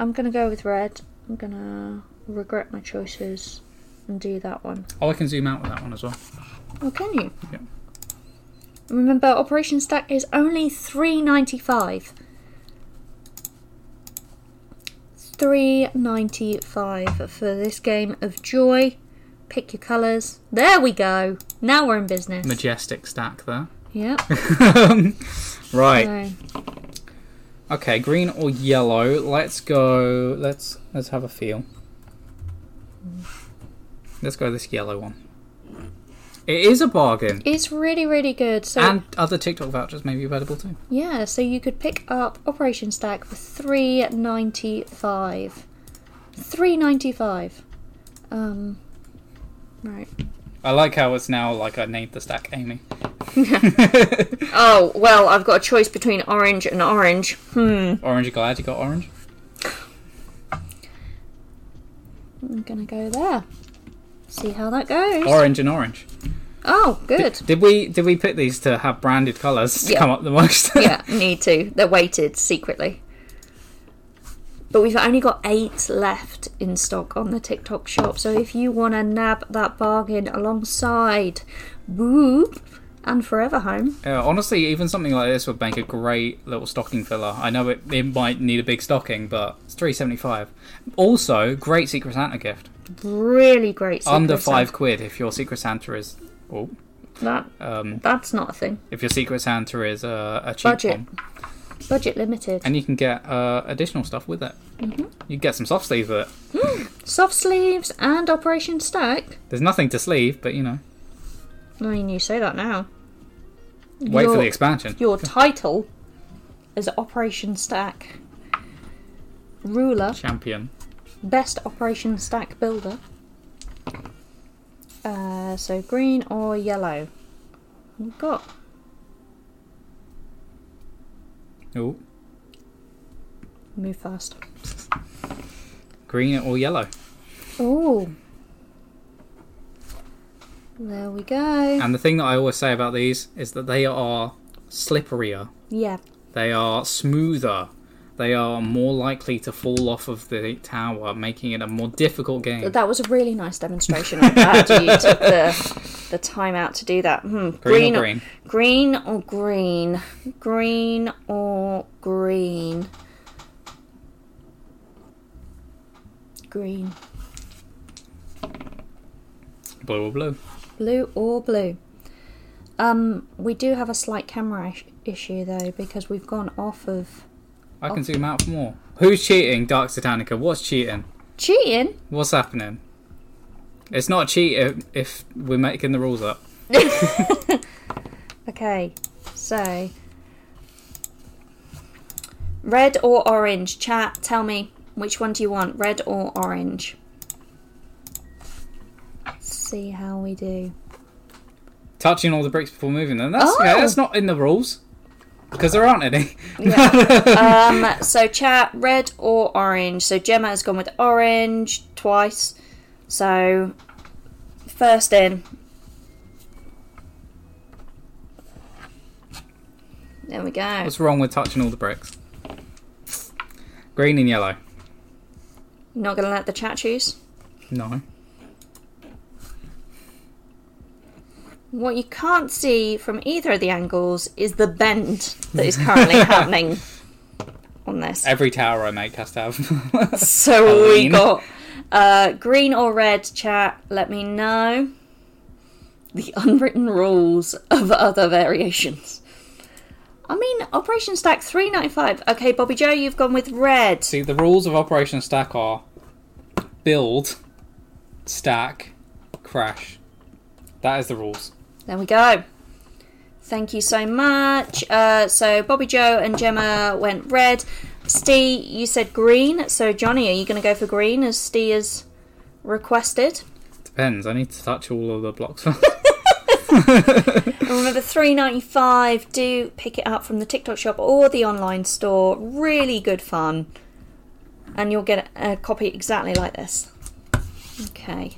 S2: I'm gonna go with red. I'm gonna regret my choices and do that one.
S1: Oh, I can zoom out with that one as well.
S2: Oh, can you?
S1: Yeah.
S2: Remember, Operation Stack is only three ninety five. Three ninety five for this game of joy. Pick your colours. There we go. Now we're in business.
S1: Majestic stack there. <laughs>
S2: yep.
S1: right.
S2: So,
S1: Okay. Green or yellow? Let's go. Let's let's have a feel. Let's go this yellow one. It is a bargain,
S2: it's really, really good. So
S1: and other TikTok vouchers may be available too.
S2: yeah, so you could pick up Operation Stack for three ninety five. Three ninety five. Um. Right.
S1: I like how it's now like I named the stack
S2: <laughs>
S1: Amy.
S2: Oh well, I've got a choice between orange and orange. Hmm.
S1: Orange, glad you got orange.
S2: I'm gonna go there. See how that goes.
S1: Orange and orange.
S2: Oh,
S1: <laughs>
S2: good.
S1: Did we did we pick these to have branded colours to
S2: Yeah.
S1: come up the most?
S2: yeah, need to. They're weighted secretly. But we've only got eight left in stock on the TikTok shop. So if you want to nab that bargain alongside Whoop and Forever Home,
S1: Yeah, honestly, even something like this would make a great little stocking filler. I know it, it might need a big stocking, but it's three seventy five. Also, great Secret Santa gift.
S2: really great. Secret
S1: Under five
S2: Santa.
S1: quid if your Secret Santa is oh,
S2: That
S1: um,
S2: that's not a thing.
S1: if your Secret Santa is uh, a cheap
S2: Budget.
S1: one,
S2: Budget limited.
S1: and you can get uh, additional stuff with it.
S2: Mm-hmm.
S1: You can get some soft sleeves with it.
S2: Soft sleeves and Operation Stack.
S1: There's nothing to sleeve, but you know,
S2: I mean, you say that now.
S1: wait for
S2: Your-
S1: the expansion.
S2: Your title is Operation Stack. Ruler.
S1: Champion.
S2: Best Operation Stack Builder. Uh, so green or yellow? We've got
S1: Oh,
S2: move fast.
S1: green or yellow.
S2: Oh, there we go.
S1: And the thing that I always say about these is that they are slipperier.
S2: Yeah,
S1: They are smoother. They are more likely to fall off of the tower, making it a more difficult game.
S2: that was a really nice demonstration. I'm glad you
S1: <laughs>
S2: took the the time out to do that. Hmm.
S1: Green or green?
S2: green or green, green or green, green.
S1: Blue or blue?
S2: blue or blue. Um, we do have a slight camera ish- issue though because we've gone off of
S1: I can zoom out for more. Who's cheating, Dark Satanica? What's cheating?
S2: cheating.
S1: What's happening? It's not cheat if, if we're making the rules up.
S2: Okay, so red or orange? Chat, tell me which one do you want, red or orange? See how we do.
S1: Touching all the bricks before moving them. That's
S2: Oh.
S1: okay. That's not in the rules. Because there aren't any. <laughs>
S2: Um, so chat, red or orange? So Gemma has gone with orange twice. So first in. There we go.
S1: What's wrong with touching all the bricks? Green and yellow.
S2: Not gonna let the chat choose.
S1: No.
S2: What you can't see from either of the angles is the bend that is currently happening on this.
S1: Every tower I make has to have. <laughs>
S2: So we
S1: Green.
S2: got uh, green or red chat. Let me know the <laughs> unwritten rules of other variations. I mean, Operation Stack three ninety five. Okay, Bobby Joe, you've gone with red.
S1: See, the rules of Operation Stack are build, stack, crash. That is the rules.
S2: There we go. Thank you so much. Uh, so Bobby Joe and Gemma went red. Stee, you said green. So Johnny, are you going to go for green as Stee has requested?
S1: Depends. I need to touch all of the <laughs> blocks.
S2: And remember, three ninety five. Do pick it up from the TikTok shop or the online store. Really good fun, and you'll get a copy exactly like this. Okay.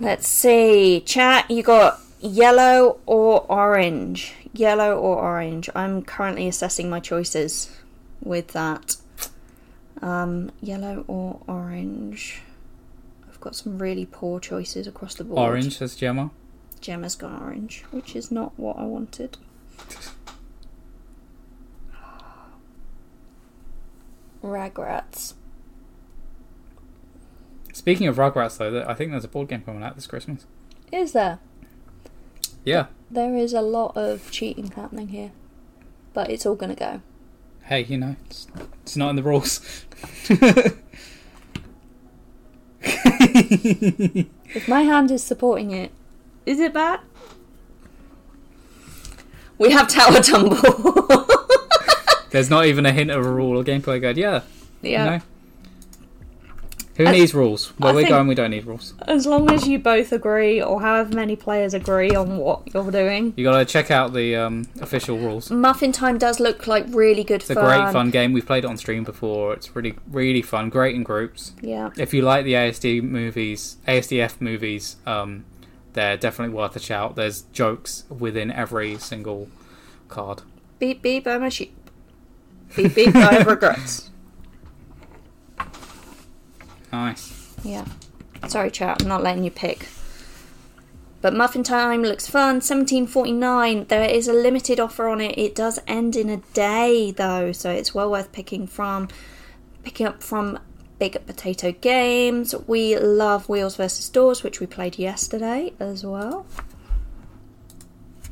S2: Let's see, chat. You got yellow or orange? Yellow or orange? I'm currently assessing my choices with that. Um, yellow or orange? I've got some really poor choices across the board.
S1: Orange, says Gemma.
S2: Gemma's gone orange, which is not what I wanted. Ragrats.
S1: Speaking of Rugrats, though, th- I think there's a board game coming out this Christmas.
S2: Is there?
S1: Yeah.
S2: There is a lot of cheating happening here. But it's all gonna go.
S1: Hey, you know, it's, it's not in the rules.
S2: If my hand is supporting it, is it bad? We have Tower <laughs> Tumble.
S1: <laughs> there's not even a hint of a rule or gameplay guide. Yeah.
S2: yeah.
S1: No. Who needs rules? Where
S2: I
S1: we're
S2: think-
S1: going, we don't need rules.
S2: As long as you both agree, or however many players agree on what you're doing.
S1: You gotta check out the um, official rules.
S2: Muffin Time does look like really good
S1: It's a great fun game. We've played it on stream before. It's really, really fun. Great in groups.
S2: Yeah.
S1: If you like the ASD movies, ASDF movies, um, they're definitely worth a shout. There's jokes within every single card.
S2: Beep beep, I'm a sheep. Beep beep, I <laughs> have regrets.
S1: Nice.
S2: Yeah. Sorry, chat, I'm not letting you pick. But Muffin Time looks fun. 1749. There is a limited offer on it. It does end in a day though, so it's well worth picking from. Picking up from Big Potato Games. We love Wheels versus Doors, which we played yesterday as well.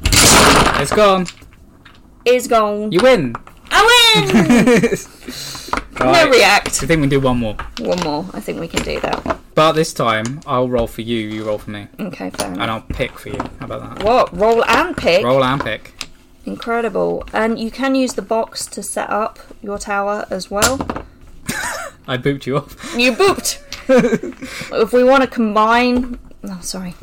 S1: It's gone.
S2: Is gone.
S1: You win.
S2: I win.
S1: <laughs> Right.
S2: No react.
S1: I think we do one more.
S2: One more. I think we can do that.
S1: But this time, I'll roll for you, you roll for me,
S2: Okay, fair
S1: and
S2: enough.
S1: I'll pick for you. How about that?
S2: What? Roll and pick.
S1: Roll and pick.
S2: Incredible. And you can use the box to set up your tower as well.
S1: I booped you off.
S2: You booped. if we want to combine, no, sorry,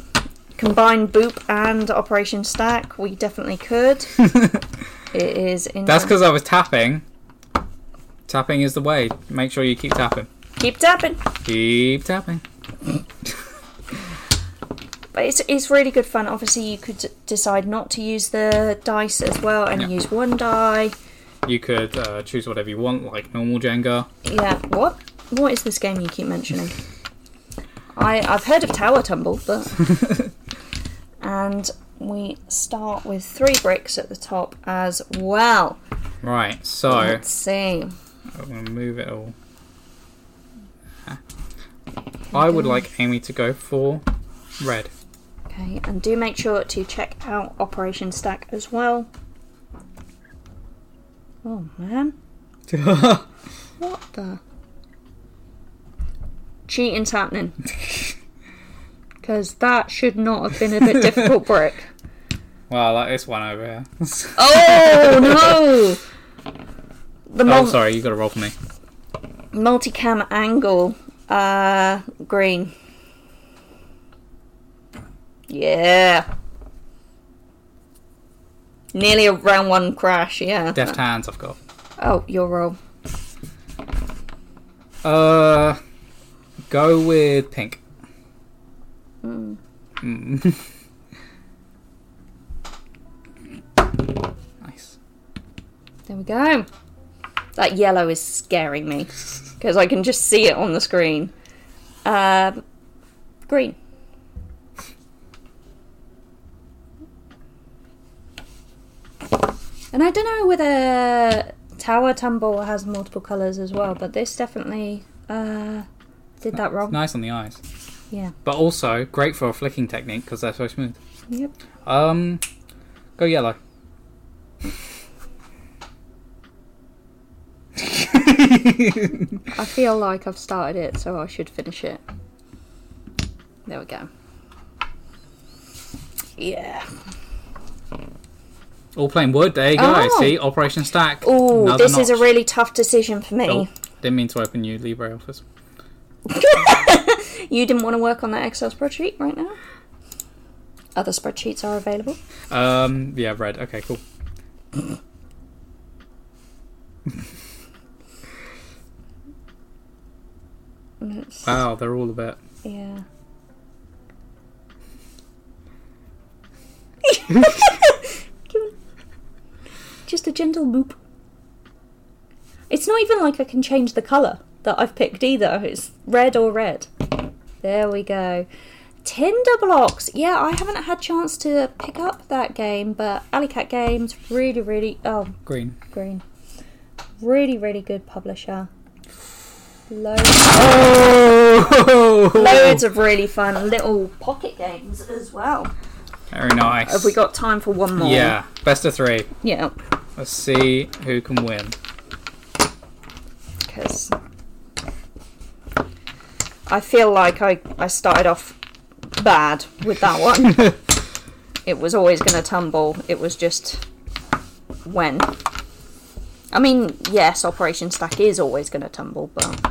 S2: combine boop and Operation Stack, we definitely could.
S1: <laughs>
S2: it is. In
S1: That's because I was tapping. Tapping is the way. Make sure you keep tapping.
S2: keep tapping.
S1: Keep tapping.
S2: But it's, it's really good fun. Obviously, you could d- decide not to use the dice as well and
S1: Yeah.
S2: use one die.
S1: You could uh, choose whatever you want, like normal Jenga.
S2: Yeah. What? What is this game you keep mentioning? I I've heard of Tower Tumble, but and we start with three bricks at the top as well.
S1: Right, so I'm
S2: Let's see.
S1: going to move it all. I would like Amy to go for red.
S2: Okay, and do make sure to check out Operation Stack as well. Oh man, what the cheating's happening? Because that should not have been a bit difficult brick.
S1: well, like this one over here.
S2: Oh no! The
S1: oh,
S2: mul-
S1: sorry, you got to roll for me.
S2: multicam angle, uh, green. Yeah. Nearly a round one crash, yeah.
S1: Deft hands, I've got.
S2: Oh, your roll.
S1: Uh, go with pink.
S2: Hmm.
S1: Mm. <laughs> nice.
S2: There we go. That yellow is scaring me because I can just see it on the screen. Um, green. And I don't know whether Tower Tumble has multiple colours as well, but this definitely uh, did that wrong.
S1: Nice on the eyes,
S2: Yeah.
S1: but also great for a flicking technique because they're so smooth.
S2: Yep.
S1: Um, go
S2: <laughs>
S1: yellow.
S2: I feel like I've started it, so I should finish it. There we go. Yeah.
S1: All plain wood. There you go.
S2: Oh.
S1: See, Operation Stack.
S2: Oh,
S1: Another
S2: this is a
S1: notch.
S2: really tough decision for me.
S1: Oh, didn't mean to open you Libre office.
S2: You didn't want to work on that Excel spreadsheet right now? Other spreadsheets are available.
S1: Um, yeah, red. Okay, cool.
S2: Let's-
S1: Wow, they're all a bit.
S2: Yeah. <laughs> Just a gentle boop. It's not even like I can change the colour that I've picked either. It's red or red. There we go. Tinder blocks. Yeah, I haven't had chance to pick up that game, but Alley Cat Games really, really. Oh,
S1: Green.
S2: Green. Really, really good publisher. Loads.
S1: Oh,
S2: Loads of really fun little pocket games as well.
S1: Very nice.
S2: Have we got time for one more?
S1: Yeah, best of three.
S2: Yeah.
S1: Let's see who can win.
S2: Because I feel like I, I started off bad with that
S1: <laughs>
S2: one. it was always going to tumble. It was just when. I mean, yes, Operation Stack is always going to tumble, but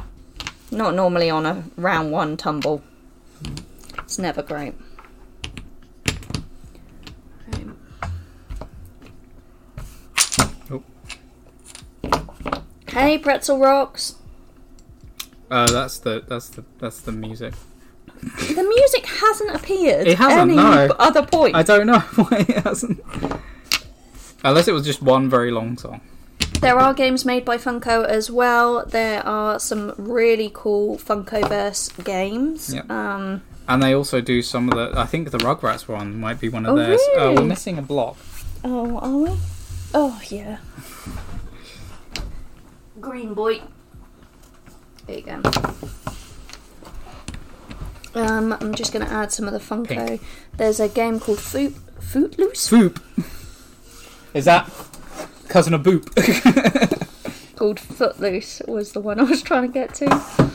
S2: not normally on a round one tumble. It's never great. Right.
S1: Oh,
S2: Hey, Pretzel Rocks.
S1: uh, that's the that's the that's the music.
S2: The music hasn't appeared
S1: It hasn't,
S2: any
S1: no.
S2: other point.
S1: I don't know <laughs> why it hasn't. Unless it was just one very long song.
S2: There are games made by Funko as well. There are some really cool Funkoverse games.
S1: Yep.
S2: Um,
S1: And they also do some of the. I think the Rugrats one might be one of
S2: Oh,
S1: theirs. Oh, we're
S2: really?
S1: missing a block.
S2: oh, are we? Oh, yeah. Green boy. There you go. Um, I'm just going to add some of the Funko.
S1: Pink.
S2: There's a game called Foot Footloose
S1: Swoop! Is that cousin of Boop?
S2: called Footloose was the one <laughs> I was trying to get to.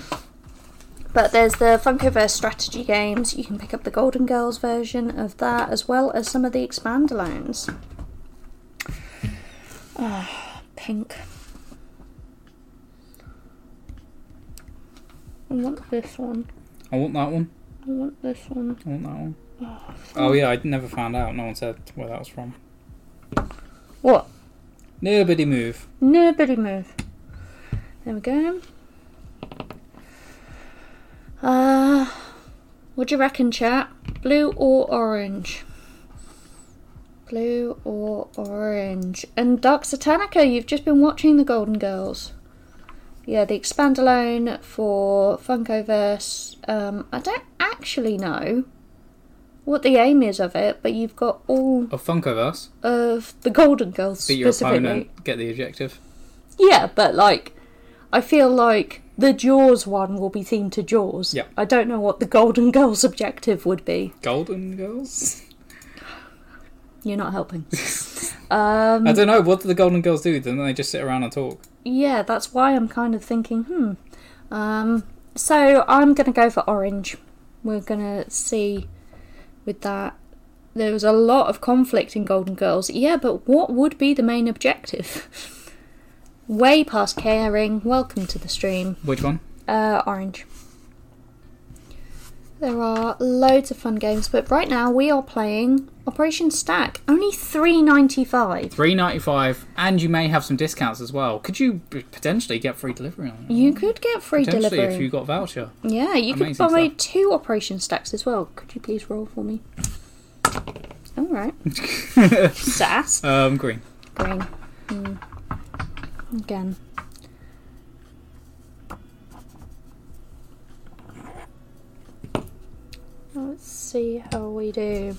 S2: But there's the Funkoverse strategy games. You can pick up the Golden Girls version of that, as well as some of the Expandalones. Ah, pink. I want this one.
S1: I want that one.
S2: I want this one.
S1: I want that one. Oh yeah, I never found out. No one said where that was from.
S2: What?
S1: Nobody move.
S2: Nobody move. There we go. Uh, what do you reckon, chat? Blue or orange? Blue or orange? And Dark Satanica, you've just been watching The Golden Girls. Yeah, the Expandalone for Funkoverse. Um, I don't actually know what the aim is of it, but you've got all
S1: A Funkoverse.
S2: of the Golden Girls
S1: Beat your
S2: specifically.
S1: opponent. Get the objective.
S2: Yeah, but like, I feel like the Jaws one will be themed to Jaws.
S1: Yeah.
S2: I don't know what the Golden <laughs> Girls objective would be.
S1: Golden Girls.
S2: You're not helping. Um, Mm.
S1: I don't know. What do the Golden Girls do? Then they just sit around and talk.
S2: yeah, that's why I'm kind of thinking, hmm. Um, so I'm gonna go for orange. We're gonna see with that. There was a lot of conflict in Golden Girls. Yeah, but what would be the main objective? <laughs> Way past caring. Welcome to the stream.
S1: Which one?
S2: Uh, orange. There are loads of fun games, but right now we are playing Operation Stack. Only three ninety five.
S1: Three ninety five, and you may have some discounts as well. Could you p- potentially get free delivery on it?
S2: You could get free
S1: Potentially,
S2: delivery.
S1: if you got voucher.
S2: yeah, you could
S1: Amazing
S2: buy
S1: stuff.
S2: two Operation Stacks as well. Could you please roll for me?
S1: <laughs>
S2: All right. Sass.
S1: Um, green.
S2: Green. Mm. Again. Let's see how we do.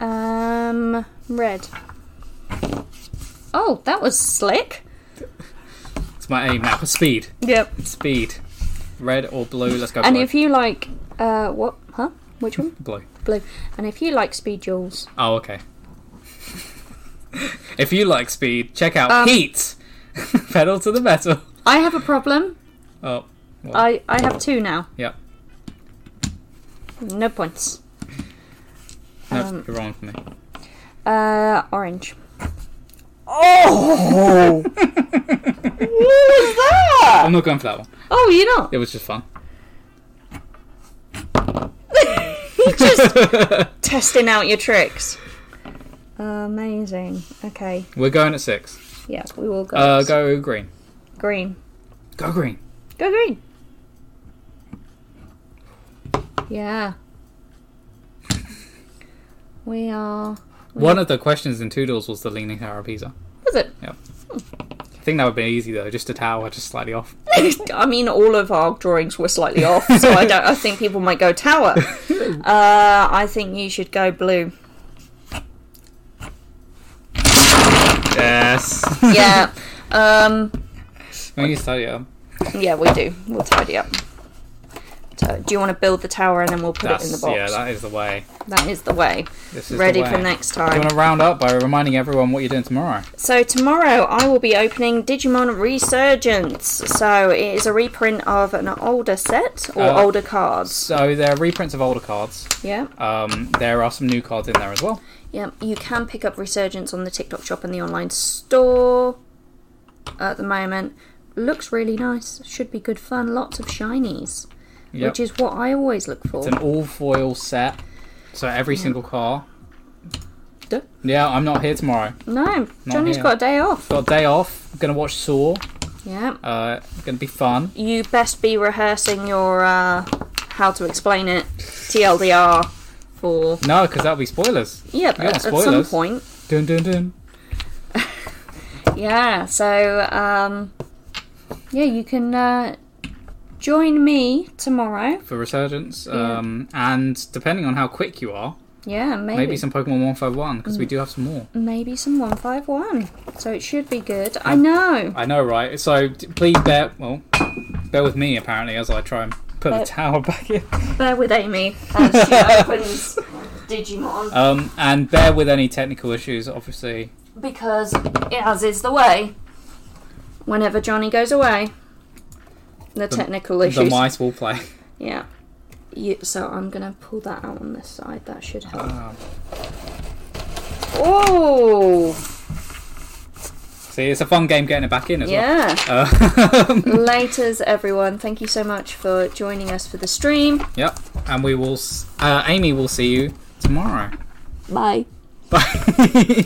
S2: Um, red. Oh, that was slick.
S1: It's my aim now. Speed,
S2: Yep.
S1: speed. Red or blue? Let's go.
S2: And
S1: blue.
S2: if you like, uh, what? Huh? Which one?
S1: blue.
S2: Blue. And if you like speed jewels,
S1: Oh, okay. <laughs> if you like speed, check out
S2: Um,
S1: Heat. <laughs> Pedal to the metal.
S2: I have a problem.
S1: Oh, well,
S2: I I have two now.
S1: yep.
S2: No points.
S1: No,
S2: um,
S1: you're wrong for me.
S2: Uh, orange. Oh! what
S1: <laughs>
S2: was that?
S1: I'm not going for that one.
S2: Oh, you're <laughs> not.
S1: It was just fun. <laughs>
S2: You're <laughs> just testing out your tricks. Amazing. Okay.
S1: We're going at six.
S2: Yeah, we will go.
S1: Uh, go green.
S2: green.
S1: Go green.
S2: Go green. Yeah. We are.
S1: One of the questions in Toodles was the Leaning Tower of Pisa.
S2: Was it? <laughs>
S1: I think that would be easy though, just a tower, just slightly off.
S2: I mean, all of our drawings were slightly off, so I don't. I think people might go <laughs> tower. Uh, I think you should go blue.
S1: Yes.
S2: <laughs> Yeah. Um,
S1: when you study it up,
S2: yeah, we do. We'll tidy up. So, do you want to build the tower and then we'll put it in the
S1: that's
S2: box?
S1: yeah, that is the way.
S2: that is the way.
S1: This is
S2: Ready
S1: the way.
S2: for next
S1: You
S2: time.
S1: want to round up by reminding everyone what you're doing tomorrow.
S2: So tomorrow I will be opening Digimon Resurgence. So it is a reprint of an older set or
S1: Uh,
S2: older cards.
S1: So there are reprints of older cards.
S2: Yeah.
S1: Um, there are some new cards in there as well.
S2: Yeah, you can pick up Resurgence on the TikTok shop and the online store at the moment. Looks really nice. Should be good fun. Lots of shinies,
S1: Yep.
S2: which is what I always look for.
S1: It's an all foil set, so every single car.
S2: Duh.
S1: Yeah, I'm not here tomorrow.
S2: No, Johnny's
S1: here.
S2: got a day off.
S1: Got a day off. Gonna watch Saw.
S2: Yeah.
S1: Uh, gonna be fun.
S2: You best be rehearsing your uh, how to explain it. TLDR for
S1: No, because that'll be spoilers.
S2: yeah,
S1: Yeah,
S2: but at some
S1: spoilers.
S2: point.
S1: Dun dun dun.
S2: Yeah, so um, yeah, you can uh, join me tomorrow.
S1: For resurgence,
S2: Yeah.
S1: um, and depending on how quick you are,
S2: Yeah, maybe Mm.
S1: maybe some Pokemon One Five One because we do have some more.
S2: maybe some one five one. So it should be good.
S1: Um,
S2: I know.
S1: I know, right? So d- please bear well, bear with me apparently as I try and put
S2: Bear-
S1: the tower <laughs> back in.
S2: Bear with Amy
S1: <laughs>
S2: as she opens Digimon
S1: Um, and bear with any technical issues, obviously.
S2: because it as is the way. Whenever Johnny goes away, the, technical
S1: The
S2: issues.
S1: mice will
S2: <laughs>
S1: play.
S2: Yeah. You, so I'm gonna pull that out on this side. That should help.
S1: Um,
S2: Oh,
S1: see, it's a fun game getting it back in as
S2: yeah.
S1: well. Uh, <laughs>
S2: Laters, everyone. Thank you so much for joining us for the stream.
S1: yep. And we will. s- Uh, Amy will see you tomorrow.
S2: Bye.
S1: Bye. <laughs>